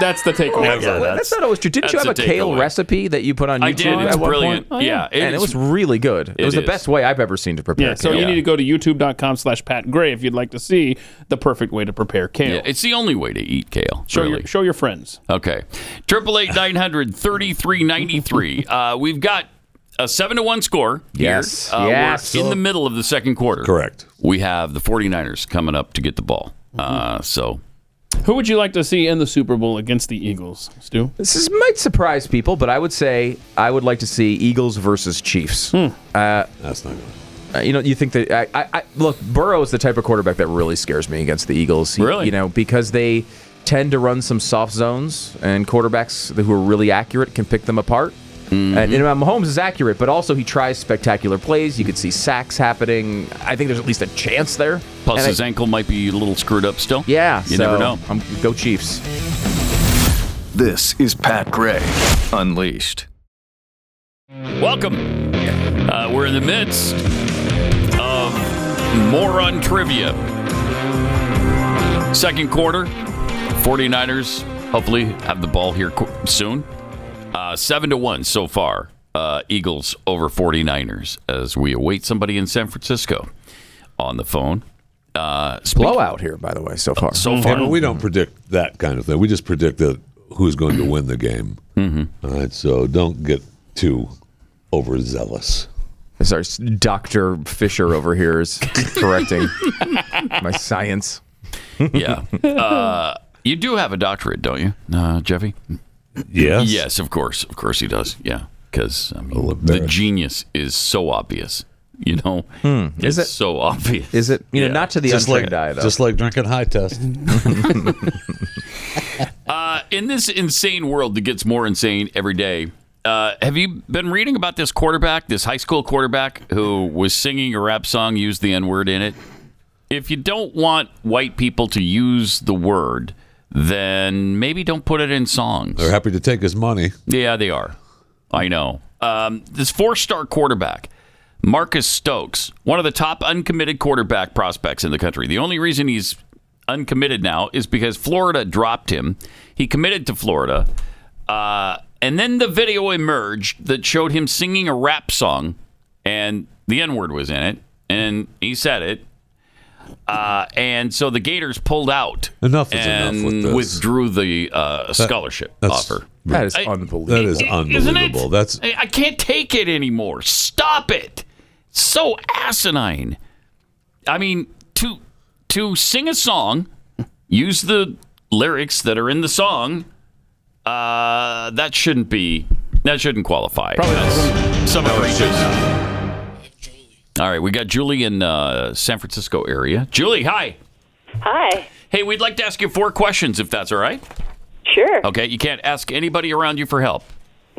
Speaker 4: that's the takeaway.
Speaker 3: Ever.
Speaker 4: Yeah.
Speaker 3: That's-
Speaker 22: that's, not always true. Didn't you
Speaker 3: that's
Speaker 22: have a,
Speaker 3: a
Speaker 22: kale
Speaker 3: takeaway.
Speaker 22: recipe that you put on YouTube?
Speaker 3: I did. It's
Speaker 22: at one
Speaker 3: brilliant.
Speaker 4: Oh,
Speaker 22: Point?
Speaker 3: Yeah.
Speaker 22: and it
Speaker 3: it's-
Speaker 22: was really good. It,
Speaker 3: It
Speaker 22: was the
Speaker 3: is.
Speaker 22: best way I've ever seen to prepare.
Speaker 4: Yeah, so
Speaker 22: kale.
Speaker 4: you need to go to youtube.com slash Pat Gray if you'd like to see the perfect way to prepare kale.
Speaker 3: yeah, it's the only way to eat kale.
Speaker 4: show,
Speaker 3: really.
Speaker 4: your, show your friends.
Speaker 3: Okay. Triple eight nine hundred thirty three ninety three. Uh we've got a seven to one score. here.
Speaker 22: Yes,
Speaker 3: Uh, we're
Speaker 22: yes.
Speaker 3: in the middle of the second quarter.
Speaker 5: Correct.
Speaker 3: We have the 49ers coming up to get the ball. Uh so
Speaker 4: Who would you like to see in the Super Bowl against the Eagles, Stu?
Speaker 22: This is, might surprise people, but I would say I would like to see Eagles versus Chiefs.
Speaker 3: Hmm.
Speaker 22: Uh,
Speaker 5: That's not good.
Speaker 22: uh, you know, you think that I, I, I look Burrow is the type of quarterback that really scares me against the Eagles. He-
Speaker 3: Really?
Speaker 22: you know, because they tend to run some soft zones, and quarterbacks who are really accurate can pick them apart.
Speaker 3: Mm-hmm.
Speaker 22: And, and Mahomes is accurate, but also he tries spectacular plays. You could see sacks happening. I think there's at least a chance there.
Speaker 3: plus
Speaker 22: And I-
Speaker 3: his ankle might be a little screwed up still.
Speaker 22: yeah,
Speaker 3: You never
Speaker 22: so
Speaker 3: know.
Speaker 22: I'm, go Chiefs.
Speaker 1: This is Pat Gray Unleashed.
Speaker 3: Welcome. Uh, we're in the midst of moron trivia. Second quarter, 49ers hopefully have the ball here qu- soon. Uh, 7 to 1 so far. Uh, Eagles over 49ers as we await somebody in San Francisco on the phone. Uh, speak-
Speaker 22: Blowout here, by the way, so far.
Speaker 3: So
Speaker 5: Yeah,
Speaker 3: far.
Speaker 5: but we don't predict that kind of thing. We just predict that who's going to win the game. Mm-hmm. right, so don't get too overzealous.
Speaker 22: This our Doctor Fisher over here is correcting my science.
Speaker 3: yeah. Uh, you do have a doctorate, don't you, uh, Jeffy?
Speaker 5: Yes.
Speaker 3: Yes, of course. Of course he does. Yeah. Because I
Speaker 5: little
Speaker 3: mean, the
Speaker 5: embarrassed.
Speaker 3: genius is so obvious. You know? It's
Speaker 22: Is it?
Speaker 3: so obvious.
Speaker 22: Is it? You
Speaker 3: Yeah.
Speaker 22: know, not to the
Speaker 5: Just like,
Speaker 22: untrained eye, though.
Speaker 5: just like drinking high test.
Speaker 3: Uh, in this insane world that gets more insane every day, uh, have you been reading about this quarterback, this high school quarterback who was singing a rap song, used the N word in it? If you don't want white people to use the word, then maybe don't put it in songs.
Speaker 5: They're happy to take his money.
Speaker 3: Yeah, they are. I know. Um, this four star quarterback, Marcus Stokes, one of the top uncommitted quarterback prospects in the country. The only reason he's uncommitted now is because Florida dropped him. He committed to Florida. Uh, and then the video emerged that showed him singing a rap song, and the N word was in it, and he said it. Uh, and so the Gators pulled out
Speaker 5: Enough is enough
Speaker 3: and
Speaker 5: with this.
Speaker 3: withdrew the uh, scholarship
Speaker 5: that's-
Speaker 3: offer.
Speaker 22: that is
Speaker 3: I-
Speaker 22: unbelievable.
Speaker 5: That is
Speaker 3: I- isn't it?
Speaker 5: unbelievable. That's
Speaker 3: I I can't take it anymore. Stop it. So asinine. I mean, to to sing a song, use the lyrics that are in the song. Uh, that shouldn't be. That shouldn't qualify. That's some outrageous. All right, we got Julie in uh, San Francisco area. Julie, hi.
Speaker 8: Hi.
Speaker 3: Hey, we'd like to ask you four questions, if that's all right.
Speaker 8: Sure.
Speaker 3: Okay, you can't ask anybody around you for help.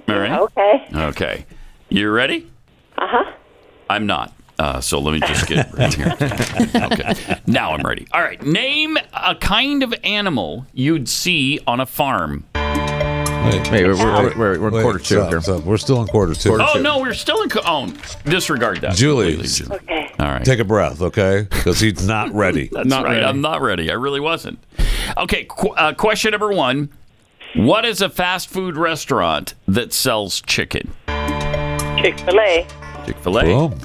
Speaker 3: All right.
Speaker 8: Okay.
Speaker 3: Okay. You ready?
Speaker 8: Uh huh.
Speaker 3: I'm not. Uh, so let me just get right here. Okay. Now I'm ready. All right. Name a kind of animal you'd see on a farm.
Speaker 5: wait,
Speaker 22: Hey, we're, we're, we're, we're in quarter two
Speaker 5: stop,
Speaker 22: here.
Speaker 5: stop. We're still in quarter two.
Speaker 3: Oh, no, we're still in. Co- oh, disregard that.
Speaker 5: Julie,
Speaker 3: completely, Julie.
Speaker 8: Okay.
Speaker 3: All right.
Speaker 5: Take a breath, okay? Because he's not ready.
Speaker 3: That's right. I'm not ready. I really wasn't. Okay, qu- uh, question number one. What is a fast food restaurant that sells chicken?
Speaker 8: Chick fil A.
Speaker 3: Chick fil A.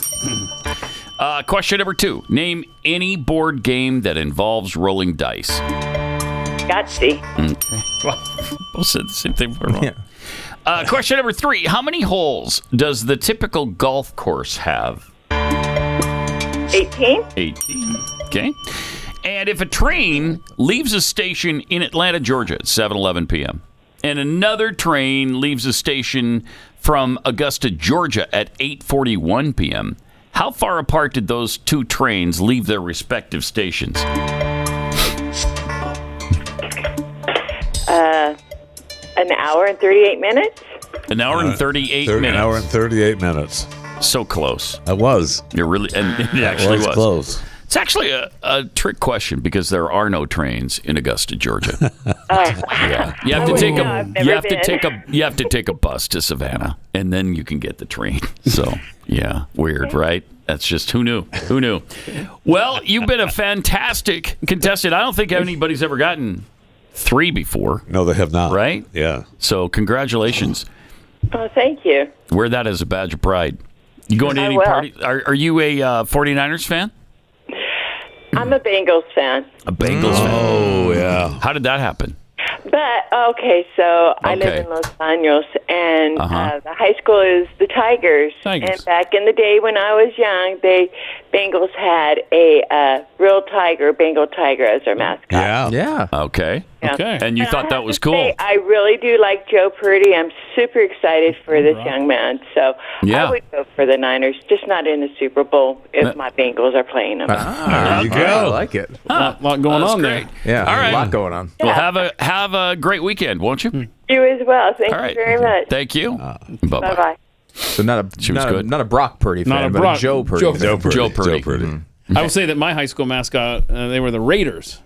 Speaker 3: Uh, question number two. Name any board game that involves rolling dice.
Speaker 8: Yahtzee.
Speaker 3: Okay. Well, both said the same thing. We're wrong. Uh, question number three. How many holes does the typical golf course have?
Speaker 8: 18.
Speaker 3: 18. Okay. And if a train leaves a station in Atlanta, Georgia at 7:11 p.m. and another train leaves a station from Augusta, Georgia at 8:41 p.m., how far apart did those two trains leave their respective stations?
Speaker 8: Uh, an hour and 38 minutes.
Speaker 3: An hour
Speaker 5: Uh,
Speaker 3: and 38
Speaker 5: Thir-
Speaker 3: minutes.
Speaker 5: An hour and 38 minutes.
Speaker 3: So close.
Speaker 5: I was.
Speaker 3: You're really and it
Speaker 5: That
Speaker 3: actually
Speaker 5: was
Speaker 3: was,
Speaker 5: close.
Speaker 3: It's actually a, a trick question because there are no trains in Augusta, Georgia. yeah, you have to
Speaker 8: Oh,
Speaker 3: take
Speaker 8: no,
Speaker 3: a
Speaker 8: I've never
Speaker 3: you have to
Speaker 8: been.
Speaker 3: take a you have to take a bus to Savannah and then you can get the train. So yeah, weird, right? That's just who knew? Who knew? Well, you've been a fantastic contestant. I don't think anybody's ever gotten three before.
Speaker 5: No, they have not.
Speaker 3: Right?
Speaker 5: Yeah.
Speaker 3: So congratulations.
Speaker 8: Oh, thank you.
Speaker 3: Wear that as a badge of pride. You going to
Speaker 8: I
Speaker 3: any
Speaker 8: will.
Speaker 3: party? Are, are you a uh, 49ers fan?
Speaker 8: I'm a Bengals fan.
Speaker 3: A Bengals fan. Oh yeah. How did that happen?
Speaker 8: But, okay, so I
Speaker 3: Okay.
Speaker 8: live in Los Banos, and uh
Speaker 3: Uh-huh.
Speaker 8: the high school is the Tigers.
Speaker 3: Tigers.
Speaker 8: And back in the day when I was young, they Bengals had a uh, real tiger, Bengal tiger, as their mascot.
Speaker 3: Yeah. Yeah. Okay.
Speaker 8: Yeah.
Speaker 3: And you
Speaker 8: And
Speaker 3: thought
Speaker 8: I
Speaker 3: that
Speaker 8: have
Speaker 3: was
Speaker 8: to
Speaker 3: cool.
Speaker 8: say, I really do like Joe Purdy. I'm super excited for this young man. So
Speaker 3: Yeah.
Speaker 8: I would go for the Niners, just not in the Super Bowl if
Speaker 3: Uh,
Speaker 8: my Bengals are playing them.
Speaker 3: there you
Speaker 22: Ah, I like it.
Speaker 4: lot, lot going
Speaker 3: that's
Speaker 4: on
Speaker 3: great.
Speaker 4: there.
Speaker 22: Yeah,
Speaker 3: All right.
Speaker 22: a lot going on.
Speaker 3: Well, have a have a great weekend, won't
Speaker 4: Hmm.
Speaker 3: you?
Speaker 8: you as well. Thank
Speaker 3: All right.
Speaker 8: you very much.
Speaker 3: Thank you.
Speaker 8: Bye
Speaker 3: Bye
Speaker 22: Ah.
Speaker 8: bye.
Speaker 22: So not a
Speaker 3: She was
Speaker 22: not a-
Speaker 3: good.
Speaker 22: not a Brock Purdy fan,
Speaker 4: Not a
Speaker 22: but
Speaker 4: Brock-
Speaker 22: a Joe Purdy.
Speaker 4: Joe
Speaker 22: fan.
Speaker 4: Joe Purdy.
Speaker 3: Joe Purdy. Mm-hmm.
Speaker 4: I will say that my high school mascot, uh, they were the Raiders,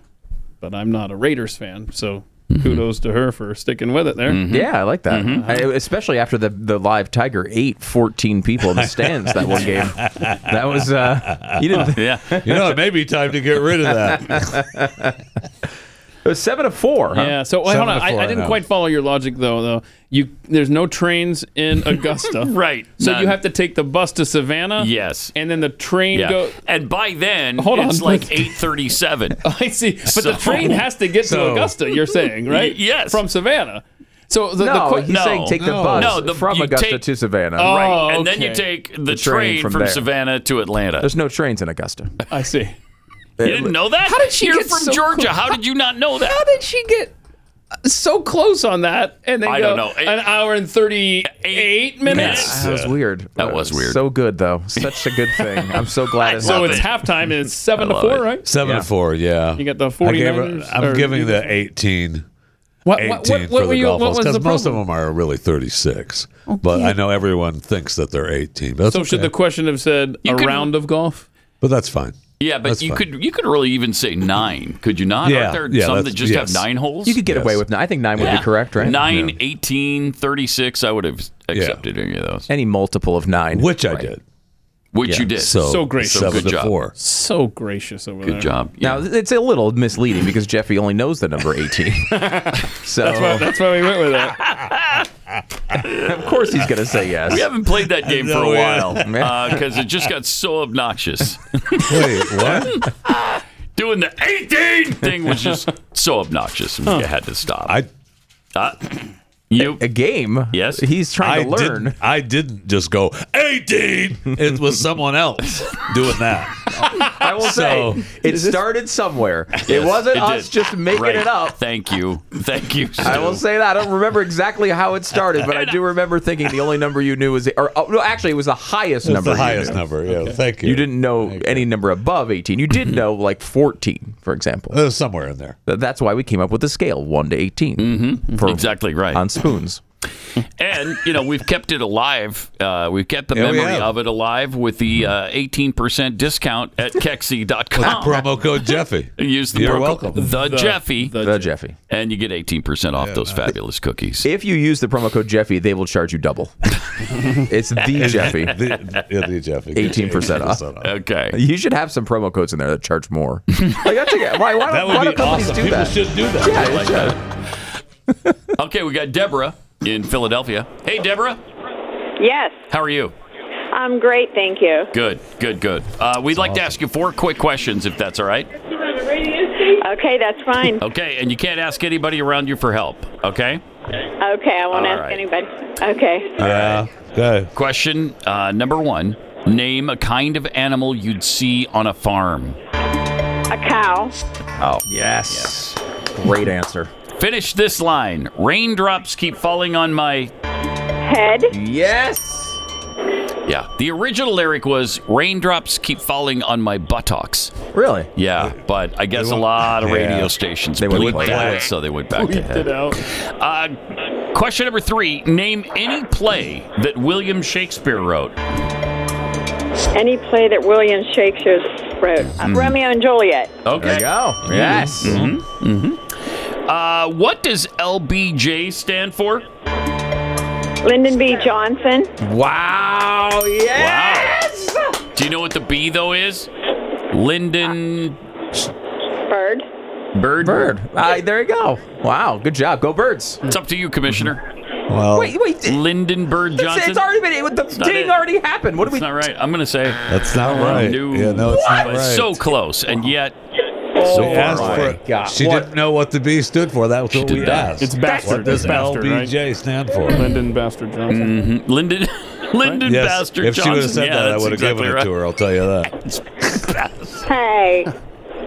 Speaker 4: but I'm not a Raiders fan. So
Speaker 3: Mm-hmm.
Speaker 4: kudos to her for sticking with it there.
Speaker 22: Mm-hmm. Yeah, I like that. I- especially after the, the live tiger ate 14 people in the stands that one game. That was uh you didn't
Speaker 3: Yeah.
Speaker 5: You know, it may be time to get rid of that.
Speaker 3: Uh-huh.
Speaker 22: It was 7 to 4. Huh?
Speaker 4: Yeah. So wait, hold on. I, I didn't quite follow your logic though. Though you, there's no trains in Augusta,
Speaker 3: Right,
Speaker 4: So
Speaker 3: none.
Speaker 4: you have to take the bus to Savannah.
Speaker 3: Yes.
Speaker 4: And then the train
Speaker 3: Yeah.
Speaker 4: go.
Speaker 3: And by then,
Speaker 4: Hold on,
Speaker 3: it's like
Speaker 4: but-
Speaker 3: 8:37.
Speaker 4: I see. But
Speaker 3: So-
Speaker 4: the train has to get
Speaker 3: So-
Speaker 4: to Augusta. You're saying right?
Speaker 3: Y- yes.
Speaker 4: From Savannah. So the,
Speaker 22: No,
Speaker 4: the que-
Speaker 22: he's saying take the bus from
Speaker 3: you
Speaker 22: Augusta
Speaker 3: take-
Speaker 22: to Savannah.
Speaker 4: Oh,
Speaker 3: right. And then you
Speaker 4: okay.
Speaker 3: take the,
Speaker 22: The
Speaker 3: train,
Speaker 22: train
Speaker 3: from,
Speaker 22: from there.
Speaker 3: Savannah to Atlanta.
Speaker 22: There's no trains in Augusta.
Speaker 4: I see.
Speaker 3: you didn't know that?
Speaker 4: How did she
Speaker 3: You're
Speaker 4: get
Speaker 3: from
Speaker 4: so
Speaker 3: Georgia.
Speaker 4: close?
Speaker 3: How did you not know that?
Speaker 4: How did she get so close on that? And then
Speaker 3: I
Speaker 4: go
Speaker 3: don't know. It-
Speaker 4: an hour and thirty-eight minutes.
Speaker 22: That was weird.
Speaker 3: That was weird.
Speaker 22: So good though. Such a good thing. I'm so glad it
Speaker 4: So
Speaker 22: happened.
Speaker 4: it's halftime. and It's seven to
Speaker 3: love
Speaker 4: four,
Speaker 3: it.
Speaker 4: right?
Speaker 5: Seven to four, yeah.
Speaker 4: You got the
Speaker 5: I gave
Speaker 4: 49ers,
Speaker 5: I'm
Speaker 4: or-
Speaker 5: giving the 18.
Speaker 4: What-
Speaker 5: 18
Speaker 4: what- what-
Speaker 5: for
Speaker 4: what
Speaker 5: the
Speaker 4: were you-
Speaker 5: golf
Speaker 4: what
Speaker 5: balls,
Speaker 4: was the
Speaker 5: 'cause most of
Speaker 4: problem?
Speaker 5: them are really 36. But I know everyone thinks that they're 18. But that's
Speaker 4: So should
Speaker 5: okay.
Speaker 4: the question have said
Speaker 3: You
Speaker 4: a
Speaker 3: could-
Speaker 4: round of golf?
Speaker 5: But that's fine.
Speaker 3: Yeah, but
Speaker 5: That's
Speaker 3: you
Speaker 5: fine.
Speaker 3: could you could really even say nine, could you not?
Speaker 5: Yeah,
Speaker 3: Aren't there
Speaker 5: yeah,
Speaker 3: some that
Speaker 5: that's-
Speaker 3: just
Speaker 5: yes.
Speaker 3: have nine holes?
Speaker 22: you could get away with nine. I think 9 would
Speaker 3: Yeah.
Speaker 22: be correct, right?
Speaker 3: Nine,
Speaker 22: Yeah.
Speaker 3: 18, 36, I would have accepted any of those.
Speaker 22: Any multiple of 9.
Speaker 5: Which I did.
Speaker 3: Which you did.
Speaker 5: So,
Speaker 4: So great.
Speaker 3: So
Speaker 5: Seven
Speaker 3: good
Speaker 5: to
Speaker 3: job.
Speaker 5: four.
Speaker 4: So gracious over there.
Speaker 3: Good job. Yeah.
Speaker 22: Now it's a little misleading because Jeffy only knows the number 18. so
Speaker 4: That's why, that's why we went with that.
Speaker 22: of course he's going to say yes.
Speaker 3: we haven't played that game for a
Speaker 5: No, we-
Speaker 3: while because it just got so obnoxious.
Speaker 5: Wait, what?
Speaker 3: Doing the 18 thing was just so obnoxious. and We had to stop.
Speaker 5: I
Speaker 3: Uh, you
Speaker 22: A game.
Speaker 3: Yes.
Speaker 22: He's
Speaker 5: I
Speaker 22: trying to learn.
Speaker 5: Didn't, I didn't just go 18. It was someone else doing that.
Speaker 22: I will
Speaker 5: So-
Speaker 22: say it started somewhere.
Speaker 3: Yes,
Speaker 22: it wasn't us
Speaker 3: did.
Speaker 22: just making
Speaker 3: Right.
Speaker 22: it up.
Speaker 3: Thank you. Thank you.
Speaker 22: I will
Speaker 3: Stu.
Speaker 22: say that I don't remember exactly how it started, but I do remember thinking the only number you knew was, or oh, no, actually, it was the highest
Speaker 5: It's
Speaker 22: number.
Speaker 5: the
Speaker 22: you
Speaker 5: highest
Speaker 22: knew.
Speaker 5: number. Yeah, thank you.
Speaker 22: You didn't know any number above eighteen. You did know like fourteen, for example.
Speaker 5: It was Uh, somewhere in there.
Speaker 22: Th- That's why we came up with the scale one to 18
Speaker 3: Mm-hmm. Exactly right.
Speaker 22: on spoons.
Speaker 3: and you know we've kept it alive. Uh, we've kept the
Speaker 5: Oh, Yeah, we
Speaker 3: memory
Speaker 5: have.
Speaker 3: of it alive with the uh, eighteen percent discount at Kexi.com.
Speaker 5: promo code Jeffy.
Speaker 3: Use the
Speaker 5: You're
Speaker 3: promo
Speaker 5: welcome.
Speaker 3: code the,
Speaker 5: The-
Speaker 3: Jeffy.
Speaker 22: The, Jeffy.
Speaker 3: And you get 18% off those fabulous cookies.
Speaker 22: If you use the promo code Jeffy, they will charge you double. it's the Jeffy.
Speaker 5: The- yeah, the Jeffy.
Speaker 22: 18% off.
Speaker 3: Okay.
Speaker 22: You should have some promo codes in there that charge more. like, I think, why,
Speaker 5: That
Speaker 22: why, that
Speaker 5: would
Speaker 22: why
Speaker 5: be
Speaker 22: do companies
Speaker 5: awesome.
Speaker 22: do
Speaker 5: People
Speaker 22: that?
Speaker 5: should do that.
Speaker 22: Yeah,
Speaker 3: I
Speaker 22: they should.
Speaker 3: like Okay, we got Deborah in Philadelphia. Hey, Deborah.
Speaker 9: Yes,
Speaker 3: How are you?
Speaker 9: I'm great, thank you.
Speaker 3: Good, good, good. Uh, we'd like to ask you four quick questions, if that's all right.
Speaker 9: Okay, that's fine.
Speaker 3: Okay, and you can't ask anybody around you for help, okay?
Speaker 9: Okay, I won't
Speaker 3: Oh. All
Speaker 9: ask
Speaker 3: right.
Speaker 9: anybody. Okay.
Speaker 3: Yeah. Question uh, number one Name a kind of animal you'd see on a farm.
Speaker 9: A cow.
Speaker 3: Oh, yes. Great answer. Finish this line Raindrops keep falling on my.
Speaker 9: Head.
Speaker 22: Yes.
Speaker 3: Yeah. The original lyric was Raindrops keep falling on my buttocks.
Speaker 22: Really?
Speaker 3: Yeah, but I guess a lot of
Speaker 22: Yeah.
Speaker 3: radio stations
Speaker 22: They
Speaker 3: they
Speaker 22: would play
Speaker 3: bleeped that,
Speaker 22: it.
Speaker 3: so they went back to
Speaker 22: Bleeped
Speaker 3: head.
Speaker 22: it out.
Speaker 3: Uh, question number three: Name any play that William Shakespeare wrote.
Speaker 9: Any play that William Shakespeare wrote. Uh,
Speaker 3: Mhm.
Speaker 9: Romeo and Juliet.
Speaker 3: Okay.
Speaker 9: There you go.
Speaker 3: Mhm.
Speaker 9: Yes.
Speaker 3: Mhm.
Speaker 22: Mm-hmm.
Speaker 3: Mhm. Uh, what does LBJ stand for?
Speaker 9: Lyndon B. Johnson.
Speaker 3: Wow! Yes. Do you know what the B though is? Lyndon
Speaker 9: Bird.
Speaker 3: Bird.
Speaker 22: Bird. Uh, there you go. Wow. Good job. Go birds.
Speaker 3: It's up to you, Commissioner.
Speaker 22: Well, wait, wait.
Speaker 3: Lyndon Bird
Speaker 22: It's-
Speaker 3: Johnson.
Speaker 22: It's already been. The
Speaker 3: It's not
Speaker 22: ding
Speaker 3: it.
Speaker 22: already happened. What do
Speaker 3: That's
Speaker 22: we?
Speaker 3: not right. I'm gonna say that's
Speaker 5: not right. Yeah, no, it's not right.
Speaker 3: So close, and yet
Speaker 5: So
Speaker 3: so
Speaker 22: Oh
Speaker 5: we
Speaker 3: far
Speaker 5: asked
Speaker 3: away.
Speaker 5: for, she didn't know what the B stood for. That was what we
Speaker 22: uh,
Speaker 3: did not.
Speaker 5: asked.
Speaker 3: It's bastard,
Speaker 5: What does
Speaker 3: it's bastard, right?
Speaker 5: LBJ stand for?
Speaker 4: Lyndon Bastard Johnson.
Speaker 3: Mhm. Lyndon, Lyndon
Speaker 5: Yes,
Speaker 3: Bastard
Speaker 5: if she
Speaker 3: Johnson.
Speaker 5: would have said
Speaker 3: yeah,
Speaker 5: that, I
Speaker 3: that's
Speaker 5: would have
Speaker 3: exactly
Speaker 5: given
Speaker 3: right.
Speaker 5: it to her. I'll tell you that.
Speaker 9: Hey.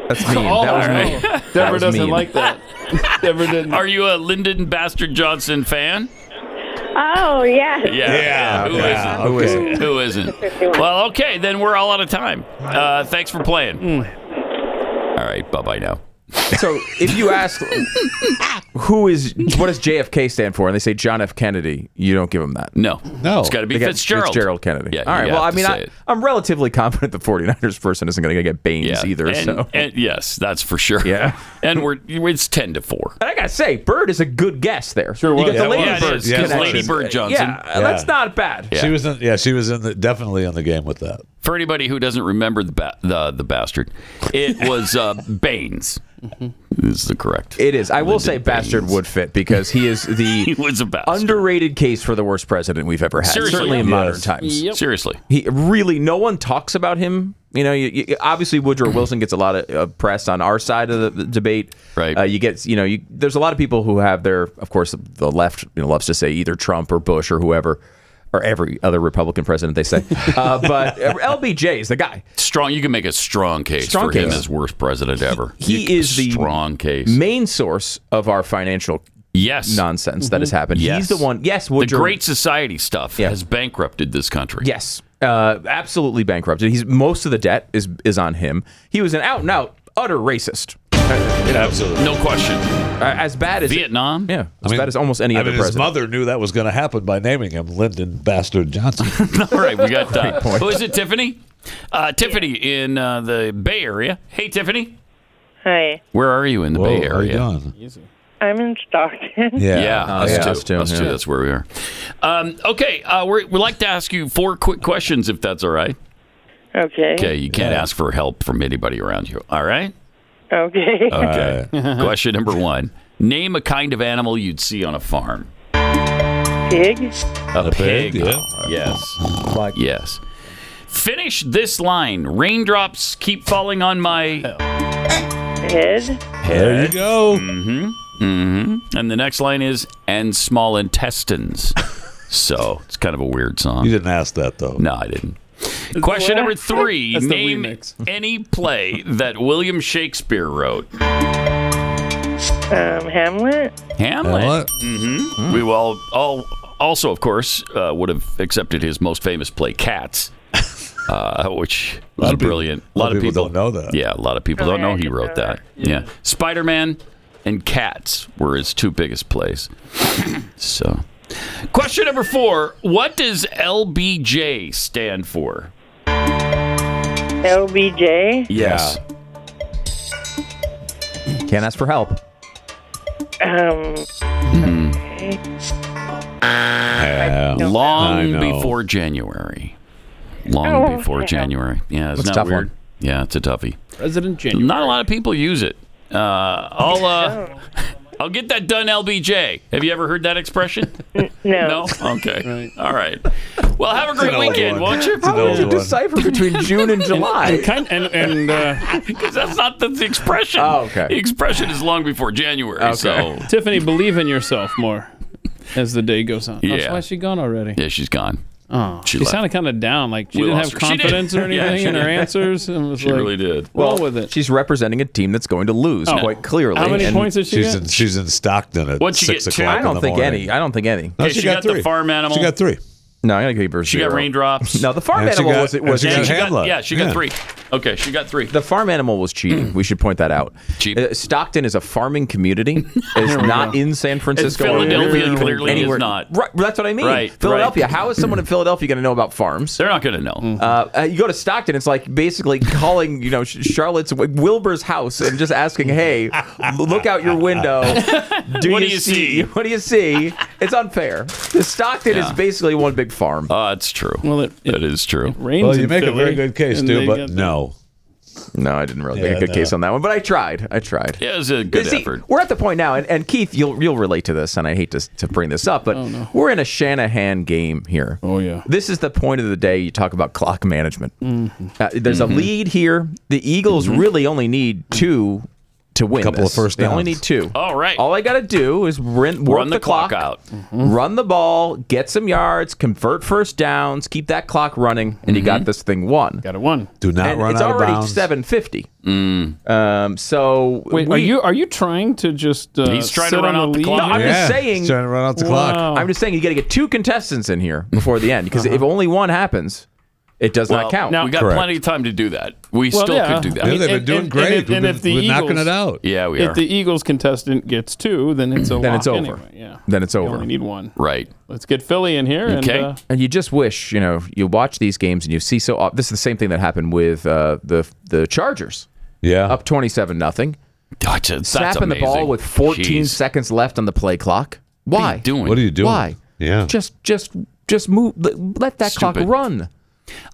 Speaker 22: That's mean.
Speaker 4: Oh,
Speaker 22: that was
Speaker 4: all right.
Speaker 22: mean.
Speaker 4: Deborah
Speaker 22: That was
Speaker 4: doesn't
Speaker 22: mean.
Speaker 4: like that. Deborah didn't.
Speaker 3: Are you a Lyndon Bastard Johnson fan?
Speaker 9: Oh, yes.
Speaker 3: Yeah. Who
Speaker 5: yeah,
Speaker 3: not Who isn't? Well, okay, then we're all out of time. Uh, thanks for playing. All right, bye bye now.
Speaker 22: Mm. So if you ask who is what does JFK stand for, and they say John F. Kennedy, you don't give them that.
Speaker 3: No,
Speaker 22: no,
Speaker 3: It's gotta be Fitzgerald.
Speaker 22: Fitzgerald Kennedy.
Speaker 3: Yeah,
Speaker 22: All right.
Speaker 3: you
Speaker 22: Well, I
Speaker 3: have to
Speaker 22: mean,
Speaker 3: say
Speaker 22: I,
Speaker 3: it.
Speaker 22: I'm relatively confident the 49ers person isn't going to get Baines
Speaker 3: Yeah,
Speaker 22: either.
Speaker 3: and-
Speaker 22: so
Speaker 3: and- yes, that's for sure. Yeah, and we're it's ten to four.
Speaker 22: And I gotta say, Bird is a good guess there. Sure,
Speaker 3: was.
Speaker 22: you got
Speaker 3: Yeah,
Speaker 22: the
Speaker 3: it
Speaker 22: Lady Bird
Speaker 3: was. Yeah, it was.
Speaker 22: connection.
Speaker 3: Lady Bird Johnson.
Speaker 22: Yeah,
Speaker 5: Yeah.
Speaker 22: that's not bad.
Speaker 5: She was in. Yeah, she was in. The, definitely in the game with that.
Speaker 3: For anybody who doesn't remember the ba- the, the bastard, it was uh, Baines. This is the correct.
Speaker 22: It is. I will say, bastard would fit because he is the underrated case for the worst president we've ever had.
Speaker 3: Seriously.
Speaker 22: Certainly in
Speaker 3: Yes.
Speaker 22: modern times.
Speaker 3: Yep. Seriously.
Speaker 22: he really no one talks about him. You know, you, you, obviously Woodrow Wilson gets a lot of uh, press on our side of the, the debate. Right. Uh, you get, you know, you, there's a lot of people who have their, of course, the left you know, loves to say either Trump or Bush or whoever. Or every other Republican president, they say, uh, but LBJ is the guy.
Speaker 3: Strong. Oh, You can make a strong case
Speaker 22: Strong
Speaker 3: for him
Speaker 22: case.
Speaker 3: as worst president ever.
Speaker 22: He
Speaker 3: You-
Speaker 22: is the
Speaker 3: strong case.
Speaker 22: main source of our financial
Speaker 3: yes Mm-hmm.
Speaker 22: nonsense that has happened.
Speaker 3: Yes.
Speaker 22: He's the one. Yes, Woodrow.
Speaker 3: The Great Society stuff has bankrupted this country.
Speaker 22: Yes, uh, absolutely bankrupted. He's most of the debt is is on him. He was an out and out utter racist.
Speaker 5: Absolutely,
Speaker 3: no question.
Speaker 22: as bad as
Speaker 3: Vietnam,
Speaker 22: yeah, as bad as almost any
Speaker 5: I
Speaker 22: other
Speaker 5: mean, His
Speaker 22: president.
Speaker 5: mother knew that was going to happen by naming him Lyndon Bastard Johnson.
Speaker 3: All right, we got uh,
Speaker 5: Great point.
Speaker 3: who is it? Tiffany. Uh, Tiffany in uh, the Bay Area. Hey, Tiffany.
Speaker 11: Hi,
Speaker 3: Where are you in the Bay Area?
Speaker 11: I'm in Stockton.
Speaker 3: Yeah, us,
Speaker 5: yeah,
Speaker 3: too.
Speaker 5: us too,
Speaker 3: Us too.
Speaker 5: yeah.
Speaker 3: That's where we are. Um, okay, uh, we're, we'd like to ask you four quick questions, if that's all right.
Speaker 11: Okay.
Speaker 3: Okay, you can't ask for help from anybody around you. All right.
Speaker 11: Okay.
Speaker 3: Okay. Question number one: Name a kind of animal you'd see on a farm.
Speaker 11: Pig.
Speaker 3: A, pig. Yes. yes. Finish this line. Raindrops keep falling on my
Speaker 11: Head.
Speaker 3: There you go. Mm-hmm. Mm-hmm. And the next line is and small intestines. so it's kind of a weird song. You
Speaker 5: didn't ask that though.
Speaker 3: No, I didn't. Question number three.
Speaker 11: That's the
Speaker 3: name any play that William Shakespeare wrote.
Speaker 11: Um, Hamlet.
Speaker 3: Hamlet.
Speaker 11: Hamlet.
Speaker 3: Mm-hmm. We will all, all also, of course, uh, would have accepted his most famous play, Cats, uh, which was brilliant. a lot of people,
Speaker 5: don't know that.
Speaker 3: Yeah, a lot of people
Speaker 5: Oh,
Speaker 3: don't
Speaker 5: yeah,
Speaker 3: know
Speaker 5: I
Speaker 3: he
Speaker 5: didn't
Speaker 3: wrote that. Yeah, Spider Man and Cats were his two biggest plays. so Question number four What does LBJ stand for?
Speaker 11: LBJ.
Speaker 3: Yes.
Speaker 22: Can't ask for help.
Speaker 11: Um. okay.
Speaker 7: Mm-hmm.
Speaker 3: Uh,
Speaker 11: I
Speaker 3: long
Speaker 11: know.
Speaker 3: before January. Long
Speaker 11: Oh,
Speaker 3: before
Speaker 11: yeah.
Speaker 3: January. Yeah, it's
Speaker 11: That's a
Speaker 3: not
Speaker 11: tough
Speaker 3: weird.
Speaker 11: one.
Speaker 3: Yeah, it's a toughie.
Speaker 4: President January.
Speaker 3: Not a lot of people use it. Uh, I'll uh, I'll get that done, LBJ. Have you ever heard that expression?
Speaker 11: No.
Speaker 3: No. Okay. All right. Well, have a great
Speaker 22: an old
Speaker 3: weekend,
Speaker 22: one.
Speaker 3: won't you?
Speaker 22: It's an How would old you one. decipher between June and July?
Speaker 3: And uh, because that's not the, the expression.
Speaker 4: Oh, okay.
Speaker 3: The expression is long before January. So
Speaker 4: Tiffany, believe in yourself more as the day goes on.
Speaker 3: Yeah.
Speaker 4: That's why she gone already.
Speaker 3: yeah, she's gone.
Speaker 4: Oh, she,
Speaker 3: She left.
Speaker 4: sounded kind of down. Like she
Speaker 3: We
Speaker 4: didn't
Speaker 3: lost
Speaker 4: have
Speaker 3: her. She did.
Speaker 4: confidence or
Speaker 3: Yeah,
Speaker 4: anything
Speaker 3: she
Speaker 4: in her
Speaker 3: did.
Speaker 4: answers. And was
Speaker 3: She
Speaker 4: like,
Speaker 3: really did.
Speaker 4: Well, with it.
Speaker 22: She's representing a team that's going to lose
Speaker 4: Oh.
Speaker 22: quite clearly.
Speaker 4: How many points did she
Speaker 5: she's
Speaker 4: get?
Speaker 5: in, she's in Stockton at
Speaker 3: What'd she
Speaker 5: six
Speaker 3: get, two?
Speaker 5: o'clock.
Speaker 22: I don't
Speaker 5: in the
Speaker 22: think
Speaker 5: morning.
Speaker 22: any. I don't think any.
Speaker 5: No,
Speaker 3: Okay, she got the farm animal.
Speaker 5: She got three.
Speaker 22: No, I gotta give her
Speaker 3: She got
Speaker 22: zero.
Speaker 3: raindrops.
Speaker 22: No, the farm
Speaker 3: And she
Speaker 22: animal
Speaker 3: got-
Speaker 22: was it
Speaker 3: and
Speaker 22: was
Speaker 3: she got
Speaker 22: cheating.
Speaker 3: Hamlet. yeah, she got Yeah. three. Okay, she got three. Mm.
Speaker 22: The farm animal was cheating. we should point that out. Uh, Stockton is a farming community. It's
Speaker 3: There we
Speaker 22: not
Speaker 3: go.
Speaker 22: in San Francisco.
Speaker 3: And
Speaker 22: or
Speaker 3: Philadelphia
Speaker 22: anywhere-
Speaker 3: clearly is
Speaker 22: anywhere.
Speaker 3: not.
Speaker 22: Right, that's what I mean.
Speaker 3: Right,
Speaker 22: Philadelphia.
Speaker 3: right.
Speaker 22: How is someone in Philadelphia going to know about farms?
Speaker 3: They're not going to
Speaker 4: Mm-hmm.
Speaker 3: know.
Speaker 22: Uh, uh, you go to Stockton, it's like basically calling, you know, Sh- Charlotte's Wilbur's house and just asking, "Hey, look out your window.
Speaker 3: What do you see?"
Speaker 22: What do you see? It's unfair. The Stockton
Speaker 3: Yeah.
Speaker 22: is basically one big farm.
Speaker 3: Uh, it's true.
Speaker 4: Well, it,
Speaker 3: that is true.
Speaker 5: Well, you make a very good case,
Speaker 22: and
Speaker 5: dude,
Speaker 22: they
Speaker 5: but
Speaker 22: get-
Speaker 5: no.
Speaker 22: No, I didn't really make a good case on that one, but I tried. I tried.
Speaker 3: Yeah, it was a good
Speaker 22: See,
Speaker 3: effort.
Speaker 22: We're at the point now, and, and Keith, you'll you'll relate to this, and I hate to, to bring this up, but we're in a Shanahan game here.
Speaker 4: Oh yeah,
Speaker 22: this is the point of the day you talk about clock management.
Speaker 4: Mhm.
Speaker 22: Uh, there's
Speaker 3: Mm-hmm.
Speaker 4: Mhm.
Speaker 22: a lead here. The Eagles really only need two to win.
Speaker 5: Mm-hmm. Couple of
Speaker 22: this.
Speaker 5: first
Speaker 22: They only
Speaker 5: downs.
Speaker 22: need two.
Speaker 3: All right.
Speaker 22: All I got to do is run, work
Speaker 3: Run the clock out.
Speaker 5: Mm-hmm.
Speaker 22: run the ball, get some yards, convert first downs, keep that clock running, and you
Speaker 5: Mm-hmm.
Speaker 22: got this thing won.
Speaker 4: Got it won.
Speaker 5: Do not
Speaker 22: and
Speaker 5: run
Speaker 22: it's
Speaker 5: out of
Speaker 22: already
Speaker 5: bounds.
Speaker 22: 750.
Speaker 3: Mm.
Speaker 22: Um, so
Speaker 4: Wait, are
Speaker 22: we-
Speaker 4: you are you trying to just? Uh, sit on the lead
Speaker 22: No,
Speaker 4: here?
Speaker 22: I'm just saying. I'm just saying you got to get two contestants in here before the end
Speaker 5: Uh-huh.
Speaker 22: because if only one happens, it does
Speaker 3: Well,
Speaker 22: not count.
Speaker 3: we got plenty of time to do that. We
Speaker 4: Well,
Speaker 3: still
Speaker 4: yeah.
Speaker 3: could do that.
Speaker 4: I mean, and- and- and if- and if the Eagles-
Speaker 3: Yeah, we
Speaker 4: if
Speaker 3: are.
Speaker 4: the Eagles contestant gets two, then it's a
Speaker 22: Then
Speaker 4: lock
Speaker 22: it's over.
Speaker 4: Anyway. Yeah.
Speaker 22: Then it's over.
Speaker 4: only need one.
Speaker 3: Right.
Speaker 4: Let's get Philly in here.
Speaker 22: Okay.
Speaker 4: And, uh,
Speaker 22: you just wish, you know, you watch these games and you see so. Op- this is the same thing that happened with uh, the the Chargers.
Speaker 5: Yeah,
Speaker 22: up twenty seven nothing.
Speaker 3: That's, that's
Speaker 22: Snapping the ball
Speaker 3: amazing.
Speaker 22: with fourteen
Speaker 3: Jeez.
Speaker 22: seconds left on the play clock. Why?
Speaker 3: What are you doing? What are you doing?
Speaker 22: Why?
Speaker 5: Yeah.
Speaker 22: Just just just move. Let let that
Speaker 3: Stupid.
Speaker 22: clock run.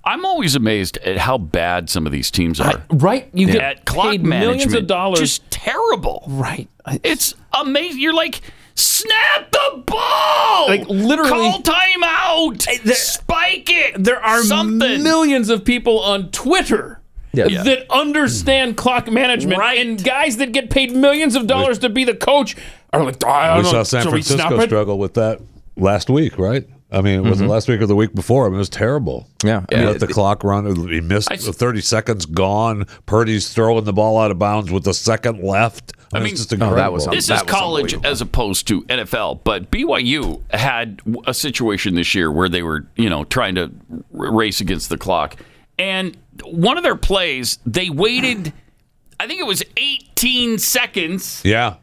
Speaker 3: I'm always amazed at how bad some of these teams are.
Speaker 22: Right? You
Speaker 3: Yeah.
Speaker 22: get
Speaker 3: at clock
Speaker 4: paid
Speaker 3: management,
Speaker 4: millions of dollars.
Speaker 3: Just terrible.
Speaker 4: Right.
Speaker 3: It's amazing. You're like, snap the ball.
Speaker 4: Like, literally-
Speaker 3: call timeout. Spike it.
Speaker 4: There are
Speaker 3: something.
Speaker 4: millions of people on Twitter.
Speaker 3: Yeah. Yeah. Mm.
Speaker 4: That understand clock management
Speaker 3: Right.
Speaker 4: and guys that get paid millions of dollars to be the coach are like, I
Speaker 5: we
Speaker 4: don't know.
Speaker 5: saw San
Speaker 4: shall we snap
Speaker 5: Francisco
Speaker 4: it?
Speaker 5: struggle with that last week, right? I mean, was it last week or the week before? I mean, it was terrible.
Speaker 22: Yeah,
Speaker 5: I mean, let the clock run. He missed thirty seconds gone. Purdy's throwing the ball out of bounds with a second left. I, mean, it's
Speaker 22: Oh,
Speaker 5: just incredible.
Speaker 3: this is college as opposed to NFL, but BYU had w- a situation this year where they were, you know, trying to r- race against the clock, and one of their plays, they waited, I think it was 18 seconds
Speaker 5: Yeah,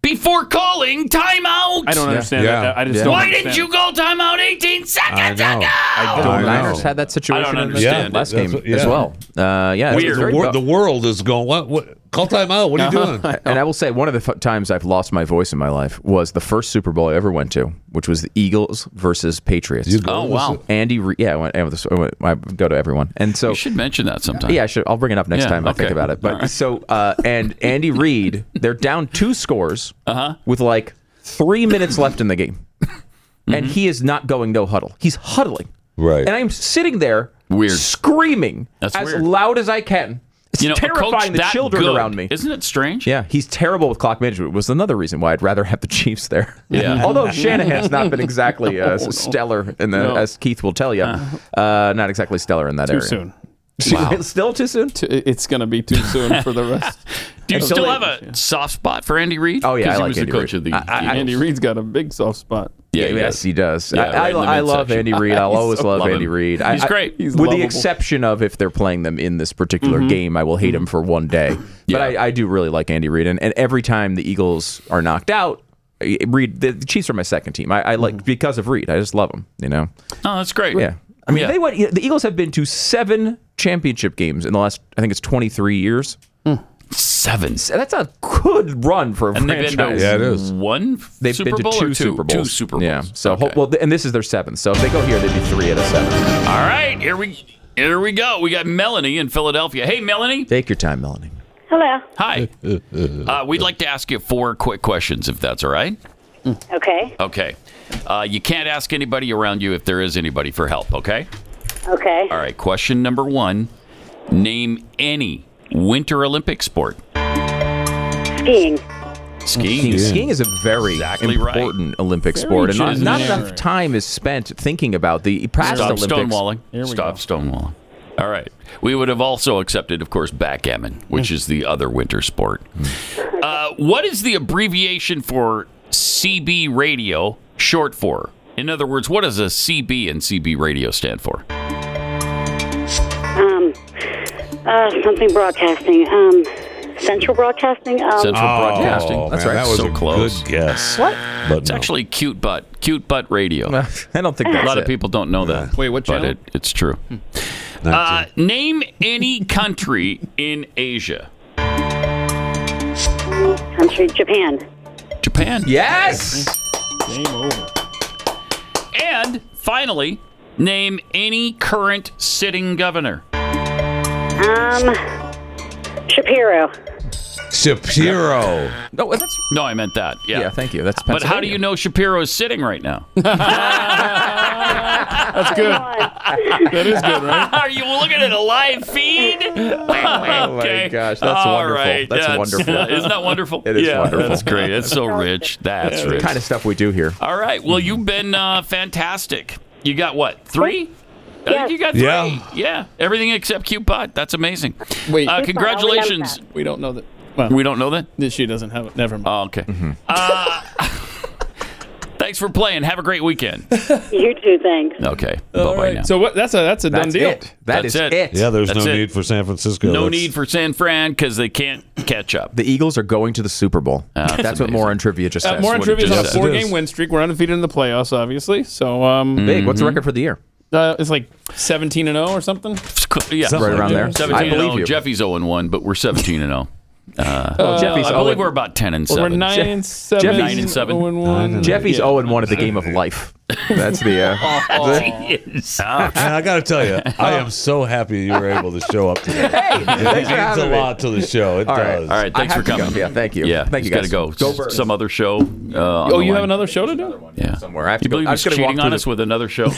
Speaker 3: before calling timeout.
Speaker 4: I don't understand
Speaker 5: Yeah.
Speaker 4: that. I just
Speaker 5: Yeah.
Speaker 4: don't
Speaker 3: Why
Speaker 4: understand
Speaker 3: didn't you call timeout 18 seconds ago?
Speaker 5: I
Speaker 22: The
Speaker 5: know.
Speaker 22: Niners had that situation
Speaker 5: I don't
Speaker 22: in
Speaker 5: understand
Speaker 22: the last
Speaker 5: it. That's
Speaker 22: game
Speaker 5: what- yeah.
Speaker 22: as well. Uh, yeah,
Speaker 5: Weird. The wor- the world is going. What? what call timeout. What are you doing?
Speaker 22: and I will say, one of the f- times I've lost my voice in my life was the first Super Bowl I ever went to, which was the Eagles versus Patriots.
Speaker 5: You go Oh, to the wow. Su-
Speaker 22: Andy, Re- yeah, I went, I, went- I went- I go to everyone, and so
Speaker 3: You should mention that sometime.
Speaker 22: yeah, I should. I'll bring it up next
Speaker 3: Yeah,
Speaker 22: time. I'll think
Speaker 3: okay.
Speaker 22: about it.
Speaker 3: All
Speaker 22: But
Speaker 3: right.
Speaker 22: so uh, and Andy Reid, they're down two scores
Speaker 3: Uh-huh.
Speaker 22: with like three minutes left in the game,
Speaker 3: Mm-hmm.
Speaker 22: and he is not going no huddle. He's huddling.
Speaker 5: Right.
Speaker 22: And I'm sitting there,
Speaker 3: weird,
Speaker 22: screaming
Speaker 3: That's
Speaker 22: as
Speaker 3: weird.
Speaker 22: loud as I can. It's
Speaker 3: You know, a coach
Speaker 22: terrifying the
Speaker 3: that
Speaker 22: children
Speaker 3: good,
Speaker 22: around me.
Speaker 3: Isn't it strange?
Speaker 22: Yeah, he's terrible with clock management. Was another reason why I'd rather have the Chiefs there.
Speaker 3: Yeah.
Speaker 22: Although Shanahan's not been exactly uh, stellar, in the,
Speaker 4: No.
Speaker 22: as Keith will tell you,
Speaker 3: Uh-huh.
Speaker 22: uh, not exactly stellar in that
Speaker 4: Too
Speaker 22: area.
Speaker 4: soon.
Speaker 22: Wow. Still too soon?
Speaker 4: It's going to be too soon for the rest.
Speaker 3: Do you
Speaker 4: Until
Speaker 3: still
Speaker 4: they-
Speaker 3: have a soft spot for Andy Reid?
Speaker 22: Oh, yeah,
Speaker 3: 'Cause
Speaker 22: I
Speaker 3: he
Speaker 22: like
Speaker 3: was
Speaker 22: Andy
Speaker 3: the coach
Speaker 22: Reid.
Speaker 3: of the.
Speaker 22: I- I-
Speaker 4: Andy Reid's got a big soft spot.
Speaker 3: Yeah, he
Speaker 22: yes,
Speaker 3: does.
Speaker 22: he does.
Speaker 3: Yeah,
Speaker 22: I,
Speaker 3: right
Speaker 22: I,
Speaker 3: in the
Speaker 22: I love
Speaker 3: midsection.
Speaker 22: Andy Reid.
Speaker 3: I
Speaker 22: I'll always
Speaker 3: so
Speaker 22: love,
Speaker 3: love
Speaker 22: Andy
Speaker 3: him.
Speaker 22: Reid.
Speaker 3: He's
Speaker 22: I, I-
Speaker 3: great. He's
Speaker 22: with
Speaker 3: lovable.
Speaker 22: the exception of if they're playing them in this particular
Speaker 3: Mhm.
Speaker 22: game, I will hate him for one day. But I, I do really like Andy Reid, and, and every time the Eagles are knocked out, Reed, the the Chiefs are my second team. I, I
Speaker 3: Mm-hmm.
Speaker 22: like because of Reed. I just love them. You know.
Speaker 3: Oh, that's great.
Speaker 22: Yeah. I mean, they went. The Eagles have been to seven championship games in the last. I think it's twenty three years.
Speaker 3: Hmm. Seven.
Speaker 22: That's a good run for a
Speaker 3: And they've
Speaker 22: franchise.
Speaker 3: been to Yeah, it is. one
Speaker 22: They've
Speaker 3: Super
Speaker 22: been to
Speaker 3: Bowl
Speaker 22: two,
Speaker 3: or two?
Speaker 22: Super Bowls.
Speaker 3: Two Super
Speaker 22: Yeah. So ho- well, and this is their seventh. So if they go here, they'd be three out of seven.
Speaker 3: All right, here we here we go. We got Melanie in Philadelphia. Hey, Melanie.
Speaker 22: Take your time, Melanie.
Speaker 7: Hello.
Speaker 3: Hi. Uh, we'd like to ask you four quick questions, if that's all right.
Speaker 7: Okay.
Speaker 3: Okay. Uh, you can't ask anybody around you if there is anybody for help. Okay.
Speaker 7: Okay.
Speaker 3: All right. Question number one: Name any Winter Olympic sport.
Speaker 7: Skiing.
Speaker 3: Skiing.
Speaker 22: Skiing is a very
Speaker 3: Exactly right.
Speaker 22: important Olympic
Speaker 3: Very
Speaker 22: sport, and not,
Speaker 3: just
Speaker 22: not
Speaker 3: never.
Speaker 22: enough time is spent thinking about the past
Speaker 3: Stop
Speaker 22: Olympics.
Speaker 3: stonewalling. Stop stonewalling. All right. We would have also accepted, of course, backgammon, which is the other winter sport.
Speaker 22: Hmm.
Speaker 3: Uh, what is the abbreviation for CB radio short for? In other words, what does a CB and CB radio stand for?
Speaker 7: Um, uh, something broadcasting. Um, central broadcasting. Um,
Speaker 3: Central
Speaker 22: Oh,
Speaker 3: Broadcasting.
Speaker 22: that's right.
Speaker 3: That was so close.
Speaker 5: guess.
Speaker 7: What?
Speaker 3: it's actually cute butt. Cute butt radio.
Speaker 22: I don't think
Speaker 3: a
Speaker 22: that's
Speaker 3: lot of
Speaker 22: it.
Speaker 3: people don't know that. Wait, what
Speaker 22: channel? Hmm.
Speaker 3: But it, it's true. Uh, name any country in Asia.
Speaker 7: Country. Japan.
Speaker 3: Japan.
Speaker 22: Yes.
Speaker 3: Game over. And finally, name any current sitting governor.
Speaker 7: Um, Shapiro.
Speaker 5: Shapiro.
Speaker 22: No, that's
Speaker 3: no, I meant that. Yeah.
Speaker 22: thank you. That's
Speaker 3: But how do
Speaker 22: Oh, Pennsylvania.
Speaker 3: you know Shapiro is sitting right now?
Speaker 4: That's good. that is good, right?
Speaker 3: Are you looking at a live feed?
Speaker 22: Oh my gosh, that's
Speaker 3: All
Speaker 22: wonderful.
Speaker 3: right,
Speaker 22: That's,
Speaker 3: that's-
Speaker 22: wonderful.
Speaker 3: isn't that wonderful?
Speaker 22: It is
Speaker 3: Yeah,
Speaker 22: wonderful.
Speaker 3: that's great. That's so rich. That's
Speaker 22: It's the
Speaker 3: rich.
Speaker 22: kind of stuff we do here.
Speaker 3: All right.
Speaker 4: Mm-hmm.
Speaker 3: Well, you've been uh, fantastic. You got what? Three? I think you got three.
Speaker 5: Yeah.
Speaker 3: Yeah. Everything except cute butt. That's amazing.
Speaker 4: Wait.
Speaker 3: Uh, congratulations.
Speaker 4: We don't know that.
Speaker 3: We don't know that.
Speaker 4: This she doesn't have it. Never mind.
Speaker 3: Oh, okay.
Speaker 22: Mm-hmm.
Speaker 3: Thanks for playing. Have a great weekend.
Speaker 7: You too. Thanks.
Speaker 3: Okay. Bye bye now.
Speaker 4: So what? That's a that's a done
Speaker 3: That's
Speaker 4: deal.
Speaker 3: it. That That's is it. it.
Speaker 5: Yeah, there's
Speaker 3: That's
Speaker 5: no
Speaker 3: it.
Speaker 5: need for San Francisco.
Speaker 3: No
Speaker 5: That's-
Speaker 3: need for San Fran because they can't catch up.
Speaker 22: The Eagles are going to the Super Bowl.
Speaker 3: Ah,
Speaker 22: that's what more on trivia just
Speaker 4: Uh,
Speaker 22: says.
Speaker 4: more on trivia is on a
Speaker 22: Yes, it
Speaker 4: four
Speaker 22: is.
Speaker 4: game win streak. We're undefeated in the playoffs, obviously. So um,
Speaker 22: Big. What's the
Speaker 3: Mm-hmm.
Speaker 22: record for the year?
Speaker 4: Uh, it's like seventeen and zero or something.
Speaker 3: Yeah,
Speaker 22: Something Right around like that. there.
Speaker 3: 17
Speaker 22: I
Speaker 4: oh.
Speaker 22: believe
Speaker 3: and 0.
Speaker 22: you.
Speaker 3: Jeffy's 0 and 1, but we're 17 and 0. Uh,
Speaker 22: Well, Jeffy's
Speaker 3: I
Speaker 22: 0
Speaker 3: believe
Speaker 22: and-
Speaker 3: we're about 10 and
Speaker 4: Oh, Well,
Speaker 3: 7.
Speaker 4: we're 9
Speaker 3: Je-
Speaker 4: and 7.
Speaker 3: Jeffy's 9 and 7.
Speaker 4: 0 and 1.
Speaker 22: Jeffy's
Speaker 4: Yeah.
Speaker 22: 0 and 1 at the game of life. That's the. Uh,
Speaker 3: Oh, Ah.
Speaker 5: Man, I got to tell you, I am so happy you were able to show up today. Hey, it
Speaker 22: thanks for
Speaker 5: means a
Speaker 22: having me.
Speaker 5: lot to the show. It
Speaker 22: All right,
Speaker 5: does.
Speaker 3: All right, thanks for coming.
Speaker 22: Yeah, thank you.
Speaker 3: Yeah,
Speaker 22: Thank you, guys.
Speaker 3: he's Got to go.
Speaker 22: Go
Speaker 3: S-
Speaker 22: Birds.
Speaker 3: Some other show. Uh,
Speaker 4: Oh, you have another show to do?
Speaker 3: yeah.
Speaker 22: somewhere. I have to
Speaker 3: You
Speaker 22: go.
Speaker 3: believe
Speaker 22: I'm
Speaker 3: he's
Speaker 22: just gonna walk
Speaker 3: cheating
Speaker 22: through
Speaker 3: on
Speaker 22: the-
Speaker 3: us with another show?
Speaker 22: I'm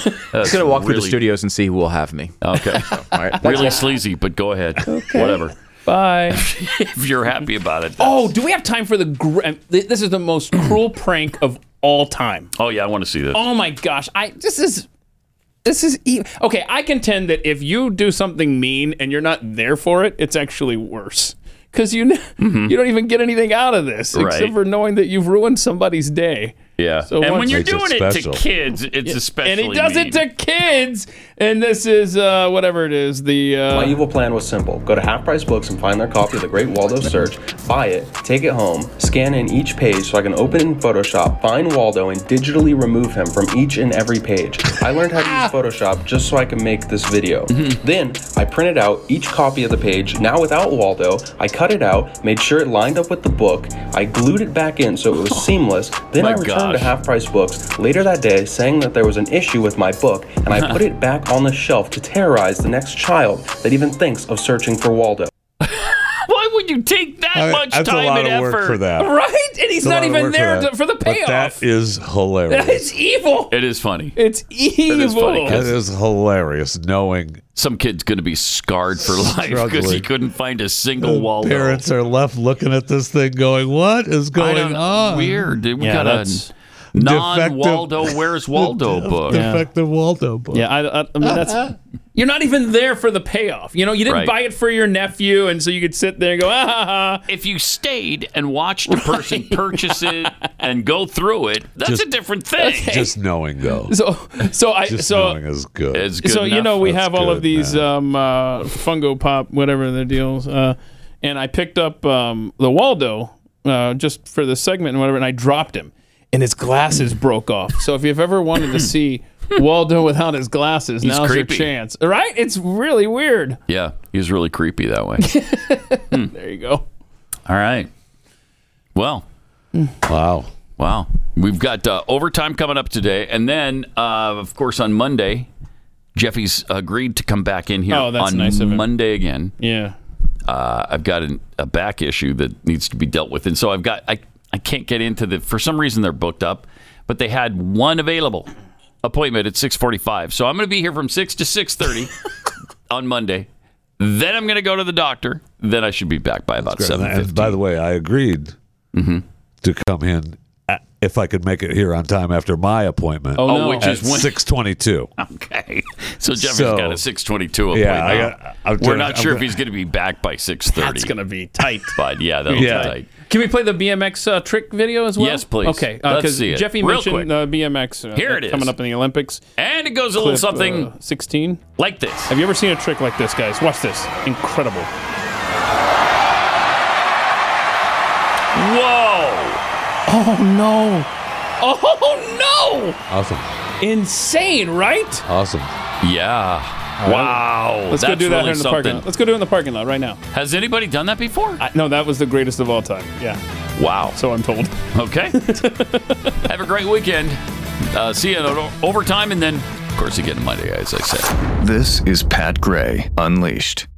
Speaker 22: just gonna walk through the studios and see who will have me.
Speaker 3: Okay.
Speaker 22: all right.
Speaker 3: Really sleazy, but go ahead. Whatever.
Speaker 4: Bye.
Speaker 3: if you're happy about it.
Speaker 4: oh, do we have time for the. Gr- um, th- this is the most cruel prank of all time.
Speaker 3: Oh yeah, I want to see this.
Speaker 4: Oh my gosh. I This is. This is. E- okay, I contend that if you do something mean and you're not there for it, it's actually worse. Because you, n- you don't even get anything out of this
Speaker 3: Mm-hmm. Right.
Speaker 4: except for knowing that you've ruined somebody's day.
Speaker 3: Yeah.
Speaker 4: So
Speaker 3: and
Speaker 4: what-
Speaker 3: when you're
Speaker 4: Makes it
Speaker 3: doing it, to
Speaker 4: special.
Speaker 3: kids, it's especially.
Speaker 4: and he does
Speaker 3: mean.
Speaker 4: it to kids. And this is uh, whatever it is. The uh,
Speaker 14: My evil plan was simple. Go to Half Price Books and find their copy of The Great Waldo Search, buy it, take it home, scan in each page so I can open in Photoshop, find Waldo, and digitally remove him from each and every page. I learned how
Speaker 4: Ah.
Speaker 14: to use Photoshop just so I can make this video.
Speaker 4: Mm-hmm.
Speaker 14: then I printed out each copy of the page, now without Waldo. I cut it out, made sure it lined up with the book, I glued it back in so it was seamless. Then
Speaker 3: My
Speaker 14: I returned
Speaker 3: gosh.
Speaker 14: to Half Price Books later that day saying that there was an issue with my book, and I put it back on the shelf to terrorize the next child that even thinks of searching for Waldo.
Speaker 3: Why would you take that
Speaker 5: I mean,
Speaker 3: much
Speaker 5: that's a
Speaker 3: time
Speaker 5: lot
Speaker 3: and
Speaker 5: of work
Speaker 3: effort
Speaker 5: for that.
Speaker 4: Right? And he's
Speaker 5: It's a
Speaker 4: not
Speaker 5: lot of
Speaker 4: even
Speaker 5: work
Speaker 4: there
Speaker 5: that.
Speaker 4: to- for the
Speaker 5: But
Speaker 4: payoff.
Speaker 5: that is hilarious.
Speaker 4: That is evil.
Speaker 3: It is funny.
Speaker 4: It's evil.
Speaker 3: It is funny.
Speaker 5: That is hilarious. Knowing
Speaker 3: some kid's going to be scarred for life because he
Speaker 5: Struggling.
Speaker 3: couldn't find a single
Speaker 5: the
Speaker 3: Waldo.
Speaker 5: parents are left looking at this thing, going, "What is
Speaker 3: I
Speaker 5: going
Speaker 3: don't know.
Speaker 5: on?"
Speaker 3: Weird. We
Speaker 5: Yeah,
Speaker 3: got
Speaker 5: that's-
Speaker 3: a non Waldo. Where's Waldo book?
Speaker 5: Defective Waldo book.
Speaker 4: Yeah, I, I, I mean that's you're not even there for the payoff. You know, you didn't
Speaker 3: Right.
Speaker 4: buy it for your nephew, and so you could sit there and go, ah, ha, ha.
Speaker 3: If you stayed and watched a person purchase it and go through it, that's
Speaker 5: Just-
Speaker 3: a different thing.
Speaker 5: Just knowing though.
Speaker 4: So so I
Speaker 5: Just
Speaker 4: so
Speaker 5: knowing is good.
Speaker 3: It's good
Speaker 4: so you know we
Speaker 5: That's
Speaker 4: have all of
Speaker 5: good,
Speaker 4: these um, uh, fungo pop whatever the deals uh, and i picked up um, the waldo uh, just for the segment and whatever and i dropped him and his glasses broke off. So if you've ever wanted to see Waldo without his glasses,
Speaker 3: Hmm. He's
Speaker 4: now's
Speaker 3: creepy.
Speaker 4: your chance. Right? It's really weird.
Speaker 3: Yeah, he was really creepy that way. Hmm.
Speaker 4: There you go.
Speaker 3: All right. Well, wow. Wow. We've got uh, overtime coming up today. And then, uh, of course, on Monday, Jeffy's agreed to come back in here
Speaker 4: Oh, that's
Speaker 3: on
Speaker 4: nice of him.
Speaker 3: Monday again.
Speaker 4: Yeah.
Speaker 3: Uh, I've got an, a back issue that needs to be dealt with. And so I've got, I, I can't get into the, for some reason they're booked up, but they had one available appointment at 645. So I'm going to be here from 6 to 630 on Monday. Then I'm going to go to the doctor. Then I should be back by about
Speaker 5: Great.
Speaker 3: seven. Mm-hmm.
Speaker 5: And by the way, I agreed to come in a- if I could make it here on time after my appointment.
Speaker 3: Oh, no. which is when-
Speaker 5: six twenty-two.
Speaker 3: Okay. So Jeffrey's
Speaker 5: So-
Speaker 3: got a 622 appointment.
Speaker 5: Yeah, I got- I'm
Speaker 3: We're
Speaker 5: turning-
Speaker 3: not
Speaker 5: I'm
Speaker 3: sure if
Speaker 5: gonna-
Speaker 3: he's going to be back by 630.
Speaker 4: That's gonna be tight.
Speaker 3: But yeah, that'll
Speaker 4: Yeah.
Speaker 3: be tight.
Speaker 4: Can we play the BMX uh, trick video as well?
Speaker 3: Yes, please.
Speaker 4: Okay, uh,
Speaker 3: Let's
Speaker 4: 'cause
Speaker 3: see it.
Speaker 4: Jeffy
Speaker 3: Real quick.
Speaker 4: mentioned uh, BMX. Uh,
Speaker 3: Here it
Speaker 4: coming
Speaker 3: is.
Speaker 4: up in the Olympics.
Speaker 3: And it goes a little
Speaker 5: uh,
Speaker 3: something
Speaker 4: uh, Sixteen.
Speaker 3: like this.
Speaker 4: Have you ever seen a trick like this, guys? Watch this. Incredible.
Speaker 3: Whoa!
Speaker 4: Oh no! Oh
Speaker 5: Awesome.
Speaker 4: no! Insane, right?
Speaker 5: Awesome.
Speaker 3: Yeah. Wow.
Speaker 4: Let's
Speaker 3: That's
Speaker 4: go do that here
Speaker 3: really
Speaker 4: in the
Speaker 3: something.
Speaker 4: parking lot. Let's go do it in the parking lot right now.
Speaker 3: Has anybody done that before?
Speaker 4: I, no, that was the greatest of all time. Yeah.
Speaker 3: Wow.
Speaker 4: So I'm told.
Speaker 3: Okay. Have a great weekend. Uh, see you in o- overtime and then, of course, again Monday, as I said.
Speaker 1: This is Pat Gray Unleashed.